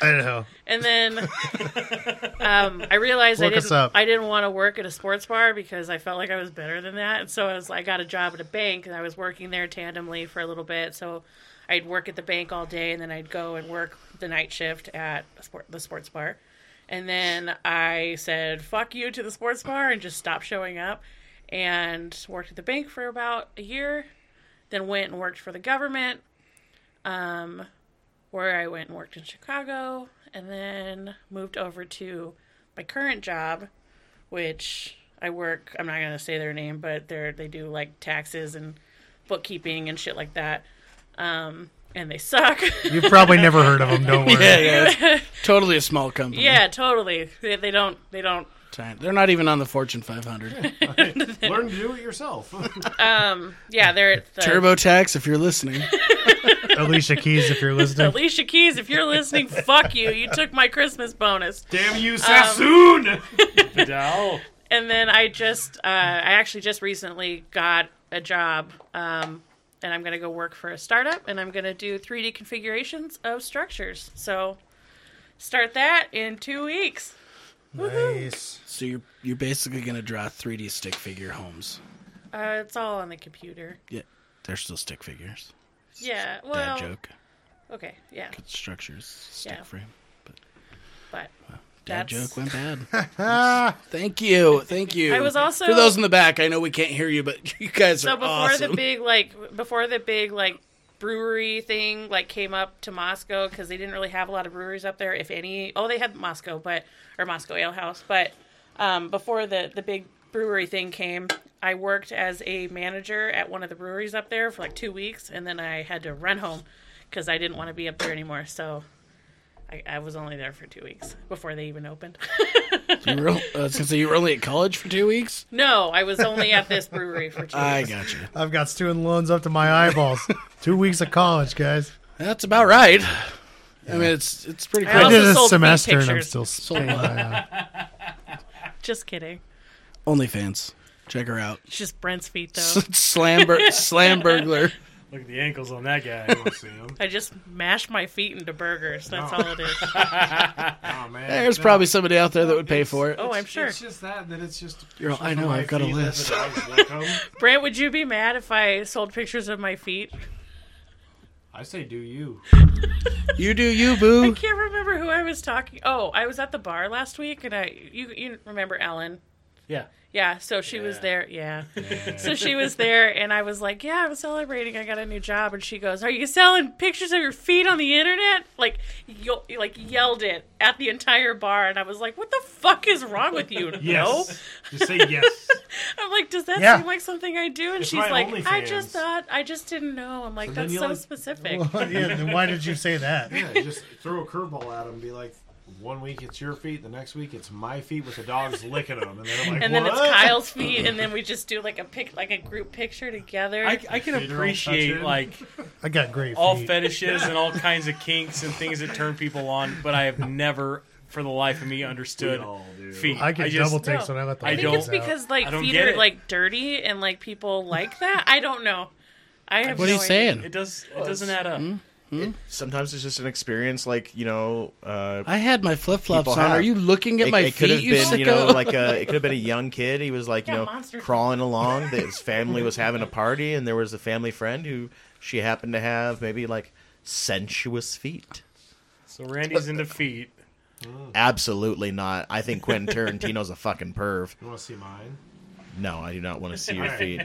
Speaker 3: I know.
Speaker 5: and then um, I realized
Speaker 3: Look
Speaker 5: I
Speaker 3: us
Speaker 5: didn't.
Speaker 3: up.
Speaker 5: I didn't want to work at a sports bar because I felt like I was better than that, and so I was. I got a job at a bank, and I was working there tandemly for a little bit. So I'd work at the bank all day, and then I'd go and work the night shift at a sport, the sports bar. And then I said "fuck you" to the sports bar and just stopped showing up. And worked at the bank for about a year, then went and worked for the government, um, where I went and worked in Chicago, and then moved over to my current job, which I work. I'm not gonna say their name, but they're they do like taxes and bookkeeping and shit like that. Um, and they suck.
Speaker 3: You've probably never heard of them. Don't worry.
Speaker 2: Yeah, yeah. it's totally a small company.
Speaker 5: yeah, totally. They, they don't they don't
Speaker 2: Tiny- They're not even on the Fortune 500.
Speaker 4: Learn to do it yourself.
Speaker 5: Yeah, they're at the
Speaker 2: TurboTax, if you're listening.
Speaker 3: Alicia Keys, if you're listening.
Speaker 5: Alicia Keys, if you're listening, fuck you. You took my Christmas bonus.
Speaker 4: Damn you, Sassoon!
Speaker 6: Vidal.
Speaker 5: And then I just, uh, I actually just recently got a job, um, and I'm going to go work for a startup, and I'm going to do 3D configurations of structures. So start that in two weeks.
Speaker 3: Nice.
Speaker 2: So you're you're basically gonna draw 3D stick figure homes.
Speaker 5: Uh, it's all on the computer.
Speaker 2: Yeah, they're still stick figures.
Speaker 5: Yeah.
Speaker 2: Bad
Speaker 5: Well.
Speaker 2: joke.
Speaker 5: Okay. Yeah.
Speaker 2: Good structures, stick
Speaker 5: Yeah.
Speaker 2: frame. But
Speaker 5: But
Speaker 2: dad
Speaker 5: That's-
Speaker 2: joke went bad. Thank you, thank you.
Speaker 5: I was also-
Speaker 2: for those in the back. I know we can't hear you, but you guys
Speaker 5: so
Speaker 2: are
Speaker 5: before
Speaker 2: awesome.
Speaker 5: the big like before the big like brewery thing like came up to Moscow because they didn't really have a lot of breweries up there, if any. Oh, they had Moscow, but or Moscow Ale House, but um, before the the big brewery thing came, I worked as a manager at one of the breweries up there for like two weeks, and then I had to run home because I didn't want to be up there anymore. So. I, I was only there for two weeks before they even opened.
Speaker 2: you were, uh, since you were only at college for two weeks,
Speaker 5: no, I was only at this brewery for two
Speaker 2: I
Speaker 5: weeks.
Speaker 2: got you.
Speaker 3: I've got student loans up to my eyeballs. Two weeks of college, guys.
Speaker 2: That's about right. I mean, it's it's pretty
Speaker 5: I
Speaker 3: I
Speaker 2: crazy.
Speaker 5: also
Speaker 3: did a
Speaker 5: sold feet
Speaker 3: semester and I'm
Speaker 5: pictures.
Speaker 3: still spaying my eye.
Speaker 5: Just kidding.
Speaker 2: OnlyFans, check her out.
Speaker 5: It's just Brent's feet, though.
Speaker 2: Slam, bur- slam burglar.
Speaker 6: Look at the ankles on that guy.
Speaker 5: I just mash my feet into burgers. That's all it is.
Speaker 4: Oh, man.
Speaker 2: There's probably somebody out there that would pay for it.
Speaker 5: Oh, I'm sure.
Speaker 4: It's just that, that it's just.
Speaker 2: You're all, I know.
Speaker 4: my
Speaker 2: I've got a
Speaker 4: feet let
Speaker 2: list.
Speaker 4: the dogs lick 'em.
Speaker 5: Brent, would you be mad if I sold pictures of my feet?
Speaker 4: I say, do you?
Speaker 2: You do you, boo.
Speaker 5: I can't remember who I was talking. Oh, I was at the bar last week, and I you you remember Ellen?
Speaker 6: yeah.
Speaker 5: Yeah, so she was there. Yeah. So she was there, and I was like, Yeah, I'm celebrating. I got a new job. And she goes, Are you selling pictures of your feet on the internet? Like, yo- like yelled it at the entire bar. And I was like, What the fuck is wrong with you? No.
Speaker 4: Just say yes.
Speaker 5: I'm like, does that
Speaker 3: Yeah.
Speaker 5: seem like something I do? And
Speaker 4: It's
Speaker 5: she's
Speaker 4: my
Speaker 5: like, I
Speaker 4: OnlyFans.
Speaker 5: just thought, I just didn't know. I'm like,
Speaker 4: So then
Speaker 5: that's
Speaker 4: you,
Speaker 5: so
Speaker 4: like-
Speaker 5: specific.
Speaker 3: yeah, then why did you say that?
Speaker 4: Yeah, just throw a curveball at them and be like, one week it's your feet, the next week it's my feet with the dogs licking them. And they're like,
Speaker 5: And
Speaker 4: what?
Speaker 5: then it's Kyle's feet, and then we just do like a pic, like a group picture together.
Speaker 6: I, I can
Speaker 4: Funeral
Speaker 6: appreciate
Speaker 4: touching.
Speaker 6: like
Speaker 3: I got great
Speaker 6: all
Speaker 3: feet.
Speaker 6: fetishes and all kinds of kinks and things that turn people on, but I have never, for the life of me, understood
Speaker 4: We all do.
Speaker 6: feet.
Speaker 3: I get
Speaker 6: just-
Speaker 3: double takes
Speaker 5: No,
Speaker 3: when I let the
Speaker 6: I
Speaker 5: think
Speaker 3: ladies
Speaker 6: don't-
Speaker 5: it's because
Speaker 6: I
Speaker 5: like
Speaker 6: don't
Speaker 5: feet
Speaker 6: get
Speaker 5: are
Speaker 6: it.
Speaker 5: like dirty and like people like that. I don't know. I have
Speaker 2: What are you
Speaker 5: no idea.
Speaker 2: saying?
Speaker 6: It does. It doesn't add up.
Speaker 1: Sometimes it's just an experience, like you know, uh,
Speaker 2: I had my flip flops
Speaker 1: People
Speaker 2: on.
Speaker 1: have.
Speaker 2: Are you looking at
Speaker 1: it,
Speaker 2: my
Speaker 1: it could
Speaker 2: feet?
Speaker 1: have
Speaker 2: You
Speaker 1: been,
Speaker 2: sicko?
Speaker 1: you know, like a, it could have been a young kid. He was like, you
Speaker 5: Yeah,
Speaker 1: know,
Speaker 5: monster.
Speaker 1: crawling along. That his family was having a party, and there was a family friend who she happened to have maybe like sensuous feet.
Speaker 6: So Randy's into feet.
Speaker 1: Absolutely not. I think Quentin Tarantino's a fucking perv.
Speaker 4: You want to see mine?
Speaker 1: No, I do not want to see your feet.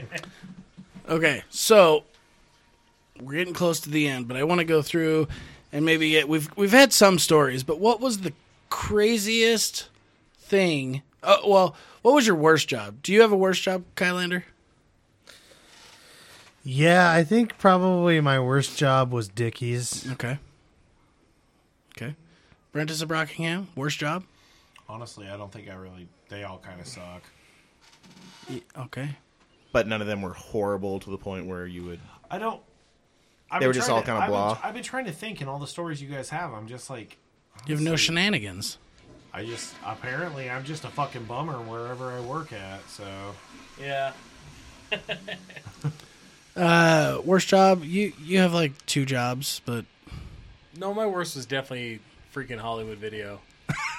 Speaker 2: Okay, so we're getting close to the end, but I want to go through and maybe get, we've we've had some stories, but what was the craziest thing? Uh, well, what was your worst job? Do you have a worst job, Kylander?
Speaker 3: Yeah, I think probably my worst job was Dickies.
Speaker 2: Okay. Okay. Brent is a Brockingham. Worst job?
Speaker 4: Honestly, I don't think I really. They all kind of suck.
Speaker 2: Okay.
Speaker 1: But none of them were horrible to the point where you would.
Speaker 4: I don't. I've
Speaker 1: They
Speaker 4: been
Speaker 1: were just
Speaker 4: trying
Speaker 1: all
Speaker 4: to-
Speaker 1: kinda
Speaker 4: I've been-
Speaker 1: blah.
Speaker 4: I've been trying to think, and all the stories you guys have, I'm just like,
Speaker 2: You have no
Speaker 4: honestly,
Speaker 2: shenanigans.
Speaker 4: I just apparently I'm just a fucking bummer wherever I work at. So
Speaker 6: Yeah.
Speaker 2: Uh, worst job? You you have like two jobs, but
Speaker 6: No, my worst was definitely freaking Hollywood video.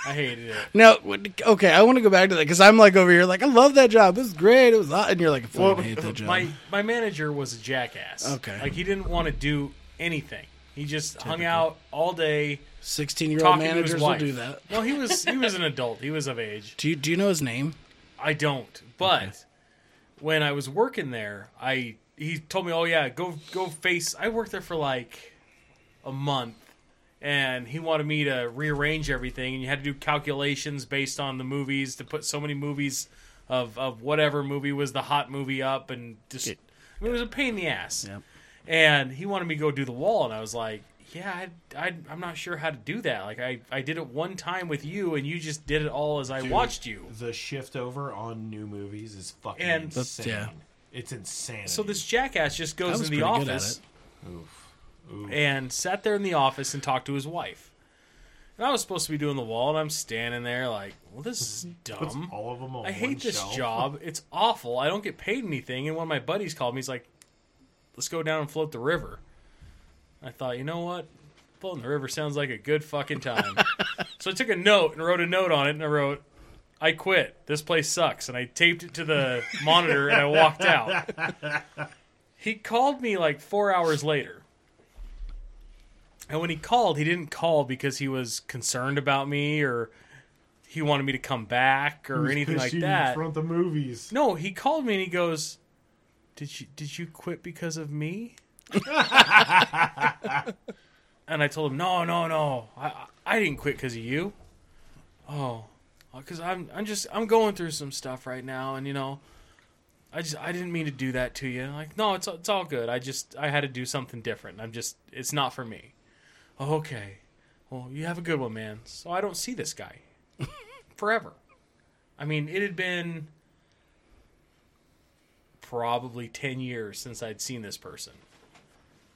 Speaker 6: I hated it.
Speaker 2: Now, when- okay, I want to go back to that because I'm like over here, like I love that job. It was great. It was, hot," and you're like, I fucking hate that job.
Speaker 6: My my manager was a jackass.
Speaker 2: Okay.
Speaker 6: Like he didn't want to do anything. He just hung out all day.
Speaker 2: Sixteen year old
Speaker 6: Talking to
Speaker 2: managers
Speaker 6: his
Speaker 2: will
Speaker 6: wife.
Speaker 2: do that.
Speaker 6: No, he was he was an adult. He was of age.
Speaker 2: Do you do you know his name?
Speaker 6: I don't. But when I was working there, I he told me, "Oh yeah, go go face." I worked there for like a month, and he wanted me to rearrange everything, and you had to do calculations based on the movies to put so many movies of of whatever movie was the hot movie up, and just I mean, it was a pain in the ass.
Speaker 2: Yep.
Speaker 6: And he wanted me to go do the wall, and I was like, yeah, I, I, I'm not sure how to do that. Like, I, I did it one time with you, and you just did it all as I watched you.
Speaker 4: The shift over on new movies is fucking
Speaker 6: And-
Speaker 2: That's-
Speaker 4: insane.
Speaker 2: yeah.
Speaker 4: It's insane.
Speaker 6: So this jackass just
Speaker 2: I
Speaker 6: goes
Speaker 2: was
Speaker 6: in the
Speaker 2: pretty good at
Speaker 6: office
Speaker 2: it.
Speaker 4: Oof.
Speaker 6: and sat there in the office and talked to his wife. And I was supposed to be doing the wall, and I'm standing there like, well, this is
Speaker 4: Puts
Speaker 6: dumb.
Speaker 4: all of them on
Speaker 6: I hate
Speaker 4: one
Speaker 6: this
Speaker 4: shelf.
Speaker 6: job. It's awful. I don't get paid anything. And one of my buddies called me. He's like, let's go down and float the river. I thought, you know what? Floating the river sounds like a good fucking time. so I took a note and wrote a note on it, and I wrote, I quit. This place sucks. And I taped it to the monitor and I walked out. He called me like four hours later. And when he called, he didn't call because he was concerned about me or he wanted me to come back or
Speaker 4: Who's
Speaker 6: anything like
Speaker 4: pissed you
Speaker 6: that.
Speaker 4: In front of the movies.
Speaker 6: No, he called me and he goes, "Did you did you quit because of me?" and I told him, "No, no, no. I I I didn't quit because of you. Oh, because I'm I'm just I'm going through some stuff right now, and you know, I just I didn't mean to do that to you. Like, no, it's it's all good. I just I had to do something different. I'm just it's not for me. "Oh, okay. Well, you have a good one, man. So I don't see this guy forever. I mean, it had been probably 10 years since I'd seen this person.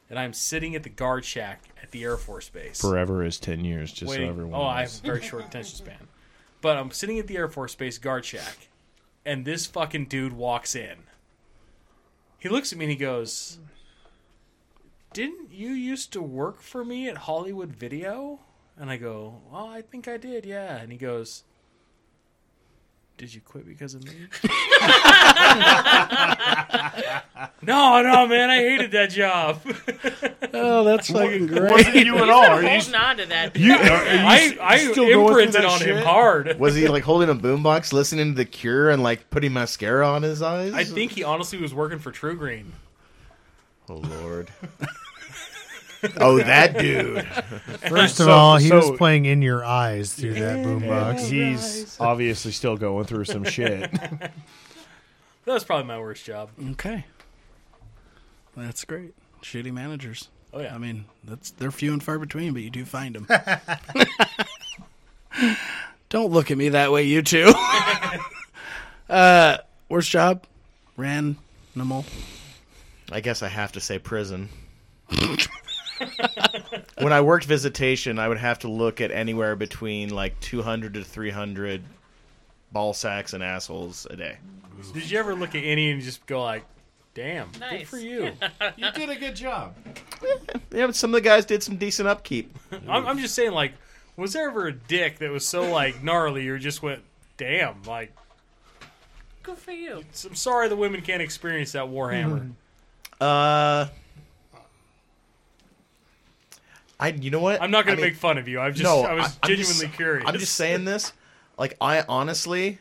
Speaker 6: And I'm sitting at the guard shack at the Air Force Base.
Speaker 4: Forever is ten years, just
Speaker 6: waiting- oh, I have a very short attention span. But I'm sitting at the Air Force Base guard shack, and this fucking dude walks in. He looks at me and he goes, Didn't you used to work for me at Hollywood Video? And I go, Well, I think I did, yeah. And he goes, Did you quit because of me? no, no, man, I hated that job.
Speaker 2: Oh, that's fucking great.
Speaker 4: Wasn't you at
Speaker 5: He's been
Speaker 4: all? Are you,
Speaker 5: holding on to that.
Speaker 4: you, are, are you
Speaker 6: I, I
Speaker 4: still going through
Speaker 6: imprinted
Speaker 4: that
Speaker 6: on him
Speaker 4: shit?
Speaker 6: hard.
Speaker 7: Was he like holding a boombox, listening to The Cure, and like putting mascara on his eyes?
Speaker 6: I think he honestly was working for True Green.
Speaker 7: Oh lord. oh, that dude.
Speaker 3: First of
Speaker 4: So-
Speaker 3: all, he
Speaker 4: so-
Speaker 3: was playing in your eyes through that
Speaker 4: And
Speaker 3: boombox.
Speaker 4: he's obviously still going through some shit.
Speaker 6: That was probably my worst job.
Speaker 2: Okay, that's great. Shitty managers.
Speaker 6: Oh yeah,
Speaker 2: I mean, that's they're few and far between, but you do find them. Don't look at me that way, you two. uh, worst job, ran animal.
Speaker 1: I guess I have to say prison. when I worked visitation, I would have to look at anywhere between like 200 to 300 ball sacks and assholes a day.
Speaker 6: did you ever look at any and just go like, "Damn, good
Speaker 5: Nice.
Speaker 6: for you."
Speaker 4: you did a good job.
Speaker 1: Yeah, but some of the guys did some decent upkeep.
Speaker 6: I'm, I'm just saying, like, was there ever a dick that was so like gnarly or just went, "Damn," like,
Speaker 5: Good for you.
Speaker 6: "S- I'm sorry the women can't experience that
Speaker 1: Hmm.
Speaker 6: Warhammer.
Speaker 1: Uh, I you know what?
Speaker 6: I'm not gonna
Speaker 1: I mean,
Speaker 6: make fun of you. I'm just,
Speaker 1: no,
Speaker 6: I was
Speaker 1: I'm just-
Speaker 6: genuinely curious.
Speaker 1: I'm just saying this. Like I honestly,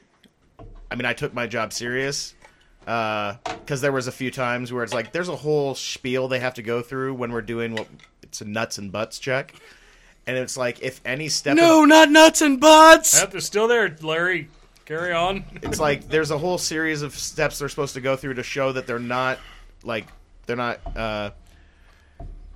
Speaker 1: I mean, I took my job serious because there was a few times where it's like there's a whole spiel they have to go through when we're doing what it's a nuts and butts check, and it's like if any step of-
Speaker 2: No, not nuts and butts.
Speaker 6: Yep, they're still there, Larry. Carry on.
Speaker 1: it's like there's a whole series of steps they're supposed to go through to show that they're not like they're not uh,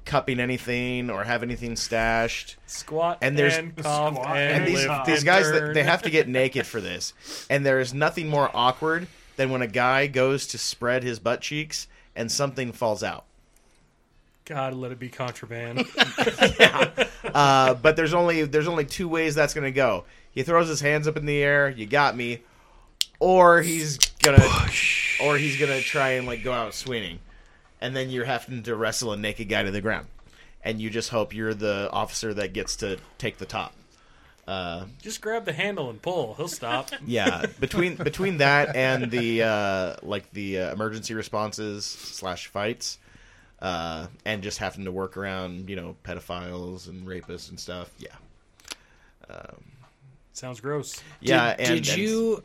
Speaker 1: cupping anything or have anything stashed.
Speaker 6: Squat
Speaker 1: And there's-
Speaker 6: and cough
Speaker 4: Squat
Speaker 6: and,
Speaker 1: and these
Speaker 6: lift
Speaker 1: these
Speaker 6: and
Speaker 1: guys
Speaker 6: turn.
Speaker 1: they- they have to get naked for this and there is nothing more awkward than when a guy goes to spread his butt cheeks and something falls out
Speaker 6: God, let it be contraband.
Speaker 1: uh, but there's only there's only two ways that's gonna go he throws his hands up in the air you got me or he's gonna or he's gonna try and like go out swinging and then you're having to wrestle a naked guy to the ground and you just hope you're the officer that gets to take the top
Speaker 6: Just grab the handle and pull. He'll stop.
Speaker 1: yeah between between that and the uh like the uh, emergency responses slash fights uh and just having to work around you know pedophiles and rapists and stuff yeah
Speaker 6: Sounds gross.
Speaker 1: yeah
Speaker 2: Did,
Speaker 1: and,
Speaker 2: did
Speaker 1: and-
Speaker 2: you?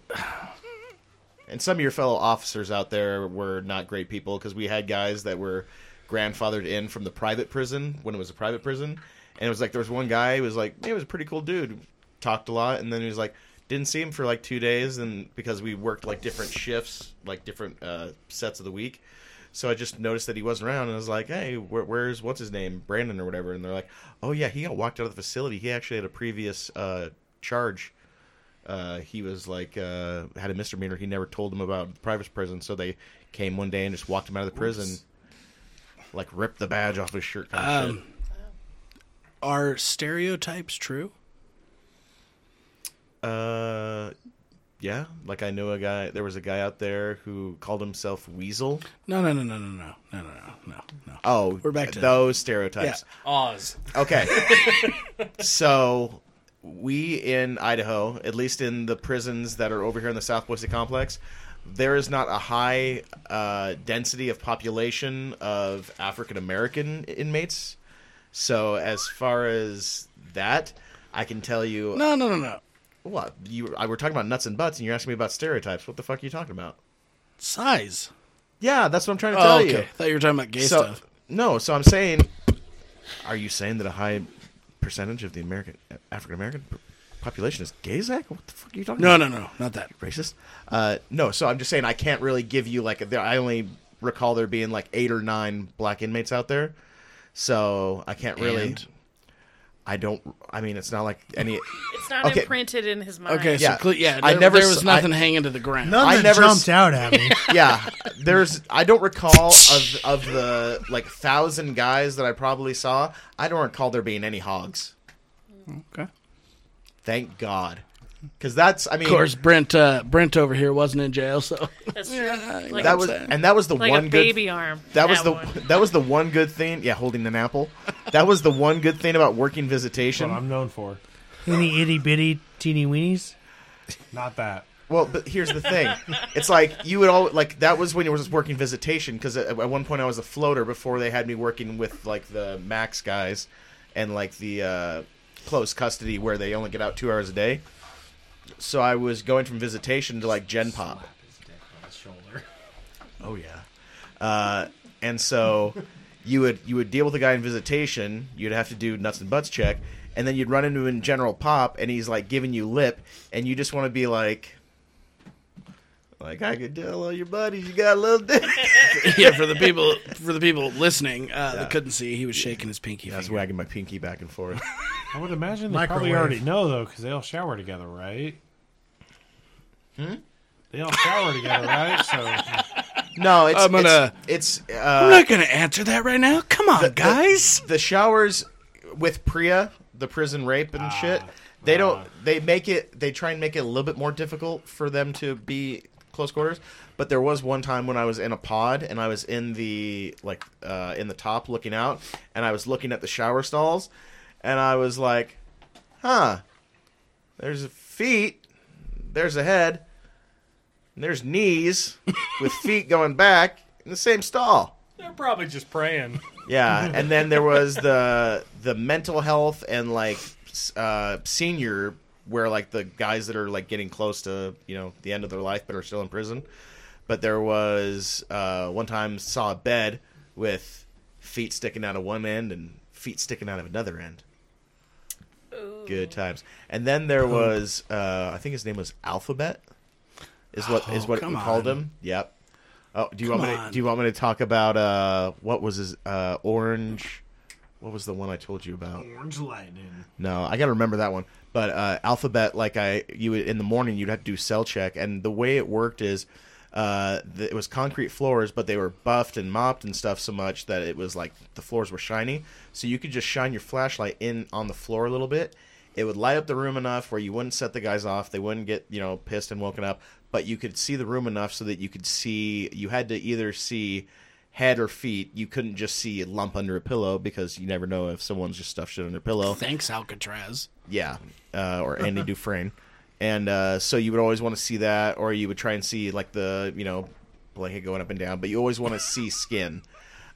Speaker 1: and some of your fellow officers out there were not great people because we had guys that were grandfathered in from the private prison when it was a private prison and it was like there was one guy who was like yeah, he was a pretty cool dude talked a lot and then he was like didn't see him for like two days and because we worked like different shifts like different uh, sets of the week So I just noticed that he wasn't around, and I was like, "Hey, where, where's what's his name, Brandon or whatever?" And they're like, "Oh yeah, he got walked out of the facility. He actually had a previous uh, charge. Uh, he was like uh, had a misdemeanor. He never told them about the private prison. So they came one day and just walked him out of the prison, like ripped the badge off his shirt. Kind of shit.
Speaker 2: Are stereotypes true?
Speaker 1: Uh, yeah. Like I knew a guy. There was a guy out there who called himself Weasel.
Speaker 2: No, no, no, no, no, no, no, no, no, no.
Speaker 1: Oh,
Speaker 2: We're back to-
Speaker 1: those stereotypes.
Speaker 6: Oz.
Speaker 1: Okay. so we in Idaho, at least in the prisons that are over here in the South Boise complex, there is not a high uh, density of population of African American inmates. So as far as that, I can tell you
Speaker 2: No, no, no, no.
Speaker 1: what you I we're talking about nuts and butts, and you're asking me about stereotypes. What the fuck are you talking about?
Speaker 2: Size.
Speaker 1: Yeah, that's what I'm trying to tell
Speaker 2: Oh, okay.
Speaker 1: you.
Speaker 2: thought you were talking about gay
Speaker 1: so
Speaker 2: stuff.
Speaker 1: no, so I'm saying, are you saying that a high percentage of the American African American p- population is gay, Zach? What the fuck are you talking?
Speaker 2: No,
Speaker 1: about?
Speaker 2: no, no, not that.
Speaker 1: racist. Uh, no, so I'm just saying I can't really give you like there. I only recall there being like eight or nine black inmates out there, so I can't really.
Speaker 2: And?
Speaker 1: I don't. I mean, it's not like any.
Speaker 5: It's not
Speaker 1: Okay.
Speaker 5: imprinted in his mind.
Speaker 2: Okay,
Speaker 1: Yeah.
Speaker 2: so cle- yeah,
Speaker 1: I
Speaker 2: there,
Speaker 1: never
Speaker 2: there was
Speaker 1: s-
Speaker 2: nothing
Speaker 1: I-
Speaker 2: hanging to the ground.
Speaker 3: None
Speaker 1: I
Speaker 3: that
Speaker 1: never
Speaker 3: jumped
Speaker 1: s-
Speaker 3: out at me.
Speaker 1: yeah, there's. I don't recall of of the like thousand guys that I probably saw. I don't recall there being any hogs.
Speaker 2: Okay.
Speaker 1: Thank God. Because that's, I mean,
Speaker 2: Of course, Brent uh, Brent over here wasn't in jail, so
Speaker 5: That's true.
Speaker 6: Uh,
Speaker 5: like
Speaker 1: that was, and that was the
Speaker 5: like
Speaker 1: one
Speaker 5: a
Speaker 1: good.
Speaker 5: baby arm.
Speaker 1: That was the
Speaker 5: one.
Speaker 1: that was the one good thing. Yeah, holding an apple. That was the one good thing about working
Speaker 4: That's what
Speaker 1: visitation.
Speaker 4: I'm known for.
Speaker 3: Any itty bitty teeny weenies?
Speaker 4: Not that.
Speaker 1: Well, but here's the thing. It's like you would all like that was when you were just working visitation because at, at one point I was a floater before they had me working with like the max guys and like the uh, close custody where they only get out two hours a day. So I was going from visitation to like Gen Pop. Oh yeah. Uh, and so you would you would deal with a guy in visitation. You'd have to do nuts and butts check, and then you'd run into him in general pop, and he's like giving you lip, and you just want to be like. Like I could tell all your buddies, you got a little dick.
Speaker 2: yeah. For the people for the people listening uh, that couldn't see, he was shaking his pinky
Speaker 1: I was
Speaker 2: finger.
Speaker 1: wagging my pinky back and forth.
Speaker 4: I would imagine they probably
Speaker 3: Microwave.
Speaker 4: already know though, because they all shower together, right? Hmm. They all shower together, right? So
Speaker 1: No, it's
Speaker 2: I'm gonna-
Speaker 1: it's, it's
Speaker 2: I'm
Speaker 1: uh,
Speaker 2: not going to answer that right now. Come on, guys.
Speaker 1: the showers with Priya, the prison rape and shit. They don't. They make it. They try and make it a little bit more difficult for them to be close quarters. But there was one time when I was in a pod and I was in the like uh, in the top looking out, and I was looking at the shower stalls, and I was like, "Huh, there's a feet, there's a head, and there's knees with feet going back in the same stall."
Speaker 6: They're probably just praying.
Speaker 1: Yeah, and then there was the the mental health and like s- uh, senior, where like the guys that are like getting close to you know the end of their life but are still in prison. But there was uh, one time saw a bed with feet sticking out of one end and feet sticking out of another end. Good times. And then there was uh, I think his name was Alphabet. Is what is
Speaker 2: Oh,
Speaker 1: what
Speaker 2: come
Speaker 1: we called
Speaker 2: on.
Speaker 1: him? Yep. Oh, do you want me?
Speaker 2: on.
Speaker 1: To, do you want me to talk about uh, what was his uh, orange? What was the one I told you about?
Speaker 4: orange lightning.
Speaker 1: No, I gotta remember that one. But uh, alphabet, like I, you would- in the morning you'd have to do cell check, and the way it worked is, uh, th- it was concrete floors, but they were buffed and mopped and stuff so much that it was like the floors were shiny, so you could just shine your flashlight in on the floor a little bit. It would light up the room enough where you wouldn't set the guys off. They wouldn't get you know pissed and woken up, but you could see the room enough so that you could see. You had to either see head or feet. You couldn't just see a lump under a pillow because you never know if someone's just stuffed shit under a pillow.
Speaker 2: Thanks, Alcatraz.
Speaker 1: Yeah, uh, or Andy Dufresne, and uh, so you would always want to see that, or you would try and see like the you know blanket going up and down, but you always want to see skin,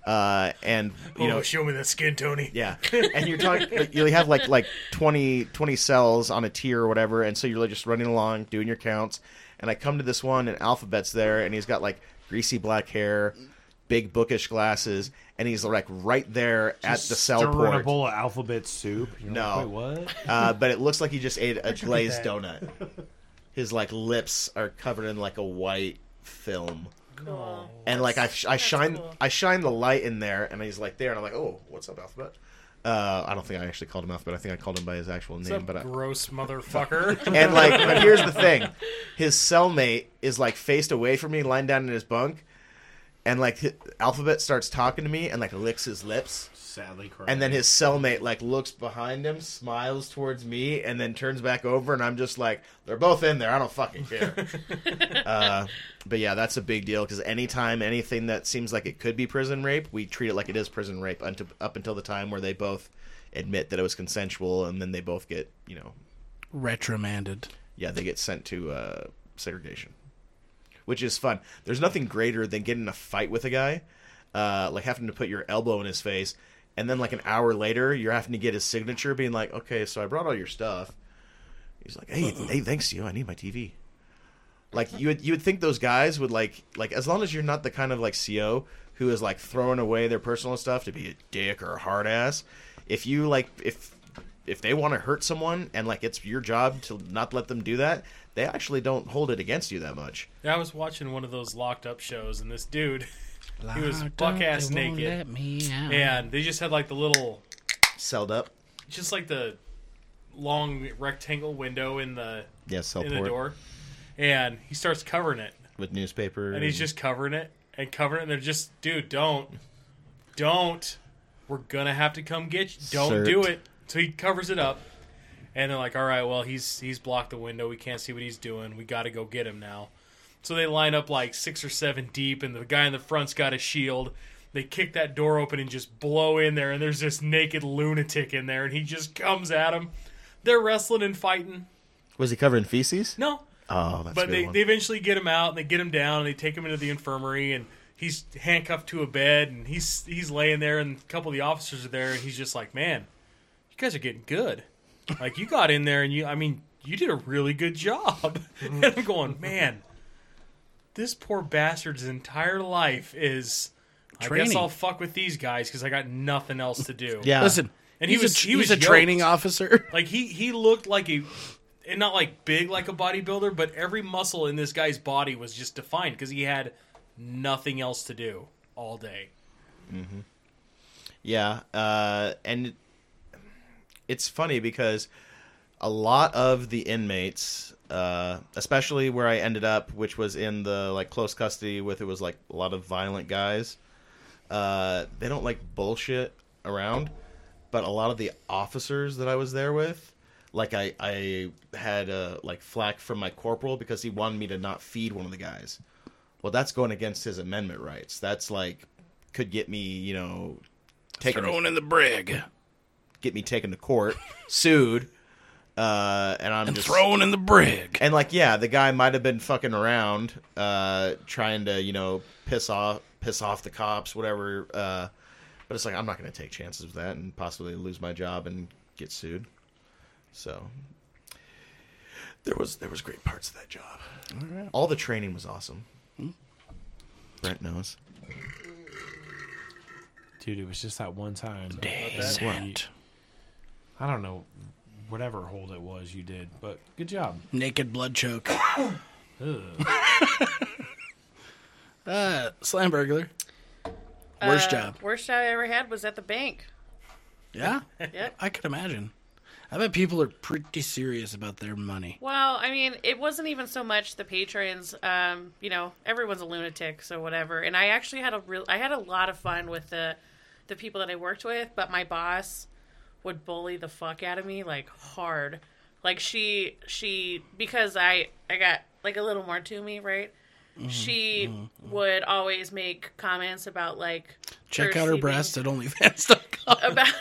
Speaker 1: uh, and you know
Speaker 6: show me that skin, Tony.
Speaker 1: yeah, and you're talking you have like like 20, 20 cells on a tier or whatever, and so you're like, just running along doing your counts, and I come to this one and Alphabet's there, and he's got like greasy black hair. Big bookish glasses, and he's like right there at the cell
Speaker 4: Stirring a
Speaker 1: port.
Speaker 4: bowl of alphabet soup. You're
Speaker 1: No.
Speaker 4: Like, Wait, what?
Speaker 1: uh, but it looks like he just ate a glazed
Speaker 4: that.
Speaker 1: donut. His like lips are covered in like a white film.
Speaker 5: cool.
Speaker 1: and like I, sh- I
Speaker 5: that's
Speaker 1: shine
Speaker 5: cool.
Speaker 1: I shine the light in there, and he's like there, and I'm like, oh, what's up, Alphabet? Uh, I don't think I actually called him Alphabet. I think I called him by his actual name,
Speaker 6: What's up,
Speaker 1: but I,
Speaker 6: gross motherfucker.
Speaker 1: and like, but here's the thing: his cellmate is like faced away from me, lying down in his bunk, and like hi- Alphabet starts talking to me and like licks his lips,
Speaker 4: Sadly, correct.
Speaker 1: and then his cellmate like looks behind him, smiles towards me, and then turns back over, and I'm just like, they're both in there. I don't fucking care. uh, but yeah, that's a big deal because anytime anything that seems like it could be prison rape, we treat it like it is prison rape until, up until the time where they both admit that it was consensual, and then they both get you know
Speaker 2: Retromanded.
Speaker 1: yeah, they get sent to uh, segregation, which is fun. There's nothing greater than getting in a fight with a guy, uh, like having to put your elbow in his face, and then like an hour later, you're having to get his signature, being like, "Okay, so I brought all your stuff." He's like, "Hey, hey, thanks to you, I need my TV." Like you would you would think those guys would like like as long as you're not the kind of like CO who is like throwing away their personal stuff to be a dick or a hard ass. If you like if if they want to hurt someone and like it's your job to not let them do that, they actually don't hold it against you that much.
Speaker 6: I was watching one of those locked up shows, and this dude, he was
Speaker 2: Ah,
Speaker 6: buck ass naked, and they just had like the little,
Speaker 1: Celled up.
Speaker 6: just like the long rectangle window in the
Speaker 1: Yeah, cell
Speaker 6: in the door, and he starts covering it,
Speaker 1: with newspaper.
Speaker 6: and he's just covering it and covering it. And they're just, dude, don't, don't. We're gonna have to come get you. Don't
Speaker 1: Cert.
Speaker 6: do it. So he covers it up, and they're like, all right, well, he's he's blocked the window. We can't see what he's doing. We got to go get him now. So they line up like six or seven deep, and the guy in the front's got a shield. They kick that door open and just blow in there, and there's this naked lunatic in there, and he just comes at him. They're wrestling and fighting.
Speaker 1: was he covered in feces?
Speaker 6: No,
Speaker 1: Oh, that's a
Speaker 6: but
Speaker 1: good
Speaker 6: they,
Speaker 1: one.
Speaker 6: they eventually get him out and they get him down and they take him into the infirmary and he's handcuffed to a bed and he's he's laying there and a couple of the officers are there and he's just like man you guys are getting good like you got in there and you i mean you did a really good job and i'm going man this poor bastard's entire life is i guess
Speaker 2: Training.
Speaker 6: i'll fuck with these guys because i got nothing else to do
Speaker 1: yeah.
Speaker 2: Listen,
Speaker 6: And he
Speaker 2: he's,
Speaker 6: was-
Speaker 2: a, tr-
Speaker 6: he was
Speaker 2: he's a training
Speaker 6: yoked.
Speaker 2: officer.
Speaker 6: like he he looked like a and not like big like a bodybuilder, but every muscle in this guy's body was just defined because he had nothing else to do all day.
Speaker 1: Yeah, uh, and it's funny because a lot of the inmates, uh, especially where I ended up, which was in the like close custody with it was like a lot of violent guys, uh, they don't like bullshit around. But a lot of the officers that I was there with, like I I had uh, like flack from my corporal because he wanted me to not feed one of the guys. Well, that's going against his amendment rights. That's like could get me, you know, taken
Speaker 2: Thrown in the brig.
Speaker 1: get me taken to court, sued, uh, and I'm just
Speaker 2: Thrown in the brig.
Speaker 1: and like yeah, the guy might have been fucking around, uh, trying to you know piss off piss off the cops, whatever. Uh, but it's like I'm not going to take chances with that and possibly lose my job and get sued. So there was there was great parts of that job. All the training was awesome. Brent knows.
Speaker 4: dude, it was just that one time.
Speaker 2: Descent.
Speaker 4: I don't know, whatever hold it was you did, but good job.
Speaker 2: Naked blood choke. uh, slam burglar. Worst
Speaker 5: Uh,
Speaker 2: job.
Speaker 5: Worst job I ever had was at the bank.
Speaker 2: Yeah,
Speaker 5: Yep.
Speaker 2: I could imagine. I bet people are pretty serious about their money.
Speaker 5: Well, I mean, it wasn't even so much the patrons. Um, you know, everyone's a lunatic, so whatever. And I actually had a real, I had a lot of fun with the, the people that I worked with. But my boss would bully the fuck out of me like hard. Like she, she because I, I got like a little more to me, right?
Speaker 2: Mm-hmm.
Speaker 5: She would always make comments about like
Speaker 2: Check out her
Speaker 5: CV.
Speaker 2: breasts at OnlyFans.com.
Speaker 5: about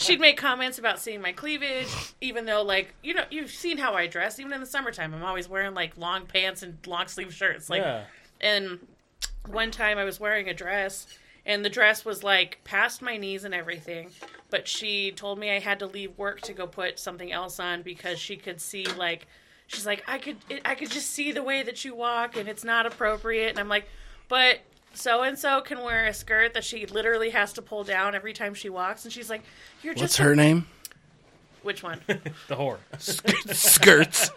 Speaker 5: she'd make comments about seeing my cleavage even though like you know you've seen how i dress even in the summertime i'm always wearing like long pants and long sleeve shirts like
Speaker 6: yeah.
Speaker 5: and one time i was wearing a dress and the dress was like past my knees and everything but she told me i had to leave work to go put something else on because she could see like she's like i could it, i could just see the way that you walk and it's not appropriate and i'm like but so and so can wear a skirt that she literally has to pull down every time she walks and she's like you're
Speaker 2: What's
Speaker 5: just
Speaker 2: her name?
Speaker 5: which one
Speaker 6: The whore.
Speaker 2: Skirts.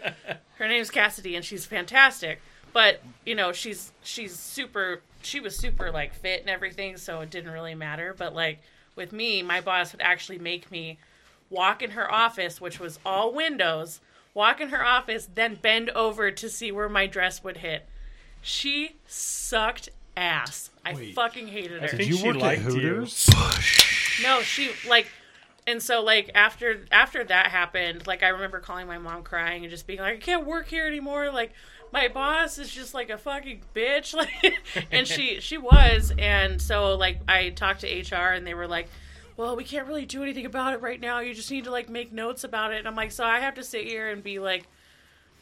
Speaker 5: her name's Cassidy, and she's fantastic. But you know, she's she's super. She was super like fit and everything, so it didn't really matter. But like with me, my boss would actually make me walk in her office, which was all windows. Walk in her office, then bend over to see where my dress would hit. She sucked ass. I fucking hated her.
Speaker 6: think
Speaker 4: you
Speaker 6: she
Speaker 4: work at
Speaker 6: liked you.
Speaker 4: Hooters?
Speaker 5: No, she like, and so like after after that happened, like I remember calling my mom crying and just being like, I can't work here anymore. Like my boss is just like a fucking bitch. Like, and she she was, and so like I talked to HR and they were like. Well, we can't really do anything about it right now. You just need to like make notes about it. And I'm like, so I have to sit here and be like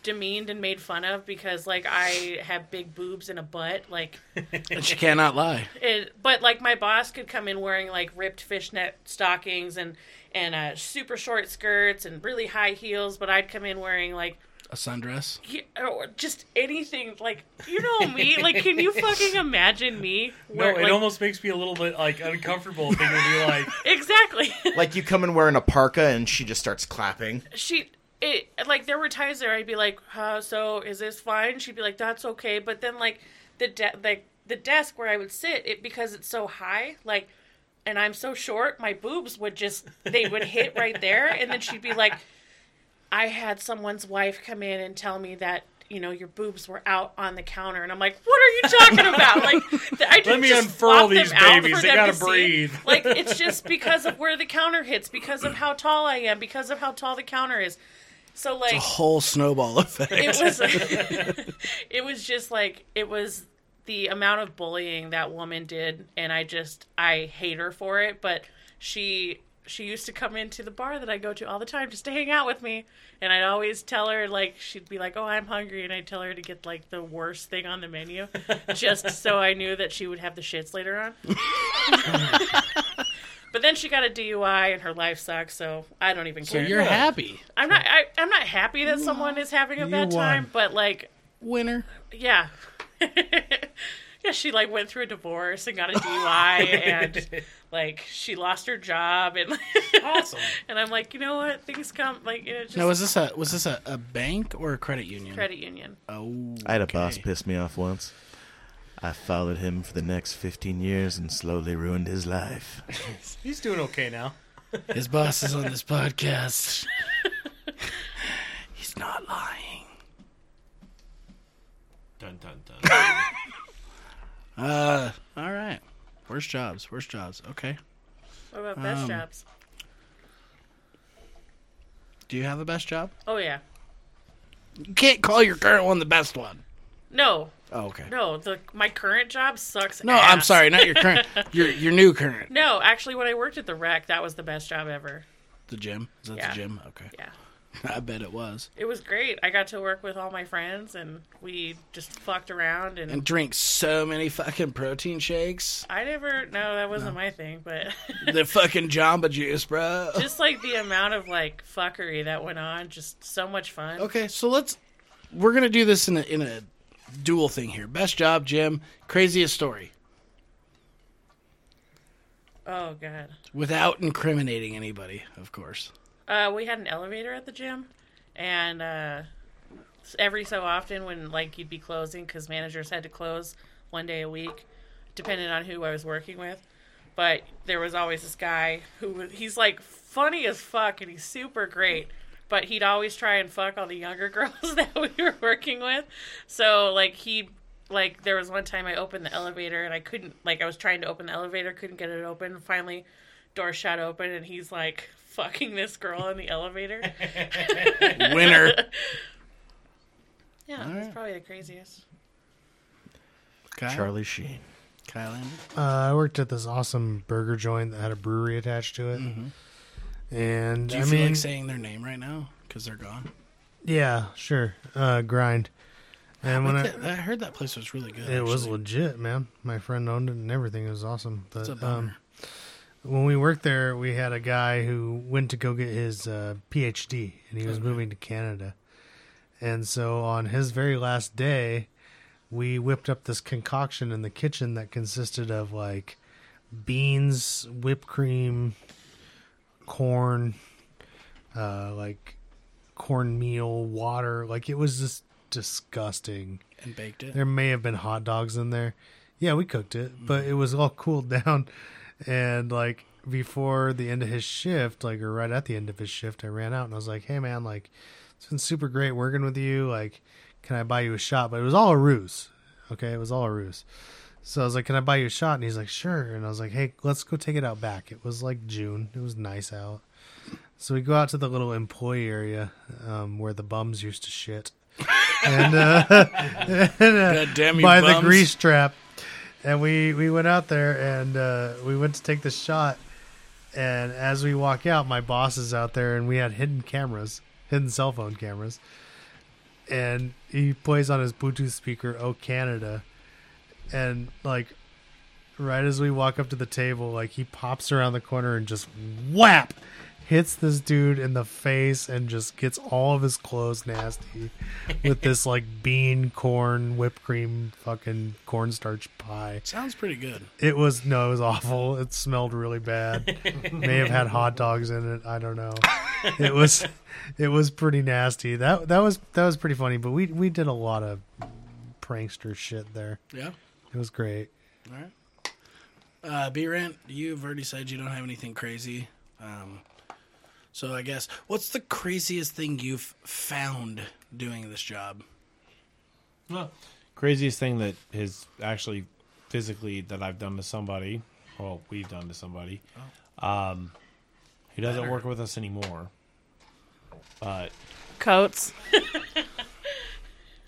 Speaker 5: demeaned and made fun of because like I have big boobs and a butt. Like
Speaker 2: And she cannot lie.
Speaker 5: it, but like my boss could come in wearing like ripped fishnet stockings and and uh, super short skirts and really high heels, but I'd come in wearing like
Speaker 2: A sundress.
Speaker 5: he- or just anything like you know me. like, can you fucking imagine me?
Speaker 6: No,
Speaker 5: wear-
Speaker 6: it
Speaker 5: like-
Speaker 6: almost makes me a little bit like uncomfortable thinking of you like
Speaker 5: exactly.
Speaker 1: Like you come in wearing a parka and she just starts clapping.
Speaker 5: she it like there were times there I'd be like, uh, so is this fine? She'd be like, that's okay. But then like the de- like the desk where I would sit, it because it's so high, like, and I'm so short, my boobs would just they would hit right there, and then she'd be like, I had someone's wife come in and tell me that. You know your boobs were out on the counter, and I'm like, "What are you talking about? Like, th- I didn't
Speaker 6: Let me
Speaker 5: just
Speaker 6: unfurl
Speaker 5: swap them
Speaker 6: these
Speaker 5: out
Speaker 6: babies.
Speaker 5: for
Speaker 6: They
Speaker 5: them
Speaker 6: gotta
Speaker 5: to see.
Speaker 6: breathe.
Speaker 5: Like, it's just because of where the counter hits, because of how tall I am, because of how tall the counter is. So like
Speaker 2: Whole snowball effect.
Speaker 5: it was it was just like it was the amount of bullying that woman did and I just I hate her for it, but she she used to come into the bar that I go to all the time just to hang out with me and I'd always tell her like she'd be like, "Oh, I'm hungry." And I'd tell her to get like the worst thing on the menu just so I knew that she would have the shits later on. But then she got a DUI and her life sucks, so I don't even
Speaker 2: So
Speaker 5: care.
Speaker 2: you're happy.
Speaker 5: I'm not. I, I'm not happy that someone is having a
Speaker 3: You
Speaker 5: bad time,
Speaker 3: won.
Speaker 5: but like,
Speaker 2: Winner.
Speaker 5: yeah, yeah. She like went through a divorce and got a DUI, and like she lost her job, and
Speaker 6: awesome.
Speaker 5: and I'm like, you know what? Things come like you know, just
Speaker 2: Now was this a was this a, a bank or a credit union?
Speaker 5: credit union.
Speaker 2: Oh
Speaker 7: I had a boss
Speaker 2: Okay.
Speaker 7: piss me off once. I followed him for the next 15 years and slowly ruined his life.
Speaker 6: He's doing okay now.
Speaker 2: his boss is on this podcast. He's not lying.
Speaker 4: Dun dun dun.
Speaker 2: Uh all right. Worst jobs, worst jobs. Okay.
Speaker 5: What about best
Speaker 2: Um,
Speaker 5: jobs?
Speaker 2: Do you have a best job?
Speaker 5: Oh yeah,
Speaker 2: You can't call your current one the best one.
Speaker 5: no,
Speaker 2: Oh, okay. No,
Speaker 5: no. The my current job sucks.
Speaker 2: I'm
Speaker 5: ass.
Speaker 2: sorry, not your current. Your your new current.
Speaker 5: No, actually, when I worked at the rec, that was the best job ever.
Speaker 2: The gym. Is that
Speaker 5: Yeah.
Speaker 2: the gym? Okay.
Speaker 5: Yeah.
Speaker 2: I bet it was.
Speaker 5: It was great. I got to work with all my friends, and we just fucked around and
Speaker 2: And drink so many fucking protein shakes.
Speaker 5: I never. No, that wasn't my thing. But
Speaker 2: The fucking Jamba Juice, bro.
Speaker 5: just like the amount of like fuckery that went on, just so much fun.
Speaker 2: Okay, so let's we're gonna do this in a in a dual thing here. Best job, Jim. Craziest story
Speaker 5: Oh god.
Speaker 2: without incriminating anybody, of course.
Speaker 5: Uh, we had an elevator at the gym, and uh, every so often when like you'd be closing because managers had to close one day a week, depending on who I was working with. But there was always this guy who was- he's like funny as fuck and he's super great. But he'd always try and fuck all the younger girls that we were working with. So like he like there was one time I opened the elevator and I couldn't like I was trying to open the elevator, couldn't get it open. Finally, door shot open and he's like fucking this girl in the elevator.
Speaker 2: Winner.
Speaker 5: Yeah,
Speaker 2: All
Speaker 5: that's
Speaker 2: right.
Speaker 5: probably the craziest.
Speaker 2: Kyle,
Speaker 7: Charlie Sheen.
Speaker 2: Kyle Andrew?
Speaker 3: Uh, I worked at this awesome burger joint that had a brewery attached to it, and
Speaker 2: Mm-hmm. Do you
Speaker 3: I
Speaker 2: feel
Speaker 3: mean,
Speaker 2: like saying their name right now? Because they're gone.
Speaker 3: yeah, sure, uh, grind. And when I,
Speaker 2: That- I heard that place was really good.
Speaker 3: It was
Speaker 2: actually.
Speaker 3: legit, man. My friend owned it and everything. It was awesome. But,
Speaker 2: a bummer.
Speaker 3: um, when we worked there, we had a guy who went to go get his uh, PhD, and he was moving to Canada. And so on his very last day, we whipped up this concoction in the kitchen that consisted of like beans, whipped cream, corn, uh, like cornmeal, water. Like it was just disgusting
Speaker 2: and baked it.
Speaker 3: There may have been hot dogs in there. Yeah, we cooked it, but it was all cooled down. And like before the end of his shift, like or right at the end of his shift, I ran out and I was like, "Hey, man, like it's been super great working with you. Like, can I buy you a shot?" But it was all a ruse. Okay, it was all a ruse. So I was like, "Can I buy you a shot?" And he's like, "Sure." And I was like, "Hey, let's go take it out back." It was like June. It was nice out. So we go out to the little employee area um, where the bums used to shit. And uh,
Speaker 2: God damn you,
Speaker 3: by the
Speaker 2: bums.
Speaker 3: grease trap. And we, we went out there and uh, we went to take the shot. And as we walk out, my boss is out there and we had hidden cameras, hidden cell phone cameras. And he plays on his Bluetooth speaker, Oh Canada. And like, right as we walk up to the table, like he pops around the corner and just whap hits this dude in the face and just gets all of his clothes nasty with this like bean corn whipped cream fucking cornstarch pie.
Speaker 2: Sounds pretty good.
Speaker 3: It was no, it was awful. It smelled really bad. May have had hot dogs in it. I don't know. It was it was pretty nasty. That that was that was pretty funny. But we we did a lot of prankster shit there.
Speaker 2: Yeah.
Speaker 3: It was great.
Speaker 2: All right. Uh, B Rant, you've already said you don't have anything crazy. Um, so I guess what's the craziest thing you've found doing this job?
Speaker 4: Craziest thing that is actually physically that I've done to somebody, well, we've done to somebody, um, who doesn't work with us anymore. But
Speaker 8: Coats.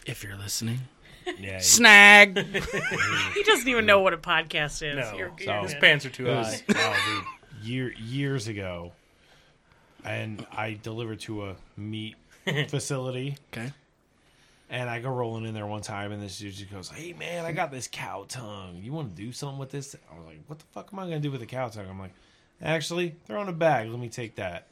Speaker 2: If you're listening,
Speaker 4: yeah, it
Speaker 8: Snag.
Speaker 5: He doesn't even know what a podcast is.
Speaker 6: No,
Speaker 5: You're-
Speaker 6: so-
Speaker 5: you're
Speaker 6: His
Speaker 5: good.
Speaker 6: pants are too high.
Speaker 4: was wow, dude, year, years ago, and I delivered to a meat facility.
Speaker 2: okay.
Speaker 4: And I go rolling in there one time, and this dude just goes, "Hey man, I got this cow tongue. You want to do something with this?" I was like, "What the fuck am I gonna do with a cow tongue?" I'm like, "Actually, throw in a bag. Let me take that.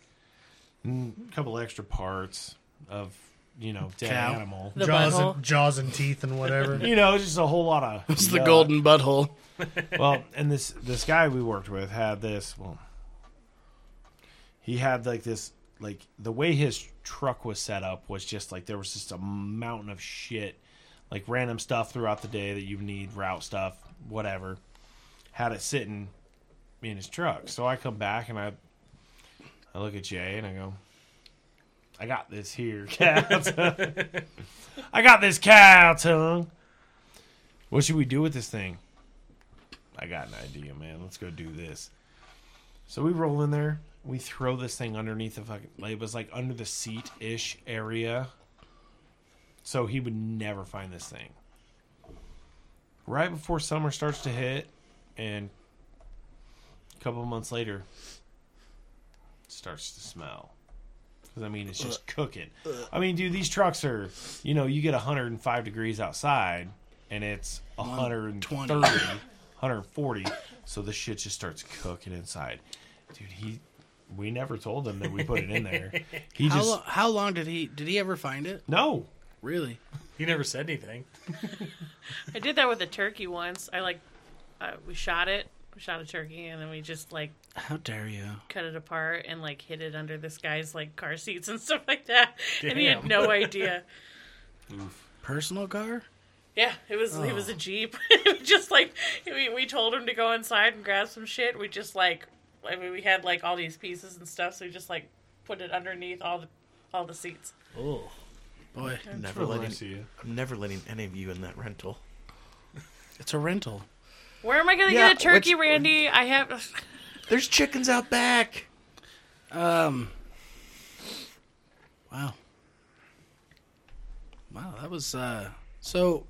Speaker 4: And a couple extra parts of you know dead
Speaker 2: Cow.
Speaker 4: animal.
Speaker 8: The
Speaker 3: jaws
Speaker 8: butthole.
Speaker 3: and, jaws and teeth and whatever.
Speaker 4: You know, just a whole lot of.
Speaker 2: It's the golden butthole.
Speaker 4: Well, and this this guy we worked with had this. Well, he had like this like the way his truck was set up was just like there was just a mountain of shit, like random stuff throughout the day that you need route stuff, whatever. Had it sitting in his truck. So I come back and I I look at Jay and I go, I got this here cow tongue. I got this cow tongue. What should we do with this thing? I got an idea, man. Let's go do this. So we roll in there. We throw this thing underneath the fucking. Like, it was like under the seat ish area. So he would never find this thing. Right before summer starts to hit, and a couple months later, it starts to smell. Because, I mean, it's just
Speaker 2: Uh,
Speaker 4: cooking. I mean, dude, these trucks are, you know, you get 105 degrees outside, and it's 130. 140. So the shit just starts cooking inside. Dude, he we never told him that we put it in there. He
Speaker 2: How,
Speaker 4: just
Speaker 2: lo- how long did he did he ever find it?
Speaker 4: No.
Speaker 2: Really?
Speaker 6: He never said anything.
Speaker 5: I did that with a turkey once. I like, uh, we shot it. We shot a turkey and then we just like
Speaker 2: How dare you?
Speaker 5: cut it apart and like hid it under this guy's like car seats and stuff like that. And he had
Speaker 6: Damn.
Speaker 5: no idea.
Speaker 2: Personal car?
Speaker 5: Yeah, it was it
Speaker 2: Oh.
Speaker 5: was a jeep. It was just like we, we told him to go inside and grab some shit. We just like I mean we had like all these pieces and stuff, so we just like put it underneath all the all the seats.
Speaker 6: Oh,
Speaker 2: Boy,
Speaker 7: Never letting, I'm never letting any of you in that rental.
Speaker 2: it's a rental.
Speaker 5: Where am I gonna
Speaker 7: Yeah,
Speaker 5: get a turkey,
Speaker 7: which-
Speaker 5: Randy? I have
Speaker 7: There's chickens out back.
Speaker 2: Um. Wow. Wow, that was uh. So,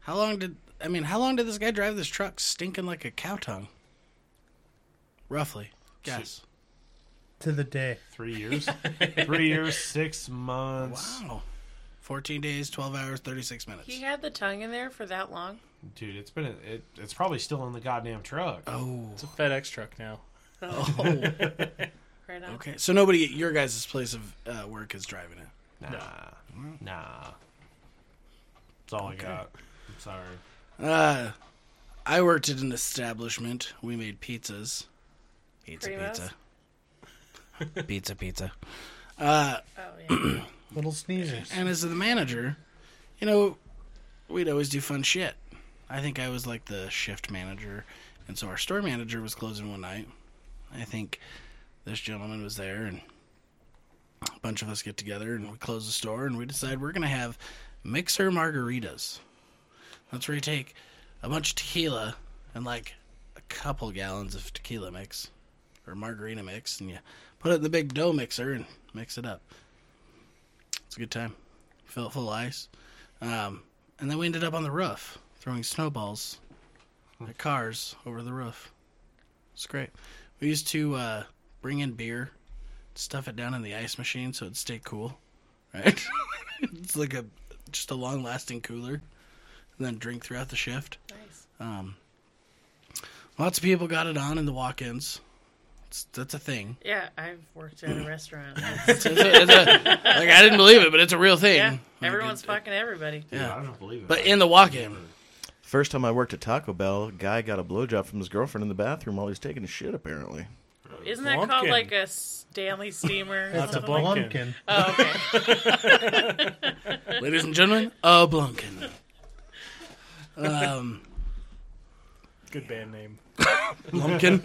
Speaker 2: how long did I mean? How long did this guy drive this truck stinking like a cow tongue? Roughly, guess.
Speaker 3: to the day.
Speaker 4: Three years. Three years, six months.
Speaker 2: Wow. Fourteen days, twelve hours, thirty-six minutes.
Speaker 5: He had the tongue in there for that long.
Speaker 4: Dude, it's been a- it, it's probably still in the goddamn truck.
Speaker 2: Oh.
Speaker 6: it's a FedEx truck now.
Speaker 2: oh.
Speaker 5: Right on.
Speaker 2: Okay. So nobody at your guys' place of uh, work is driving it.
Speaker 4: nah. Nah. That's all I got. I'm sorry.
Speaker 2: Uh, I worked at an establishment. We made pizzas. Pizza,
Speaker 5: Primos?
Speaker 2: pizza. pizza, pizza.
Speaker 5: Oh yeah.
Speaker 3: Little sneezers.
Speaker 2: And as the manager, you know, we'd always do fun shit. I think I was like the shift manager, and so our store manager was closing one night. I think this gentleman was there, and a bunch of us get together and we close the store, and we decide we're gonna have mixer margaritas. That's where you take a bunch of tequila and like a couple gallons of tequila mix or margarita mix, and you put it in the big dough mixer and mix it up. It's a good time. Fill it full of ice. Um, and then we ended up on the roof throwing snowballs at cars over the roof. It's great. We used to uh, bring in beer, stuff it down in the ice machine so it'd stay cool, right? it's like a just a long lasting cooler, and then drink throughout the shift.
Speaker 5: Nice.
Speaker 2: Um, lots of people got it on in the walk-ins. It's, that's a thing.
Speaker 5: Yeah, I've worked at a restaurant.
Speaker 2: It's a- it's a- like I didn't believe it, but it's a real thing.
Speaker 5: yeah,
Speaker 2: Like,
Speaker 5: everyone's
Speaker 2: it-
Speaker 5: fucking everybody.
Speaker 4: Yeah, I don't believe it.
Speaker 2: But in the walk-in,
Speaker 7: First time I worked at Taco Bell, a guy got a blowjob from his girlfriend in the bathroom while he was taking a shit, apparently.
Speaker 5: Isn't that called
Speaker 6: Lumpkin.
Speaker 5: like a Stanley steamer? or
Speaker 6: That's a
Speaker 5: something?
Speaker 6: blumpkin.
Speaker 5: Oh, okay.
Speaker 2: ladies and gentlemen, a Blunkin. Um,
Speaker 6: Good band name.
Speaker 2: Lumpkin.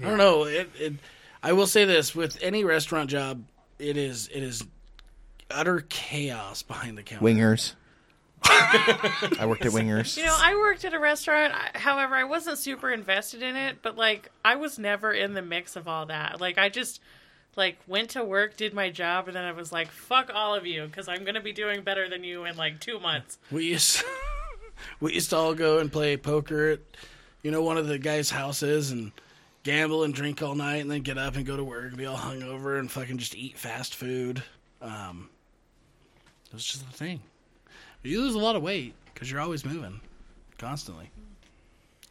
Speaker 2: I don't know. It, it, I will say this: with any restaurant job, it is it is utter chaos behind the counter.
Speaker 7: Wingers. I worked at Wingers.
Speaker 5: You know, I worked at a restaurant. I- However, I wasn't super invested in it, but like I was never in the mix of all that. Like I just like went to work, did my job, and then I was like, "Fuck all of you," because I'm gonna be doing better than you in like two months.
Speaker 2: We used we used to all go and play poker at you know one of the guys' houses and gamble and drink all night and then get up and go to work and be all hungover and fucking just eat fast food. Um, it was just the thing. You lose a lot of weight because you're always moving, constantly,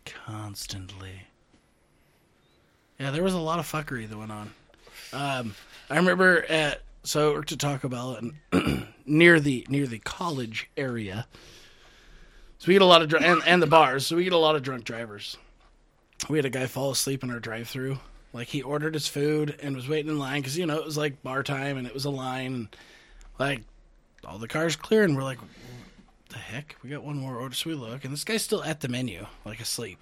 Speaker 2: constantly. Yeah, there was a lot of fuckery that went on. Um, I remember at so I worked at Taco Bell and near the near the college area. So we get a lot of dr- and, and the bars. So we get a lot of drunk drivers. We had a guy fall asleep in our drive-through. Like he ordered his food and was waiting in line because you know it was like bar time and it was a line. And, like all the cars clear and we're like, the heck, we got one more order. So we look and this guy's still at the menu, like asleep.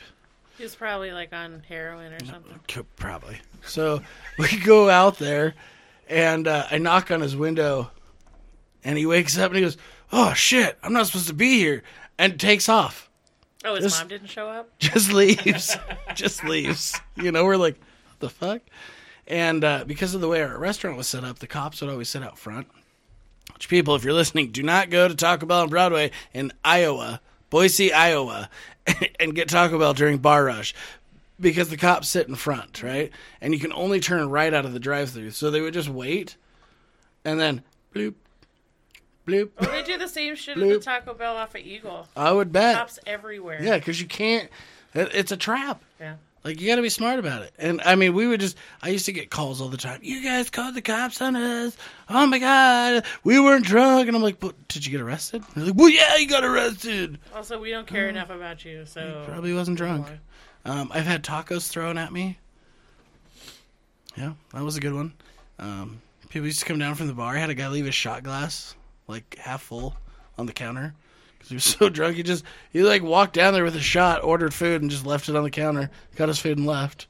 Speaker 5: He was probably like on heroin or something.
Speaker 2: Co- Probably. So we go out there, and uh, I knock on his window, and he wakes up and he goes, "Oh shit, I'm not supposed to be here," and takes off,
Speaker 5: Oh, his
Speaker 2: This-
Speaker 5: mom didn't show up.
Speaker 2: just leaves, just leaves. You know, we're like, what "The fuck." And uh, because of the way our restaurant was set up, the cops would always sit out front. Which people, if you're listening, do not go to Taco Bell on Broadway in Iowa, Boise, Iowa, and get Taco Bell during bar rush because the cops sit in front, right? And you can only turn right out of the drive-through. So they would just wait, and then bloop, bloop.
Speaker 5: Well, they do the same shit
Speaker 2: Bloop.
Speaker 5: at the Taco Bell off of Eagle.
Speaker 2: I would bet,
Speaker 5: Cops everywhere.
Speaker 2: yeah, because you can't. it- It's a trap.
Speaker 5: Yeah.
Speaker 2: Like you got to be smart about it. And I mean, we would just. I used to get calls all the time. You guys called the cops on us. Oh my god, we weren't drunk. And I'm like, but did you get arrested? And they're like, well, yeah, you got arrested.
Speaker 5: Also, we don't care enough about you, so
Speaker 2: Uh, Probably wasn't drunk.
Speaker 5: Why?
Speaker 2: Um, I've had tacos thrown at me. Yeah, that was a good one. Um, people used to come down from the bar. I had a guy leave his shot glass like half full on the counter because he was so drunk. He just he like walked down there with a shot, ordered food, and just left it on the counter. Got his food and left.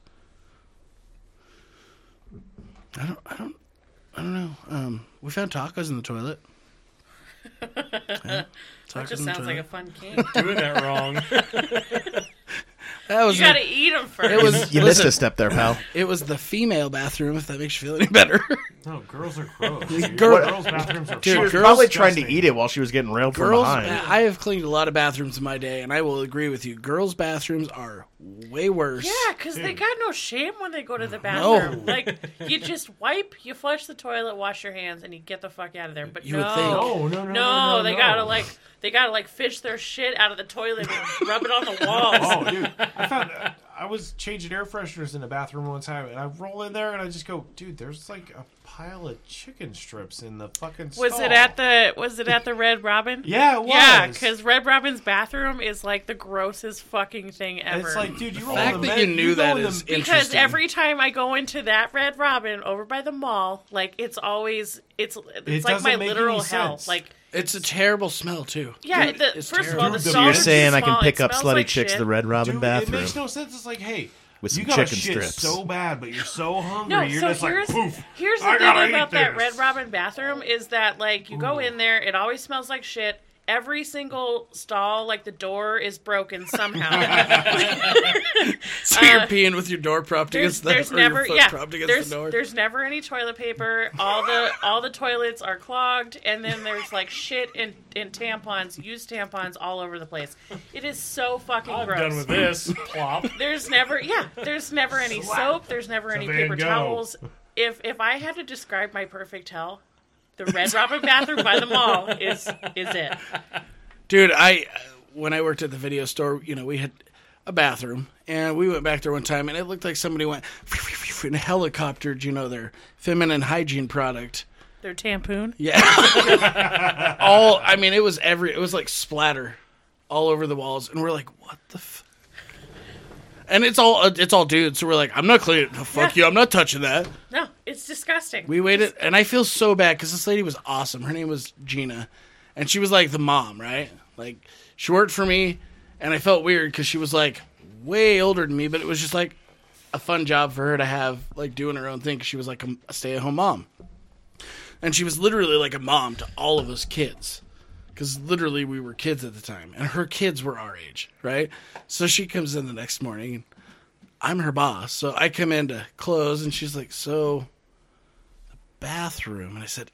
Speaker 2: I don't. I don't. I don't know. Um, we found tacos in the toilet. Yeah,
Speaker 5: that
Speaker 2: tacos in
Speaker 5: just
Speaker 2: the
Speaker 5: sounds like a
Speaker 2: toilet.
Speaker 5: fun game.
Speaker 6: Doing that wrong.
Speaker 2: That was
Speaker 5: you
Speaker 2: a-
Speaker 5: gotta eat them first.
Speaker 2: it was
Speaker 7: you missed
Speaker 2: listen,
Speaker 7: a step there, pal.
Speaker 2: It was the female bathroom, if that makes you feel any better.
Speaker 4: no, girls are gross. dude.
Speaker 2: Girl-
Speaker 4: girls' bathrooms are
Speaker 2: Dude,
Speaker 4: fucking
Speaker 2: girls-
Speaker 7: Probably trying
Speaker 4: disgusting.
Speaker 7: to eat it while she was getting railed from
Speaker 2: girls,
Speaker 7: behind.
Speaker 2: I have cleaned a lot of bathrooms in my day, and I will agree with you. Girls' bathrooms are way worse.
Speaker 5: Yeah, because they got no shame when they go to the
Speaker 2: Hmm. No.
Speaker 5: bathroom. Like, you just wipe, you flush the toilet, wash your hands, and you get the fuck out of there. But
Speaker 2: You would
Speaker 5: no,
Speaker 2: think.
Speaker 5: no,
Speaker 4: No, no, no, no, no,
Speaker 5: they
Speaker 4: no.
Speaker 5: gotta like, they gotta like fish their shit out of the toilet and rub it on the walls.
Speaker 4: Oh, dude, I found I was changing air fresheners in the bathroom one time, and I roll in there and I just go, dude, there's like a pile of chicken strips in the fucking.
Speaker 5: Was
Speaker 4: stall.
Speaker 5: it at the Was it at the Red Robin?
Speaker 4: Yeah, it was.
Speaker 5: Yeah, because Red Robin's bathroom is like the grossest fucking thing ever.
Speaker 4: it's like, dude, Oh, you roll
Speaker 2: fact
Speaker 4: in the
Speaker 2: that
Speaker 4: men-
Speaker 2: you knew
Speaker 4: go
Speaker 2: that
Speaker 4: in the-
Speaker 2: is
Speaker 5: because
Speaker 2: Interesting.
Speaker 5: every time I go into that Red Robin over by the mall, like it's always It's it's
Speaker 4: It
Speaker 5: like
Speaker 4: doesn't
Speaker 5: my
Speaker 4: make
Speaker 5: literal
Speaker 4: any
Speaker 5: hell.
Speaker 4: sense.
Speaker 5: Like
Speaker 2: It's a terrible smell too.
Speaker 5: yeah,
Speaker 2: Dude,
Speaker 5: the,
Speaker 2: it's
Speaker 5: first of all,
Speaker 2: terrible.
Speaker 5: the
Speaker 4: Dude,
Speaker 5: stalls
Speaker 4: you're
Speaker 5: are too
Speaker 7: saying I can
Speaker 5: small,
Speaker 7: pick
Speaker 5: it
Speaker 7: up
Speaker 5: smells
Speaker 7: slutty
Speaker 5: like
Speaker 7: chicks
Speaker 5: shit.
Speaker 7: the Red Robin
Speaker 4: Dude, It
Speaker 7: bathroom.
Speaker 4: makes no sense. It's like, hey,
Speaker 7: With
Speaker 4: you
Speaker 7: some
Speaker 4: got a
Speaker 7: chicken
Speaker 4: shit
Speaker 7: strips.
Speaker 4: so bad, but you're so hungry.
Speaker 5: No,
Speaker 4: you're
Speaker 5: so
Speaker 4: just
Speaker 5: here's
Speaker 4: like, poof.
Speaker 5: here's the
Speaker 4: I gotta
Speaker 5: thing
Speaker 4: eat
Speaker 5: about that
Speaker 4: this.
Speaker 5: Red Robin bathroom is that like you go in there, it always smells like shit. Every single stall, like the door is broken somehow.
Speaker 2: so you're peeing with your door propped
Speaker 5: uh, there's
Speaker 2: against the
Speaker 5: there's
Speaker 2: or your
Speaker 5: never
Speaker 2: foot
Speaker 5: yeah
Speaker 2: propped against
Speaker 5: there's
Speaker 2: the door.
Speaker 5: there's never any toilet paper. All the all the toilets are clogged, and then there's like shit and and tampons, used tampons all over the place. It is so fucking
Speaker 6: I'm
Speaker 5: gross.
Speaker 6: done with this. Plop.
Speaker 5: There's never yeah, there's never any soap, there's never any
Speaker 6: there
Speaker 5: paper
Speaker 6: you go.
Speaker 5: towels. If if I had to describe my perfect hell, the Red Robin bathroom by the mall is is it.
Speaker 2: Dude, I uh, when I worked at the video store, you know, we had a bathroom, and we went back there one time, and it looked like somebody went and helicoptered, you know, their feminine hygiene product.
Speaker 5: Their tampoon.
Speaker 2: Yeah, all I mean, it was every it was like splatter all over the walls, and we're like, what the. F-? And it's all it's all dudes, so we're like, I'm not cleaning. Fuck
Speaker 5: Yeah.
Speaker 2: you, I'm not touching that.
Speaker 5: No, it's disgusting.
Speaker 2: We waited, and I feel so bad because this lady was awesome. Her name was Gina, and she was like the mom, right? Like she worked for me, and I felt weird because she was like way older than me, but it was just like a fun job for her to have, like doing her own thing. 'cause she was like a, a stay-at-home mom, and she was literally like a mom to all of us kids. Because literally, we were kids at the time, and her kids were our age, right? So she comes in the next morning, and I'm her boss. So I come in to close, and she's like, So bathroom and I said,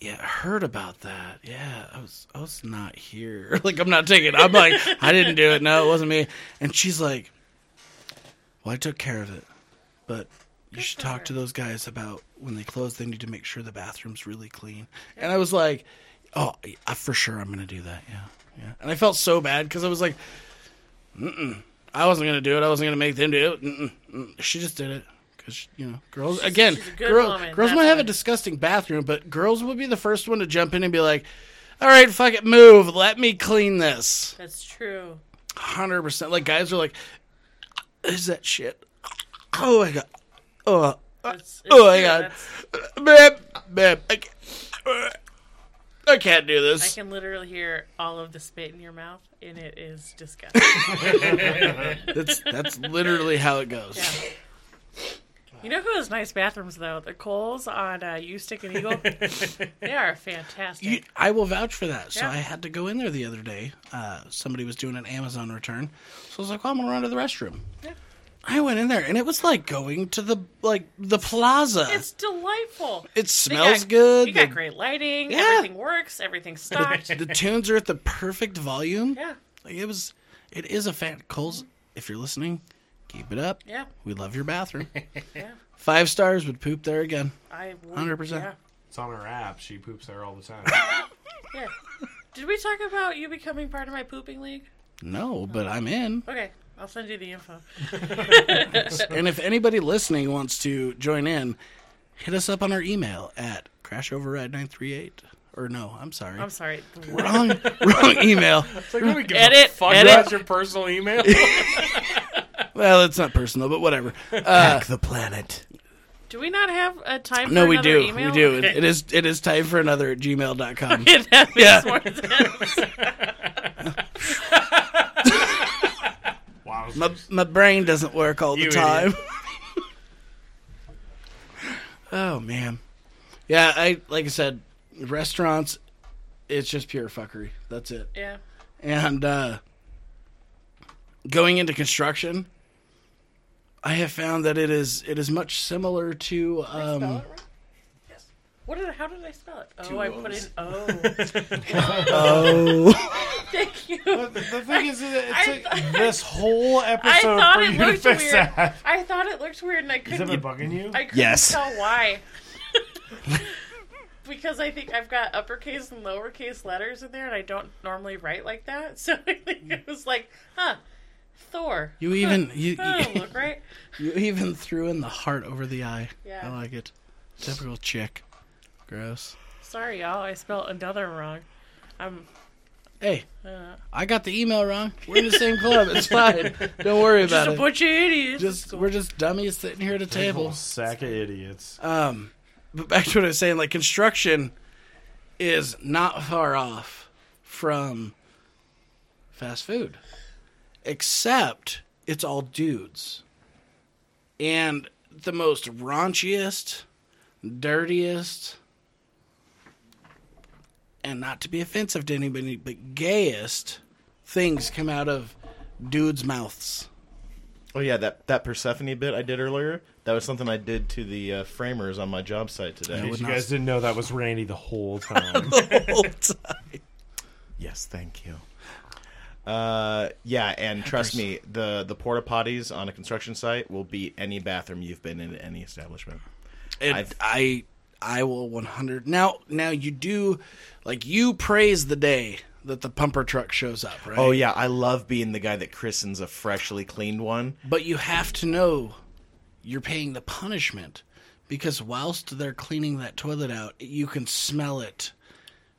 Speaker 2: Yeah, I heard about that. Yeah, I was I was not here. Like I'm not taking it. I'm like, I didn't do it, no, it wasn't me. And she's like, Well, I took care of it. But you should talk to those guys about when they close, they need to make sure the bathroom's really clean. And I was like, Oh, I, for sure I'm gonna do that, yeah. Yeah. And I felt so bad because I was like, Mm mm. I wasn't gonna do it. I wasn't gonna make them do it. Mm-mm, mm. She just did it because you know, girls again.
Speaker 5: she's a good
Speaker 2: Girl,
Speaker 5: woman,
Speaker 2: girls
Speaker 5: that's
Speaker 2: might have
Speaker 5: why.
Speaker 2: a disgusting bathroom, but girls would be the first one to jump in and be like, "All right, fuck it, move. Let me clean this."
Speaker 5: That's true.
Speaker 2: Hundred percent. Like guys are like, "Is that shit?" Oh my god. Oh,
Speaker 5: It's, it's
Speaker 2: Oh my
Speaker 5: true.
Speaker 2: God.
Speaker 5: That's-
Speaker 2: babe, babe, I can't, I can't do
Speaker 5: I
Speaker 2: this.
Speaker 5: can literally hear all of the spit in your mouth, and it is disgusting.
Speaker 2: That's that's literally how it goes.
Speaker 5: Yeah. You know who has nice bathrooms though? The Coles on uh, U Stick and Eagle. they are fantastic.
Speaker 2: You, I will vouch for that. So
Speaker 5: Yeah.
Speaker 2: I had to go in there the other day. Uh, somebody was doing an Amazon return, so I was like, "Well, I'm gonna run to the restroom."
Speaker 5: Yeah.
Speaker 2: I went in there, and it was like going to the like the plaza.
Speaker 5: It's delightful.
Speaker 2: it
Speaker 5: They
Speaker 2: smells
Speaker 5: got-
Speaker 2: good.
Speaker 5: You
Speaker 2: The,
Speaker 5: got great lighting.
Speaker 2: Yeah.
Speaker 5: Everything works. Everything's stocked.
Speaker 2: the tunes are at the perfect volume.
Speaker 5: yeah,
Speaker 2: Like it was, it is a fan. Cole's, if you're listening, keep it up.
Speaker 5: yeah.
Speaker 2: We love your bathroom.
Speaker 5: Yeah.
Speaker 2: Five stars would poop there again.
Speaker 5: I would-
Speaker 2: 100%.
Speaker 4: It's on her app. She poops there all the time.
Speaker 5: Yeah, yeah. Did we talk about you becoming part of my pooping league?
Speaker 2: No, but I'm in.
Speaker 5: Okay, I'll send you the info.
Speaker 2: And if anybody listening wants to join in, hit us up on our email at crashoverride938. Or no, I'm sorry.
Speaker 5: I'm sorry. The word-
Speaker 2: wrong, wrong email.
Speaker 6: It's like, nobody gives
Speaker 5: Edit,
Speaker 6: a fuck
Speaker 5: edit.
Speaker 6: about your personal email.
Speaker 2: Well, it's not personal, but whatever. Uh,
Speaker 7: the planet.
Speaker 5: Do we not have a time? For
Speaker 2: no, we
Speaker 5: another
Speaker 2: do.
Speaker 5: Email?
Speaker 2: We do. It, it is. It is time for another at gmail.com.
Speaker 5: It happens
Speaker 2: Yeah.
Speaker 5: more than-
Speaker 4: Wow.
Speaker 2: My, my brain doesn't work all the
Speaker 6: You
Speaker 2: time.
Speaker 6: idiot.
Speaker 2: oh man, yeah. I like I said, restaurants. It's just pure fuckery. That's it.
Speaker 5: yeah.
Speaker 2: And uh, going into construction, I have found that it is it is much similar to um,
Speaker 5: Spell it right? Yes. What did? How did I spell it? Oh, I put in oh.
Speaker 2: oh
Speaker 5: Thank you.
Speaker 4: The thing is, it,
Speaker 5: I-
Speaker 4: it took this whole
Speaker 5: I
Speaker 4: episode
Speaker 5: thought
Speaker 4: for
Speaker 5: it
Speaker 4: you to
Speaker 5: looked weird.
Speaker 4: fix that.
Speaker 5: I thought it looked weird, and I
Speaker 4: Is that
Speaker 5: couldn't.
Speaker 4: been bugging you?
Speaker 5: I couldn't
Speaker 7: Yes.
Speaker 5: tell why. because I think I've got uppercase and lowercase letters in there, and I don't normally write like that. So I think it was like, huh, Thor.
Speaker 2: you even you,
Speaker 5: That'll
Speaker 2: you
Speaker 5: look right.
Speaker 2: you even threw in the heart over the eye.
Speaker 5: Yeah.
Speaker 2: I like it. Typical chick. Gross.
Speaker 5: Sorry, y'all. I spelled another wrong. I'm
Speaker 2: Hey,
Speaker 5: Uh.
Speaker 2: I got the email wrong. We're in the same club. It's fine. Don't worry
Speaker 5: just
Speaker 2: about
Speaker 5: a
Speaker 2: it.
Speaker 5: bunch of idiots.
Speaker 2: Just we're just dummies sitting here at a
Speaker 4: Little
Speaker 2: table.
Speaker 4: sack of idiots.
Speaker 2: Um, but back to what I was saying, like construction is not far off from fast food, except it's all dudes, and the most raunchiest, dirtiest, and not to be offensive to anybody, but gayest things come out of dudes' mouths.
Speaker 1: Oh yeah, that that Persephone bit I did earlier. That was something I did to the uh, framers on my job site today.
Speaker 4: You guys didn't know that was Randy the whole time.
Speaker 2: Whole time.
Speaker 1: Yes, thank you. Uh, yeah, and trust me, the the porta potties on a construction site will beat any bathroom you've been in at any establishment.
Speaker 2: And
Speaker 1: I've-
Speaker 2: I I will 100. Now now you do like you praise the day that the pumper truck shows up, right?
Speaker 1: Oh yeah, I love being the guy that christens a freshly cleaned one.
Speaker 2: But you have to know you're paying the punishment because whilst they're cleaning that toilet out, you can smell it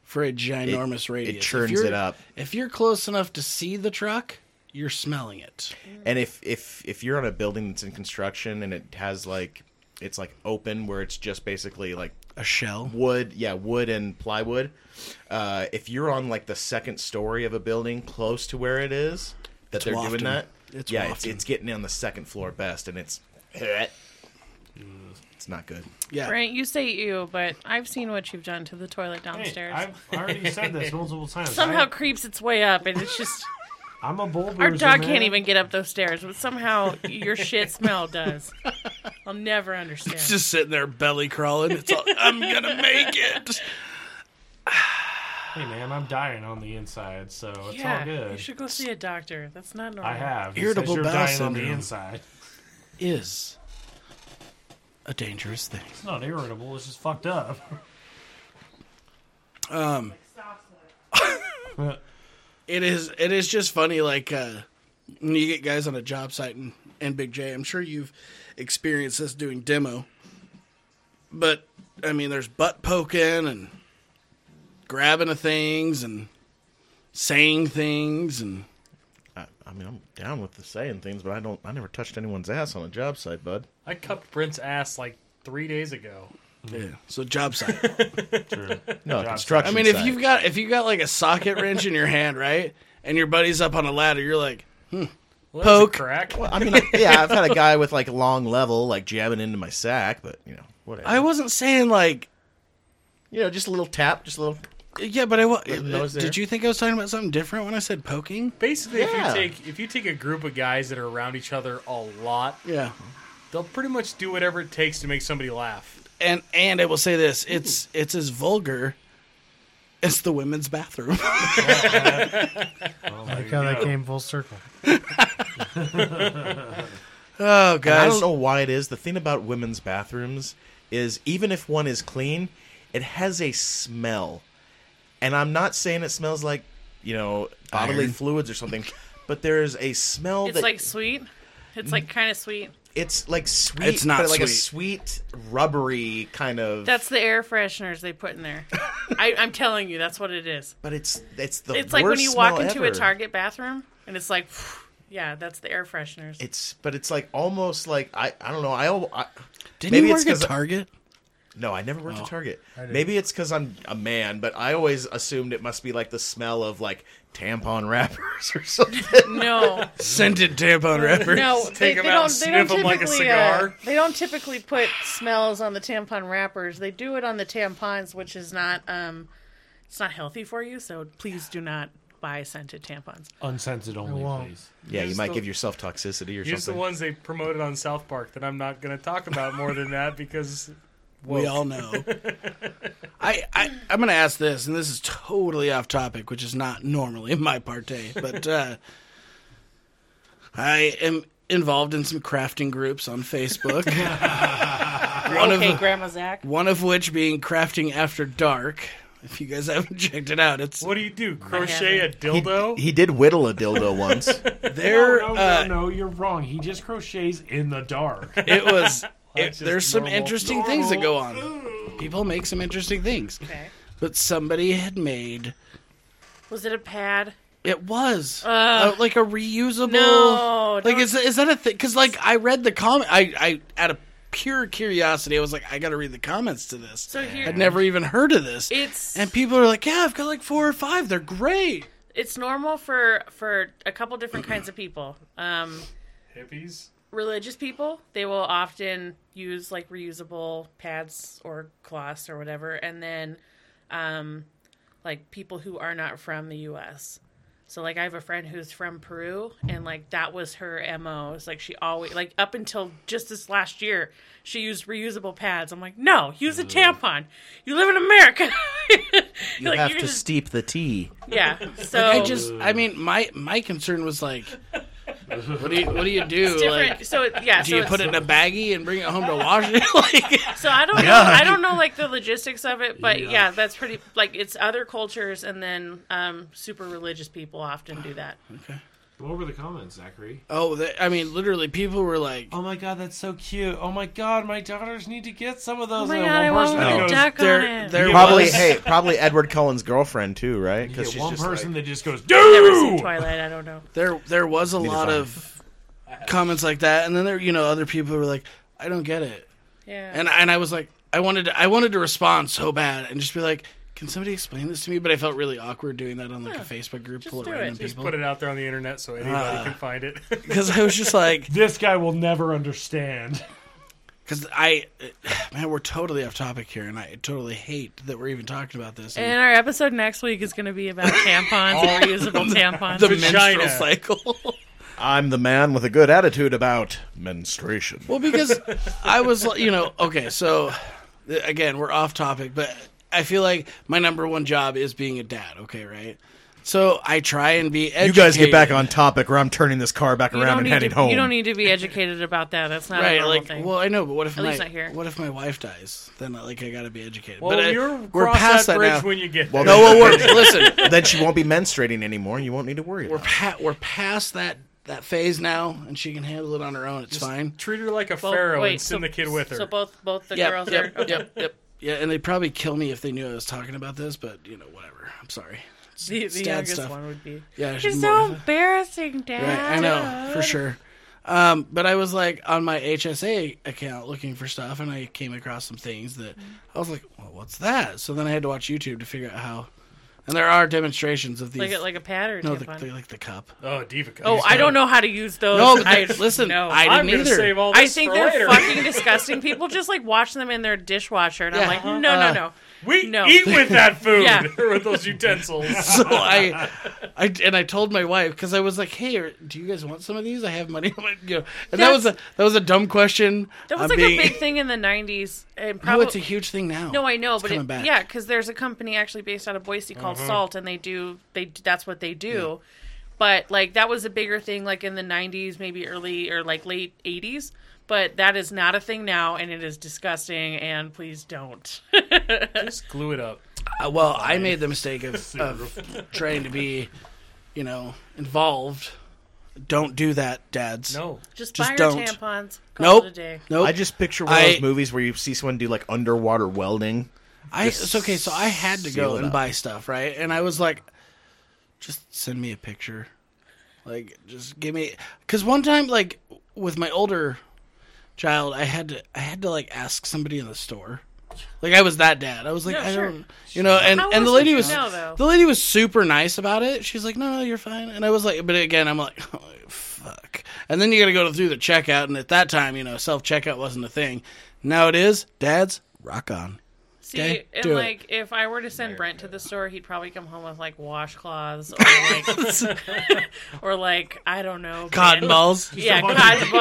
Speaker 2: for a ginormous radius. If
Speaker 1: churns
Speaker 2: you're-
Speaker 1: it up.
Speaker 2: If you're close enough to see the truck, you're smelling it.
Speaker 1: And if if if you're on a building that's in construction and it has like it's like open where it's just basically like
Speaker 2: A shell.
Speaker 1: wood, yeah, wood and plywood. Uh, if you're on like the second story of a building close to where it is that they're
Speaker 2: wafting.
Speaker 1: doing that,
Speaker 2: It's
Speaker 1: yeah, it's,
Speaker 2: wafting.
Speaker 1: it's getting on the second floor best, and it's it's not good.
Speaker 2: Yeah.
Speaker 5: Brent, you say you, but I've seen what you've done to the toilet
Speaker 4: Hey,
Speaker 5: downstairs.
Speaker 4: I've already said this multiple times.
Speaker 5: somehow creeps its way up, and it's just
Speaker 4: I, am a bull
Speaker 5: our
Speaker 4: bruiser,
Speaker 5: dog
Speaker 4: man.
Speaker 5: can't even get up those stairs, but somehow your shit smell does. I'll never understand.
Speaker 2: It's just sitting there belly crawling. It's all, I'm gonna make it.
Speaker 4: Hey man, I'm dying on the inside, so it's all
Speaker 5: yeah, you
Speaker 4: good.
Speaker 5: should go see a doctor. That's not normal.
Speaker 4: I have He
Speaker 2: Irritable
Speaker 4: says you're
Speaker 2: bowel
Speaker 4: dying on the
Speaker 2: syndrome.
Speaker 4: inside.
Speaker 2: Is a dangerous thing.
Speaker 4: It's not irritable. It's just fucked up.
Speaker 2: Um, it is. It is just funny. Like uh, when you get guys on a job site and, and Big J. I'm sure you've experienced this doing demo. But I mean, there's butt poking and grabbing of things and saying things and
Speaker 1: I, I mean, I'm down with the saying things, but I don't. I never touched anyone's ass on a job site, bud.
Speaker 6: I cupped Brent's ass like three days ago.
Speaker 2: yeah. So job site.
Speaker 4: True.
Speaker 1: No
Speaker 4: site.
Speaker 1: construction.
Speaker 2: I mean, if
Speaker 1: site.
Speaker 2: you've got if you got like a socket wrench in your hand, right, and your buddy's up on a ladder, you're like,
Speaker 6: Well, that was a
Speaker 2: Poke.
Speaker 6: crack.
Speaker 1: I mean, I- yeah, I've had a guy with like long level, like jabbing into my sack, but you know, whatever.
Speaker 2: I wasn't saying like,
Speaker 1: you know, just a little tap, just a little.
Speaker 2: yeah, but I was.
Speaker 1: nose there.
Speaker 2: Did you think I was talking about something different when I said poking?
Speaker 6: Basically,
Speaker 1: Yeah.
Speaker 6: if you take if you take a group of guys that are around each other a lot,
Speaker 2: Yeah,
Speaker 6: they'll pretty much do whatever it takes to make somebody laugh.
Speaker 2: and and I will say this: it's it's as vulgar as the women's bathroom.
Speaker 3: Like how that came full circle.
Speaker 2: oh,
Speaker 1: And I
Speaker 2: guys,
Speaker 1: don't know why it is. The thing about women's bathrooms is even if one is clean, it has a smell. And I'm not saying it smells like, you know, bodily
Speaker 2: Iron.
Speaker 1: fluids or something, but there is a smell
Speaker 5: It's
Speaker 1: that
Speaker 5: like sweet. It's like kind of sweet.
Speaker 1: it's like sweet,
Speaker 2: It's not
Speaker 1: but like a sweet, rubbery kind of.
Speaker 5: That's the air fresheners they put in there. I, I'm telling you, that's what it is.
Speaker 1: but it's it's the
Speaker 5: It's like when
Speaker 1: worst
Speaker 5: you walk
Speaker 1: smell
Speaker 5: into a
Speaker 1: ever.
Speaker 5: Target bathroom and it's like, yeah, that's the air fresheners.
Speaker 1: It's but it's like almost like I I don't know I, al- I
Speaker 2: did
Speaker 1: maybe
Speaker 2: you
Speaker 1: it's
Speaker 2: work at
Speaker 1: 'cause I-
Speaker 2: Target?
Speaker 1: No, I never worked at Target. Maybe it's because I'm a man, but I always assumed it must be like the smell of like tampon wrappers or something.
Speaker 5: No,
Speaker 2: Scented tampon wrapper.
Speaker 5: no, they,
Speaker 6: them
Speaker 5: they
Speaker 6: out
Speaker 5: don't. They
Speaker 6: and
Speaker 5: don't
Speaker 6: sniff 'em like a
Speaker 5: typically. uh,
Speaker 6: cigar.
Speaker 5: they don't typically put smells on the tampon wrappers. They do it on the tampons, which is not. Um, it's not healthy for you, so please do not buy scented tampons.
Speaker 4: Unscented only,
Speaker 3: won't.
Speaker 4: please.
Speaker 1: yeah, you
Speaker 6: Use
Speaker 1: might
Speaker 6: the-
Speaker 1: give yourself toxicity or
Speaker 6: Here's the
Speaker 1: something.
Speaker 6: ones they promoted on South Park that I'm not going to talk about more than that because
Speaker 2: We all know. I, I I'm going to ask this, and this is totally off topic, which is not normally my parte, but uh, I am involved in some crafting groups on Facebook. one
Speaker 5: okay,
Speaker 2: of
Speaker 5: Grandma Zach.
Speaker 2: one of which being crafting after dark. If you guys haven't checked it out, it's
Speaker 6: what do you do? Crochet a dildo?
Speaker 1: He, he did whittle a dildo once.
Speaker 2: there.
Speaker 4: no, no,
Speaker 2: uh,
Speaker 4: no, no, you're wrong. He just crochets in the dark.
Speaker 2: It was. It,
Speaker 6: just
Speaker 2: there's some
Speaker 6: normal.
Speaker 2: interesting things that go on. People make some interesting things,
Speaker 5: Okay.
Speaker 2: but somebody had made.
Speaker 5: Was it a pad?
Speaker 2: It was uh,
Speaker 5: Ugh.
Speaker 2: like a reusable.
Speaker 5: No,
Speaker 2: like
Speaker 5: don't-
Speaker 2: is is that a thing? Because like I read the comment, I I at a pure curiosity, I was like, I got to read the comments to this.
Speaker 5: So here,
Speaker 2: I'd never even heard of this.
Speaker 5: it's
Speaker 2: and people are like, yeah, I've got like four or five. They're great.
Speaker 5: it's normal for for a couple different kinds of people. Um,
Speaker 6: Hippies.
Speaker 5: religious people, they will often use like reusable pads or cloths or whatever, and then um, like people who are not from the U.S. So like I have a friend who's from Peru, and like that was her mo. It's like she always like up until just this last year, she used reusable pads. I'm like, no, use a tampon. You live in America.
Speaker 7: You
Speaker 5: Like,
Speaker 7: have
Speaker 5: you're
Speaker 7: to
Speaker 5: just-
Speaker 7: steep the tea.
Speaker 5: yeah. So
Speaker 2: I just, I mean, my my concern was like, what do you what do you do?
Speaker 5: different.
Speaker 2: Like,
Speaker 5: so it- yeah.
Speaker 2: do
Speaker 5: so
Speaker 2: you
Speaker 5: it's-
Speaker 2: put it in a baggie and bring it home to wash it? like,
Speaker 5: So I don't know. I don't know like the logistics of it, but yeah.
Speaker 2: Yeah.
Speaker 5: that's pretty like it's other cultures and then um, super religious people often do that.
Speaker 4: What were the comments, Zachary?
Speaker 2: oh, they, I mean, literally, people were like,
Speaker 4: Oh my god, that's so cute. Oh my god, my daughters need to get some of those.
Speaker 5: Oh my
Speaker 4: And
Speaker 5: God, I want
Speaker 4: person
Speaker 5: one
Speaker 4: that
Speaker 5: of
Speaker 4: goes-
Speaker 5: those. Duck on
Speaker 2: there,
Speaker 5: it.
Speaker 2: there
Speaker 1: Probably,
Speaker 2: was,
Speaker 1: hey, probably Edward Cullen's girlfriend too, right?
Speaker 4: You
Speaker 1: Because
Speaker 4: get
Speaker 1: she's
Speaker 4: one
Speaker 1: just
Speaker 4: person that just goes,
Speaker 5: Never seen
Speaker 4: dude.
Speaker 5: Twilight. I don't know.
Speaker 2: there there was a lot
Speaker 1: I.
Speaker 2: of comments like that, and then there, you know, other people were like, I don't get it,
Speaker 5: Yeah.
Speaker 2: and and I was like, I wanted to, I wanted to respond so bad and just be like. Can somebody explain this to me? But I felt really awkward doing that on like a Facebook group full of
Speaker 5: do it.
Speaker 2: random
Speaker 5: Just
Speaker 2: people
Speaker 6: Put it out there on the internet so anybody
Speaker 2: Ah.
Speaker 6: can find it.
Speaker 2: because I was just like,
Speaker 4: This guy will never understand.
Speaker 2: Because I, man, we're totally off topic here, and I totally hate that we're even talking about this.
Speaker 5: and our episode next week is going to be about tampons and reusable tampons.
Speaker 2: the
Speaker 6: vagina.
Speaker 2: menstrual cycle.
Speaker 7: I'm the man with a good attitude about menstruation.
Speaker 2: well, because I was, like, you know, okay, so th- again, we're off topic, but I feel like my number one job is being a dad. Okay, right. So I try and be.
Speaker 7: you
Speaker 2: Educated.
Speaker 7: guys get back on topic, or I'm turning this car back
Speaker 5: you
Speaker 7: around
Speaker 5: don't,
Speaker 7: and
Speaker 5: need
Speaker 7: heading
Speaker 5: to,
Speaker 7: home.
Speaker 5: you don't need to be educated about that. That's not a
Speaker 2: Right,
Speaker 5: normal
Speaker 2: like,
Speaker 5: thing.
Speaker 2: well, I know, but what if
Speaker 5: At
Speaker 2: my
Speaker 5: least not here.
Speaker 2: what if my wife dies? Then, like, I gotta be educated.
Speaker 6: well,
Speaker 2: but I-
Speaker 6: you're
Speaker 2: we're
Speaker 6: cross
Speaker 2: past
Speaker 6: that
Speaker 2: that
Speaker 6: bridge
Speaker 2: now.
Speaker 6: when you get
Speaker 7: Well,
Speaker 6: there.
Speaker 2: no, well, we're, listen,
Speaker 7: then she won't be menstruating anymore, and you won't need to worry.
Speaker 2: we're
Speaker 7: About it.
Speaker 2: pa- we're past that that phase now, and she can handle it on her own. It's fine.
Speaker 6: Treat her like a
Speaker 5: Both-
Speaker 6: pharaoh
Speaker 5: Oh, wait,
Speaker 6: and send
Speaker 5: so-
Speaker 6: the kid with her.
Speaker 5: So both both the
Speaker 2: Yep,
Speaker 5: girls
Speaker 2: yep,
Speaker 5: are. Okay.
Speaker 2: yep, yep. Yeah, and they'd probably kill me if they knew I was talking about this, but you know, whatever. I'm sorry.
Speaker 5: The, the
Speaker 2: Dad
Speaker 5: youngest
Speaker 2: stuff.
Speaker 5: one would be.
Speaker 2: Yeah, I
Speaker 5: You're
Speaker 2: should
Speaker 5: so
Speaker 2: more-
Speaker 5: embarrassing, Dad.
Speaker 2: right, I know for sure. Um, but I was like on my HSA account looking for stuff, and I came across some things that I was like, well, "What's that?" So then I had to watch YouTube to figure out how. And there are demonstrations of these.
Speaker 5: Like a, like a pad or
Speaker 2: no, the,
Speaker 5: tampon.
Speaker 2: the- like the cup.
Speaker 6: oh, diva. Cup.
Speaker 5: oh, I don't know how to use those.
Speaker 2: No, but
Speaker 5: I,
Speaker 2: they- listen,
Speaker 5: no.
Speaker 2: I
Speaker 6: I'm
Speaker 2: didn't
Speaker 6: gonna
Speaker 2: either.
Speaker 6: save all this
Speaker 5: I think
Speaker 6: for
Speaker 5: they're
Speaker 6: later.
Speaker 5: fucking disgusting. People just like wash them in their dishwasher, and
Speaker 2: Yeah.
Speaker 5: I'm like, no, no,
Speaker 2: Uh-huh.
Speaker 5: no.
Speaker 6: we
Speaker 5: No.
Speaker 6: eat with that food
Speaker 5: Yeah.
Speaker 6: or with those utensils.
Speaker 2: so I, I and I told my wife because I was like, "Hey, are, do you guys want some of these? I have money." you know, and that
Speaker 5: That's-
Speaker 2: was a that was a dumb question.
Speaker 5: That was
Speaker 2: I'm
Speaker 5: like
Speaker 2: being-
Speaker 5: a big thing in the '90s, and
Speaker 2: No,
Speaker 5: probably
Speaker 2: it's a huge thing now.
Speaker 5: no, I know,
Speaker 2: It's
Speaker 5: but it,
Speaker 2: coming back.
Speaker 5: yeah, because there's a company actually based out of Boise called Salt, and they do they that's what they do. But like that was a bigger thing, like in the '90s, maybe early or like late '80s. But that is not a thing now, and it is disgusting. And please don't.
Speaker 6: Just glue it up.
Speaker 2: Uh, well, I made the mistake of, of trying to be, you know, involved. Don't do that, dads.
Speaker 6: No.
Speaker 5: just,
Speaker 2: Just
Speaker 5: buy your
Speaker 2: don't.
Speaker 5: tampons. Call
Speaker 2: Nope.
Speaker 5: it a day.
Speaker 2: Nope.
Speaker 1: I just picture one of
Speaker 2: Oh, I-
Speaker 1: those movies where you see someone do like underwater welding.
Speaker 2: I it's okay, so I had to
Speaker 1: seal
Speaker 2: go
Speaker 1: it
Speaker 2: and
Speaker 1: up.
Speaker 2: buy stuff, right? And I was like, just send me a picture, like just give me. Because one time, like with my older child, I had to I had to like ask somebody in the store. Like I was that dad. I was like,
Speaker 5: Yeah,
Speaker 2: I
Speaker 5: sure.
Speaker 2: don't, you know, and,
Speaker 5: How
Speaker 2: and the
Speaker 5: else would
Speaker 2: lady
Speaker 5: you
Speaker 2: was
Speaker 5: know, though?
Speaker 2: the lady was super nice about it. She's like, no, no, you're fine. And I was like, but again, I'm like, oh, fuck. And then you got to go through the checkout, and at that time, you know, self checkout wasn't a thing. Now it is. Dads, rock on.
Speaker 5: See,
Speaker 2: Okay,
Speaker 5: and
Speaker 2: do it.
Speaker 5: like if I were to send Brent to the store, he'd probably come home with like washcloths or like or like I don't know
Speaker 2: Cotton
Speaker 5: man.
Speaker 2: balls.
Speaker 5: Yeah,
Speaker 4: a bunch
Speaker 5: cotton
Speaker 4: of-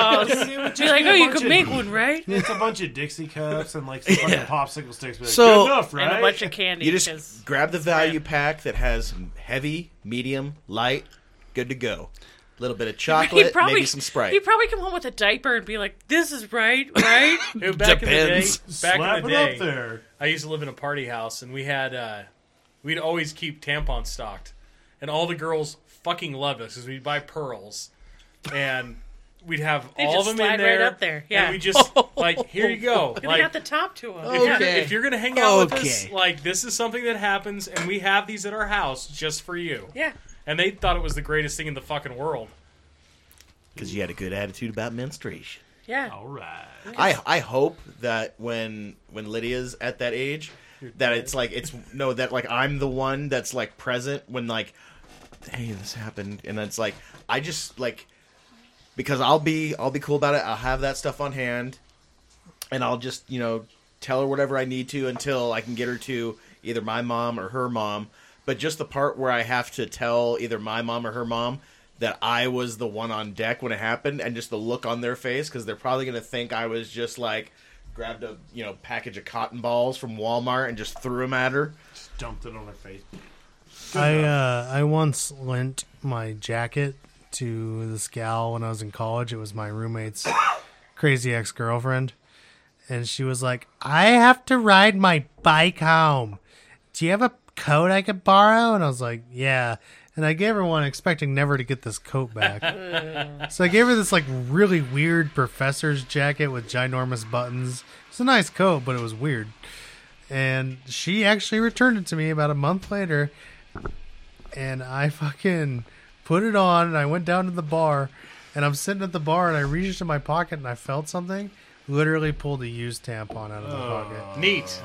Speaker 5: balls. Be like, oh, you could make one, right? And
Speaker 4: It's a bunch of Dixie cups and like some fucking popsicle sticks. But
Speaker 2: So-
Speaker 4: so good enough, right?
Speaker 5: a bunch of candy.
Speaker 1: You just
Speaker 5: 'cause-
Speaker 1: grab the value pack that has heavy, medium, light, good to go. A little bit of chocolate, maybe some Sprite.
Speaker 5: He'd probably come home with a diaper and be like, "This is right, right?"
Speaker 6: Who, back
Speaker 2: Depends.
Speaker 6: in the day,
Speaker 4: Slap
Speaker 6: back in the
Speaker 4: it
Speaker 6: day,
Speaker 4: up there.
Speaker 6: I used to live in a party house, and we had uh, we'd always keep tampons stocked, and all the girls fucking loved us because we'd buy pearls, and we'd have
Speaker 5: They
Speaker 6: all
Speaker 5: just
Speaker 6: of them in
Speaker 5: slide
Speaker 6: there.
Speaker 5: right up there, yeah.
Speaker 6: and we just like here you go.
Speaker 5: they got
Speaker 6: Like
Speaker 5: the top to him.
Speaker 2: Oh,
Speaker 6: if, you're,
Speaker 2: Okay.
Speaker 6: if you're gonna hang out with us,
Speaker 2: Okay.
Speaker 6: like this is something that happens, and we have these at our house just for you.
Speaker 5: Yeah,
Speaker 6: And they thought it was the greatest thing in the fucking world.
Speaker 1: Because you had a good attitude about menstruation.
Speaker 5: Yeah.
Speaker 6: All right.
Speaker 1: I I hope that when when Lydia's at that age, that it's like it's no that like I'm the one that's like present when like, hey, this happened, and it's like I just like because I'll be I'll be cool about it. I'll have that stuff on hand, and I'll just you know tell her whatever I need to until I can get her to either my mom or her mom. But just the part where I have to tell either my mom or her mom that I was the one on deck when it happened, and just the look on their face because they're probably gonna think I was just like grabbed a you know package of cotton balls from Walmart and just threw them at her.
Speaker 4: Just dumped it on her face.
Speaker 3: I uh, I once lent my jacket to this gal when I was in college. It was my roommate's crazy ex girlfriend, and she was like, "I have to ride my bike home. Do you have a coat I could borrow?" And I was like, "Yeah." And I gave her one, expecting never to get this coat back. so I gave her this like really weird professor's jacket with ginormous buttons. It's a nice coat, but it was weird and she actually returned it to me about a month later and i fucking put it on and i went down to the bar and i'm sitting at the bar and i reached in my pocket and i felt something literally pulled a used tampon out of my pocket
Speaker 6: Neat.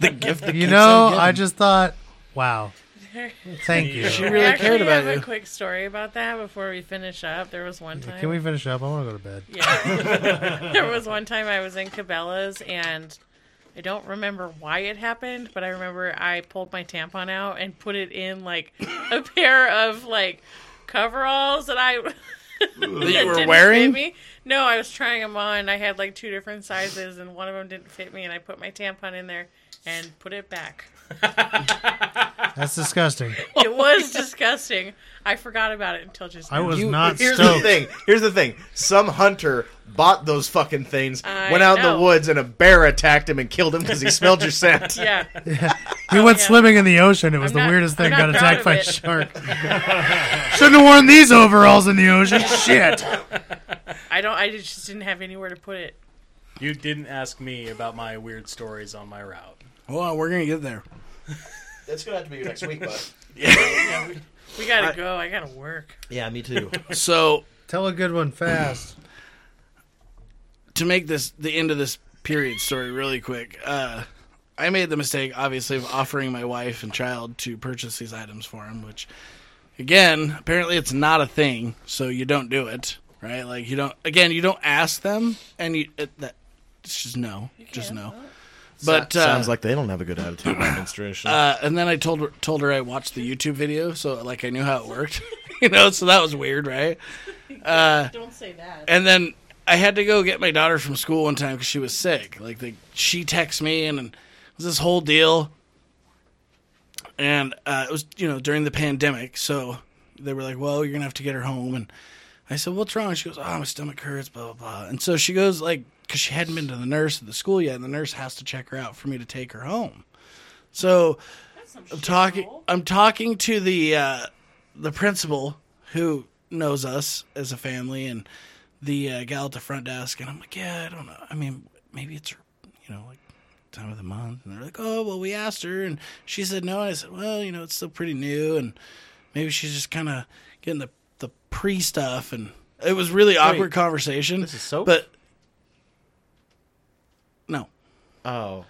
Speaker 7: The gift that
Speaker 3: you
Speaker 7: keeps
Speaker 3: know
Speaker 7: on
Speaker 3: i
Speaker 7: giving.
Speaker 3: just thought wow thank you
Speaker 2: She
Speaker 5: I
Speaker 2: really
Speaker 5: actually
Speaker 2: cared about
Speaker 5: have
Speaker 2: you.
Speaker 5: a quick story about that before we finish up. There was one time.
Speaker 3: can we finish up i want to go to bed
Speaker 5: Yeah. there was one time I was in Cabela's and I don't remember why it happened, but I remember I pulled my tampon out and put it in like a pair of like coveralls that I
Speaker 2: That you were
Speaker 5: didn't
Speaker 2: wearing?
Speaker 5: fit me. No, I was trying them on. I had like two different sizes and one of them didn't fit me and I put my tampon in there and put it back.
Speaker 3: that's disgusting
Speaker 5: It was disgusting. I forgot about it until just
Speaker 3: i
Speaker 5: now.
Speaker 3: was not
Speaker 1: Here's the
Speaker 3: stoked
Speaker 1: thing. Here's the thing. Some hunter bought those fucking things,
Speaker 5: I
Speaker 1: went out in
Speaker 5: know.
Speaker 1: the woods, and a bear attacked him and killed him because he smelled your scent.
Speaker 5: yeah.
Speaker 3: we went
Speaker 5: yeah.
Speaker 3: swimming in the ocean it was
Speaker 5: I'm
Speaker 3: the
Speaker 5: not-
Speaker 3: weirdest
Speaker 5: I'm
Speaker 3: thing
Speaker 5: not proud
Speaker 3: got attacked
Speaker 5: of
Speaker 3: by a
Speaker 5: it.
Speaker 3: shark shouldn't have worn these overalls in the ocean shit
Speaker 5: I don't I just didn't have anywhere to put it.
Speaker 6: You didn't ask me about my weird stories on my route.
Speaker 2: Well, we're gonna get there.
Speaker 1: That's gonna have to be next week, bud.
Speaker 5: We gotta go. I gotta work.
Speaker 1: Yeah, me too.
Speaker 2: So
Speaker 3: tell a good one fast
Speaker 2: to make this the end of this period story really quick, uh, I made the mistake, obviously, of offering my wife and child to purchase these items for him, which, again, apparently it's not a thing, so you don't do it, right? Like, you don't, again, you don't ask them, and you, it, that, it's just no, just no. But, uh,
Speaker 7: sounds like they don't have a good attitude about menstruation.
Speaker 2: uh, and then I told her, told her I watched the YouTube video, so like I knew how it worked, you know. So that was weird, right?
Speaker 5: Don't say that.
Speaker 2: and then I had to go get my daughter from school one time because she was sick. Like they, she texted me, and, and it was this whole deal. And uh, it was you know during the pandemic, so they were like, "Well, you're gonna have to get her home." And I said, "What's wrong?" She goes, "Oh, my stomach hurts." Blah blah blah. And so she goes like, because she hadn't been to the nurse at the school yet, and the nurse has to check her out for me to take her home. So I'm talking. I'm talking to the uh, the principal who knows us as a family, and the uh, gal at the front desk, and I'm like, yeah, I don't know. I mean, maybe it's her, you know, like time of the month, and they're like, oh, well, we asked her, and she said no. And I said, well, you know, it's still pretty new, and maybe she's just kind of getting the the pre stuff, and it was really awkward conversation. This
Speaker 1: is soap?
Speaker 2: but no,
Speaker 1: Oh,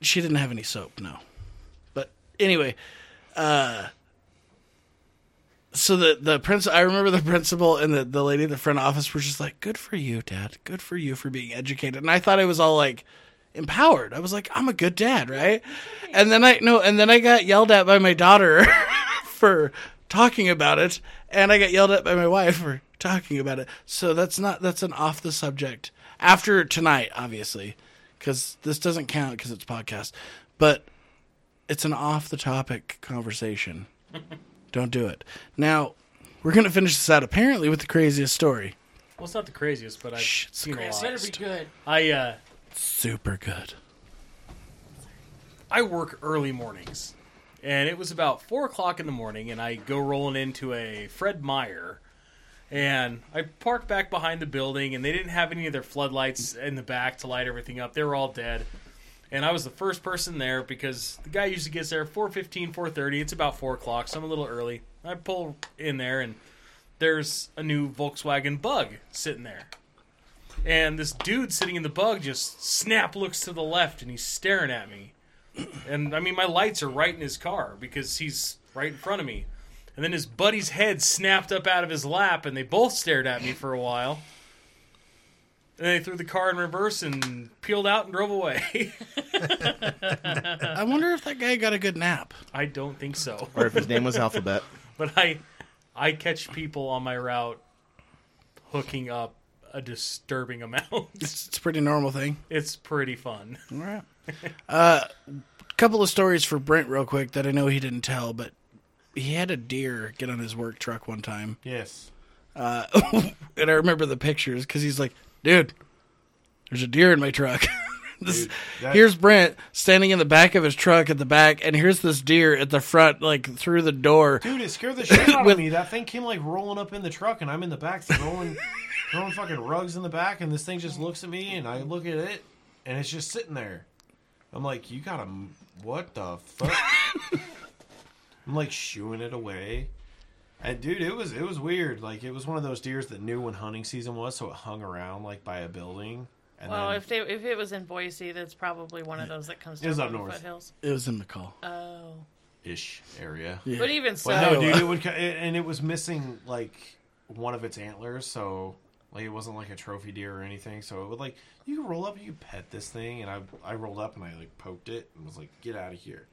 Speaker 2: she didn't have any soap, no. But anyway, uh, so the the prince, I remember the principal and the the lady at the front office were just like, "Good for you, Dad. Good for you for being educated." And I thought I was all like empowered. I was like, "I'm a good dad, right?" And then I no, and then I got yelled at by my daughter for talking about it, and I got yelled at by my wife for talking about it. So that's not that's an off the subject after tonight, obviously because this doesn't count because it's podcast, but it's an off the topic conversation. Don't do it. Now, we're going to finish this out apparently with the craziest story.
Speaker 6: Well, it's not the craziest, but I've
Speaker 2: Shh, it's
Speaker 6: seen
Speaker 2: the
Speaker 6: a
Speaker 5: Better
Speaker 6: lot.
Speaker 5: be good.
Speaker 6: I uh,
Speaker 2: Super good.
Speaker 6: I work early mornings, and it was about four o'clock in the morning, and I go rolling into a Fred Meyer, and I park back behind the building, and they didn't have any of their floodlights in the back to light everything up. They were all dead, and I was the first person there because the guy usually gets there 4.15, 4.30. It's about four o'clock, so I'm a little early. I pull in there and there's a new Volkswagen Bug sitting there. And this dude sitting in the bug just snap looks to the left and he's staring at me. And I mean, my lights are right in his car because he's right in front of me. And then his buddy's head snapped up out of his lap and they both stared at me for a while. And they threw the car in reverse and peeled out and drove away.
Speaker 2: I wonder if that guy got a good nap.
Speaker 6: I don't think so.
Speaker 1: or if his name was Alphabet.
Speaker 6: but I I catch people on my route hooking up a disturbing amount.
Speaker 2: It's, it's a pretty normal thing.
Speaker 6: it's pretty fun.
Speaker 2: All right. A Uh, couple of stories for Brent, real quick, that I know he didn't tell, but he had a deer get on his work truck one time.
Speaker 4: Yes.
Speaker 2: and I remember the pictures because he's like, dude, there's a deer in my truck. this,
Speaker 4: Dude, that-
Speaker 2: here's Brent standing in the back of his truck at the back, and here's this deer at the front, like through the door.
Speaker 4: Dude, it scared the shit out
Speaker 2: With-
Speaker 4: of me. That thing came like rolling up in the truck, and I'm in the back throwing, throwing fucking rugs in the back, and this thing just looks at me, and I look at it, and it's just sitting there. I'm like, you gotta, m- what the fuck? I'm like shooing it away, and dude, it was it was weird. Like it was one of those deers that knew when hunting season was, so it hung around like by a building. And
Speaker 5: Well,
Speaker 4: then,
Speaker 5: if they if it was in Boise, that's probably one of those that comes
Speaker 4: It was
Speaker 5: down
Speaker 4: up
Speaker 5: from the
Speaker 4: north.
Speaker 5: foothills.
Speaker 2: It was in McCall.
Speaker 5: Oh,
Speaker 4: ish area.
Speaker 2: Yeah.
Speaker 5: but even so,
Speaker 4: Well, no, dude, it would, co- it, and it was missing like one of its antlers, so like it wasn't like a trophy deer or anything. So it would like you could roll up, you could pet this thing, and I I rolled up and I like poked it and was like, get out of here,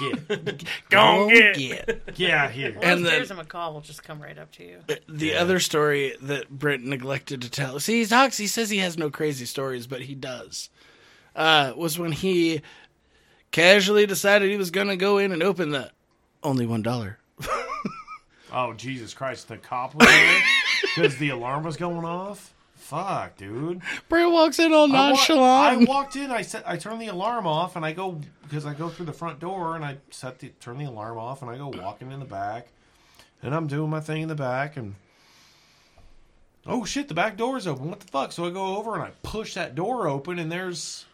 Speaker 4: get
Speaker 6: Go get.
Speaker 4: get out of here.
Speaker 5: Well,
Speaker 2: And
Speaker 5: if there's a
Speaker 2: then-
Speaker 5: McCall will just come right up to you.
Speaker 2: The other story that Brent neglected to tell. See, he talks. He says he has no crazy stories, but he does. Uh, was when he casually decided he was going to go in and open the only one dollar.
Speaker 4: Oh Jesus Christ, the cop was there because the alarm was going off. Fuck, dude.
Speaker 2: Brent walks in all
Speaker 4: I wa- I
Speaker 2: nonchalant.
Speaker 4: walked in. I set. I turned the alarm off, and I go because I go through the front door, and I set the turn the alarm off, and I go walking in the back, and I'm doing my thing in the back, and oh shit, the back door is open. What the fuck? So I go over and I push that door open, and there's,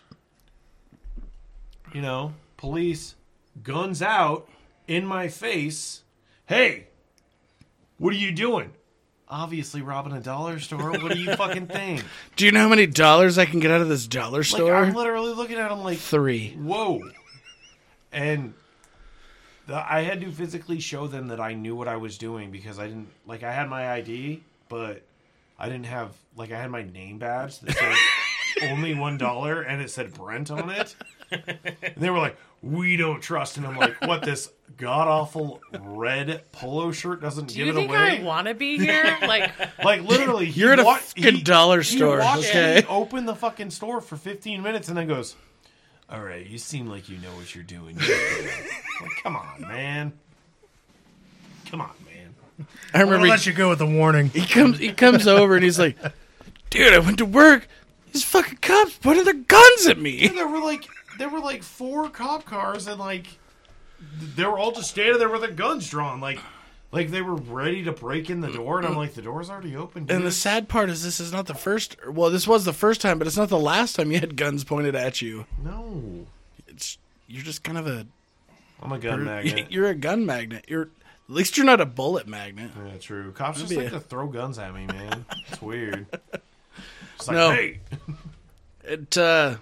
Speaker 4: you know, police, guns out in my face. Hey, what are you doing? Obviously, robbing a dollar store. What do you fucking think?
Speaker 2: Do you know how many dollars I can get out of this dollar
Speaker 4: Like,
Speaker 2: store?
Speaker 4: I'm literally looking at him like,
Speaker 2: Three.
Speaker 4: whoa and the, i had to physically show them that i knew what i was doing because i didn't like i had my id but i didn't have like i had my name badge that said only one dollar and it said brent on it and they were like we don't trust and i'm like what this god awful red polo shirt doesn't
Speaker 5: Do
Speaker 4: give
Speaker 5: you
Speaker 4: it
Speaker 5: think
Speaker 4: away
Speaker 5: I want to be here? Like,
Speaker 4: like literally he
Speaker 2: You're at a
Speaker 4: wa-
Speaker 2: fucking dollar store,
Speaker 4: he watched
Speaker 2: okay?
Speaker 4: me open the fucking store for 15 minutes and then goes all right you seem like you know what you're doing like, come on man come on man
Speaker 2: I
Speaker 3: I'm
Speaker 2: remember
Speaker 3: gonna
Speaker 2: he-
Speaker 3: let you go with a warning.
Speaker 2: he comes he comes over and he's like, "Dude, I went to work. These fucking cops pointed their guns at me."
Speaker 4: there were like there were like four cop cars and like they were all just standing there with their guns drawn like like they were ready to break in the door and i'm like the door's already open dude.
Speaker 2: And the sad part is, this is not the first. Well, this was the first time, but it's not the last time you had guns pointed at you.
Speaker 4: no
Speaker 2: It's you're just kind of a
Speaker 4: i'm a gun magnet
Speaker 2: you're a gun magnet. You're at least you're not a bullet magnet.
Speaker 4: yeah true cops just
Speaker 2: Maybe
Speaker 4: like
Speaker 2: a-
Speaker 4: to throw guns at me man it's weird it's like
Speaker 2: No.
Speaker 4: hey
Speaker 2: It uh,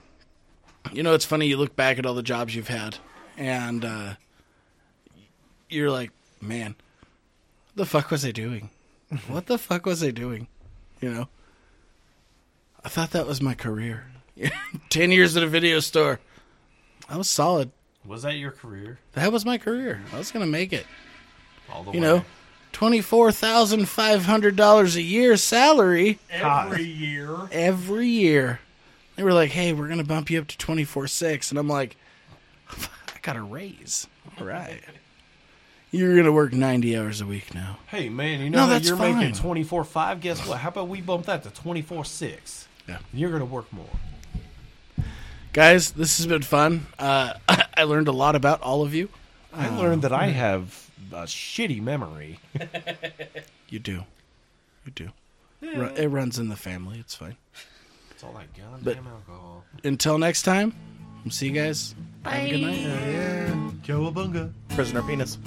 Speaker 2: you know, it's funny. You look back at all the jobs you've had, and uh, you're like, man, what the fuck was I doing? What the fuck was I doing? You know, I thought that was my career. Ten years at a video store. I was solid.
Speaker 4: Was that your career?
Speaker 2: That was my career. I was gonna make it.
Speaker 4: All the
Speaker 2: you
Speaker 4: way.
Speaker 2: know, twenty four thousand five hundred dollars a year salary
Speaker 6: Every year.
Speaker 2: every year. They were like, "Hey, we're gonna bump you up to twenty four six," and I'm like, "I got a raise. All right, you're gonna work ninety hours a week now."
Speaker 4: Hey man, you
Speaker 2: No,
Speaker 4: know that
Speaker 2: that's
Speaker 4: you're
Speaker 2: fine.
Speaker 4: making twenty four five. Guess what? How about we bump that to twenty four six?
Speaker 2: Yeah.
Speaker 4: You're gonna work more.
Speaker 2: Guys, this has been fun. Uh, I learned a lot about all of you.
Speaker 4: I learned that I have a shitty memory.
Speaker 2: You do, you do. Ru- It runs in the family. It's fine.
Speaker 4: It's all that goddamn
Speaker 2: But-
Speaker 4: alcohol.
Speaker 2: Until next time, we'll see you guys. Have a good night.
Speaker 3: Cowabunga.
Speaker 1: Prisoner penis.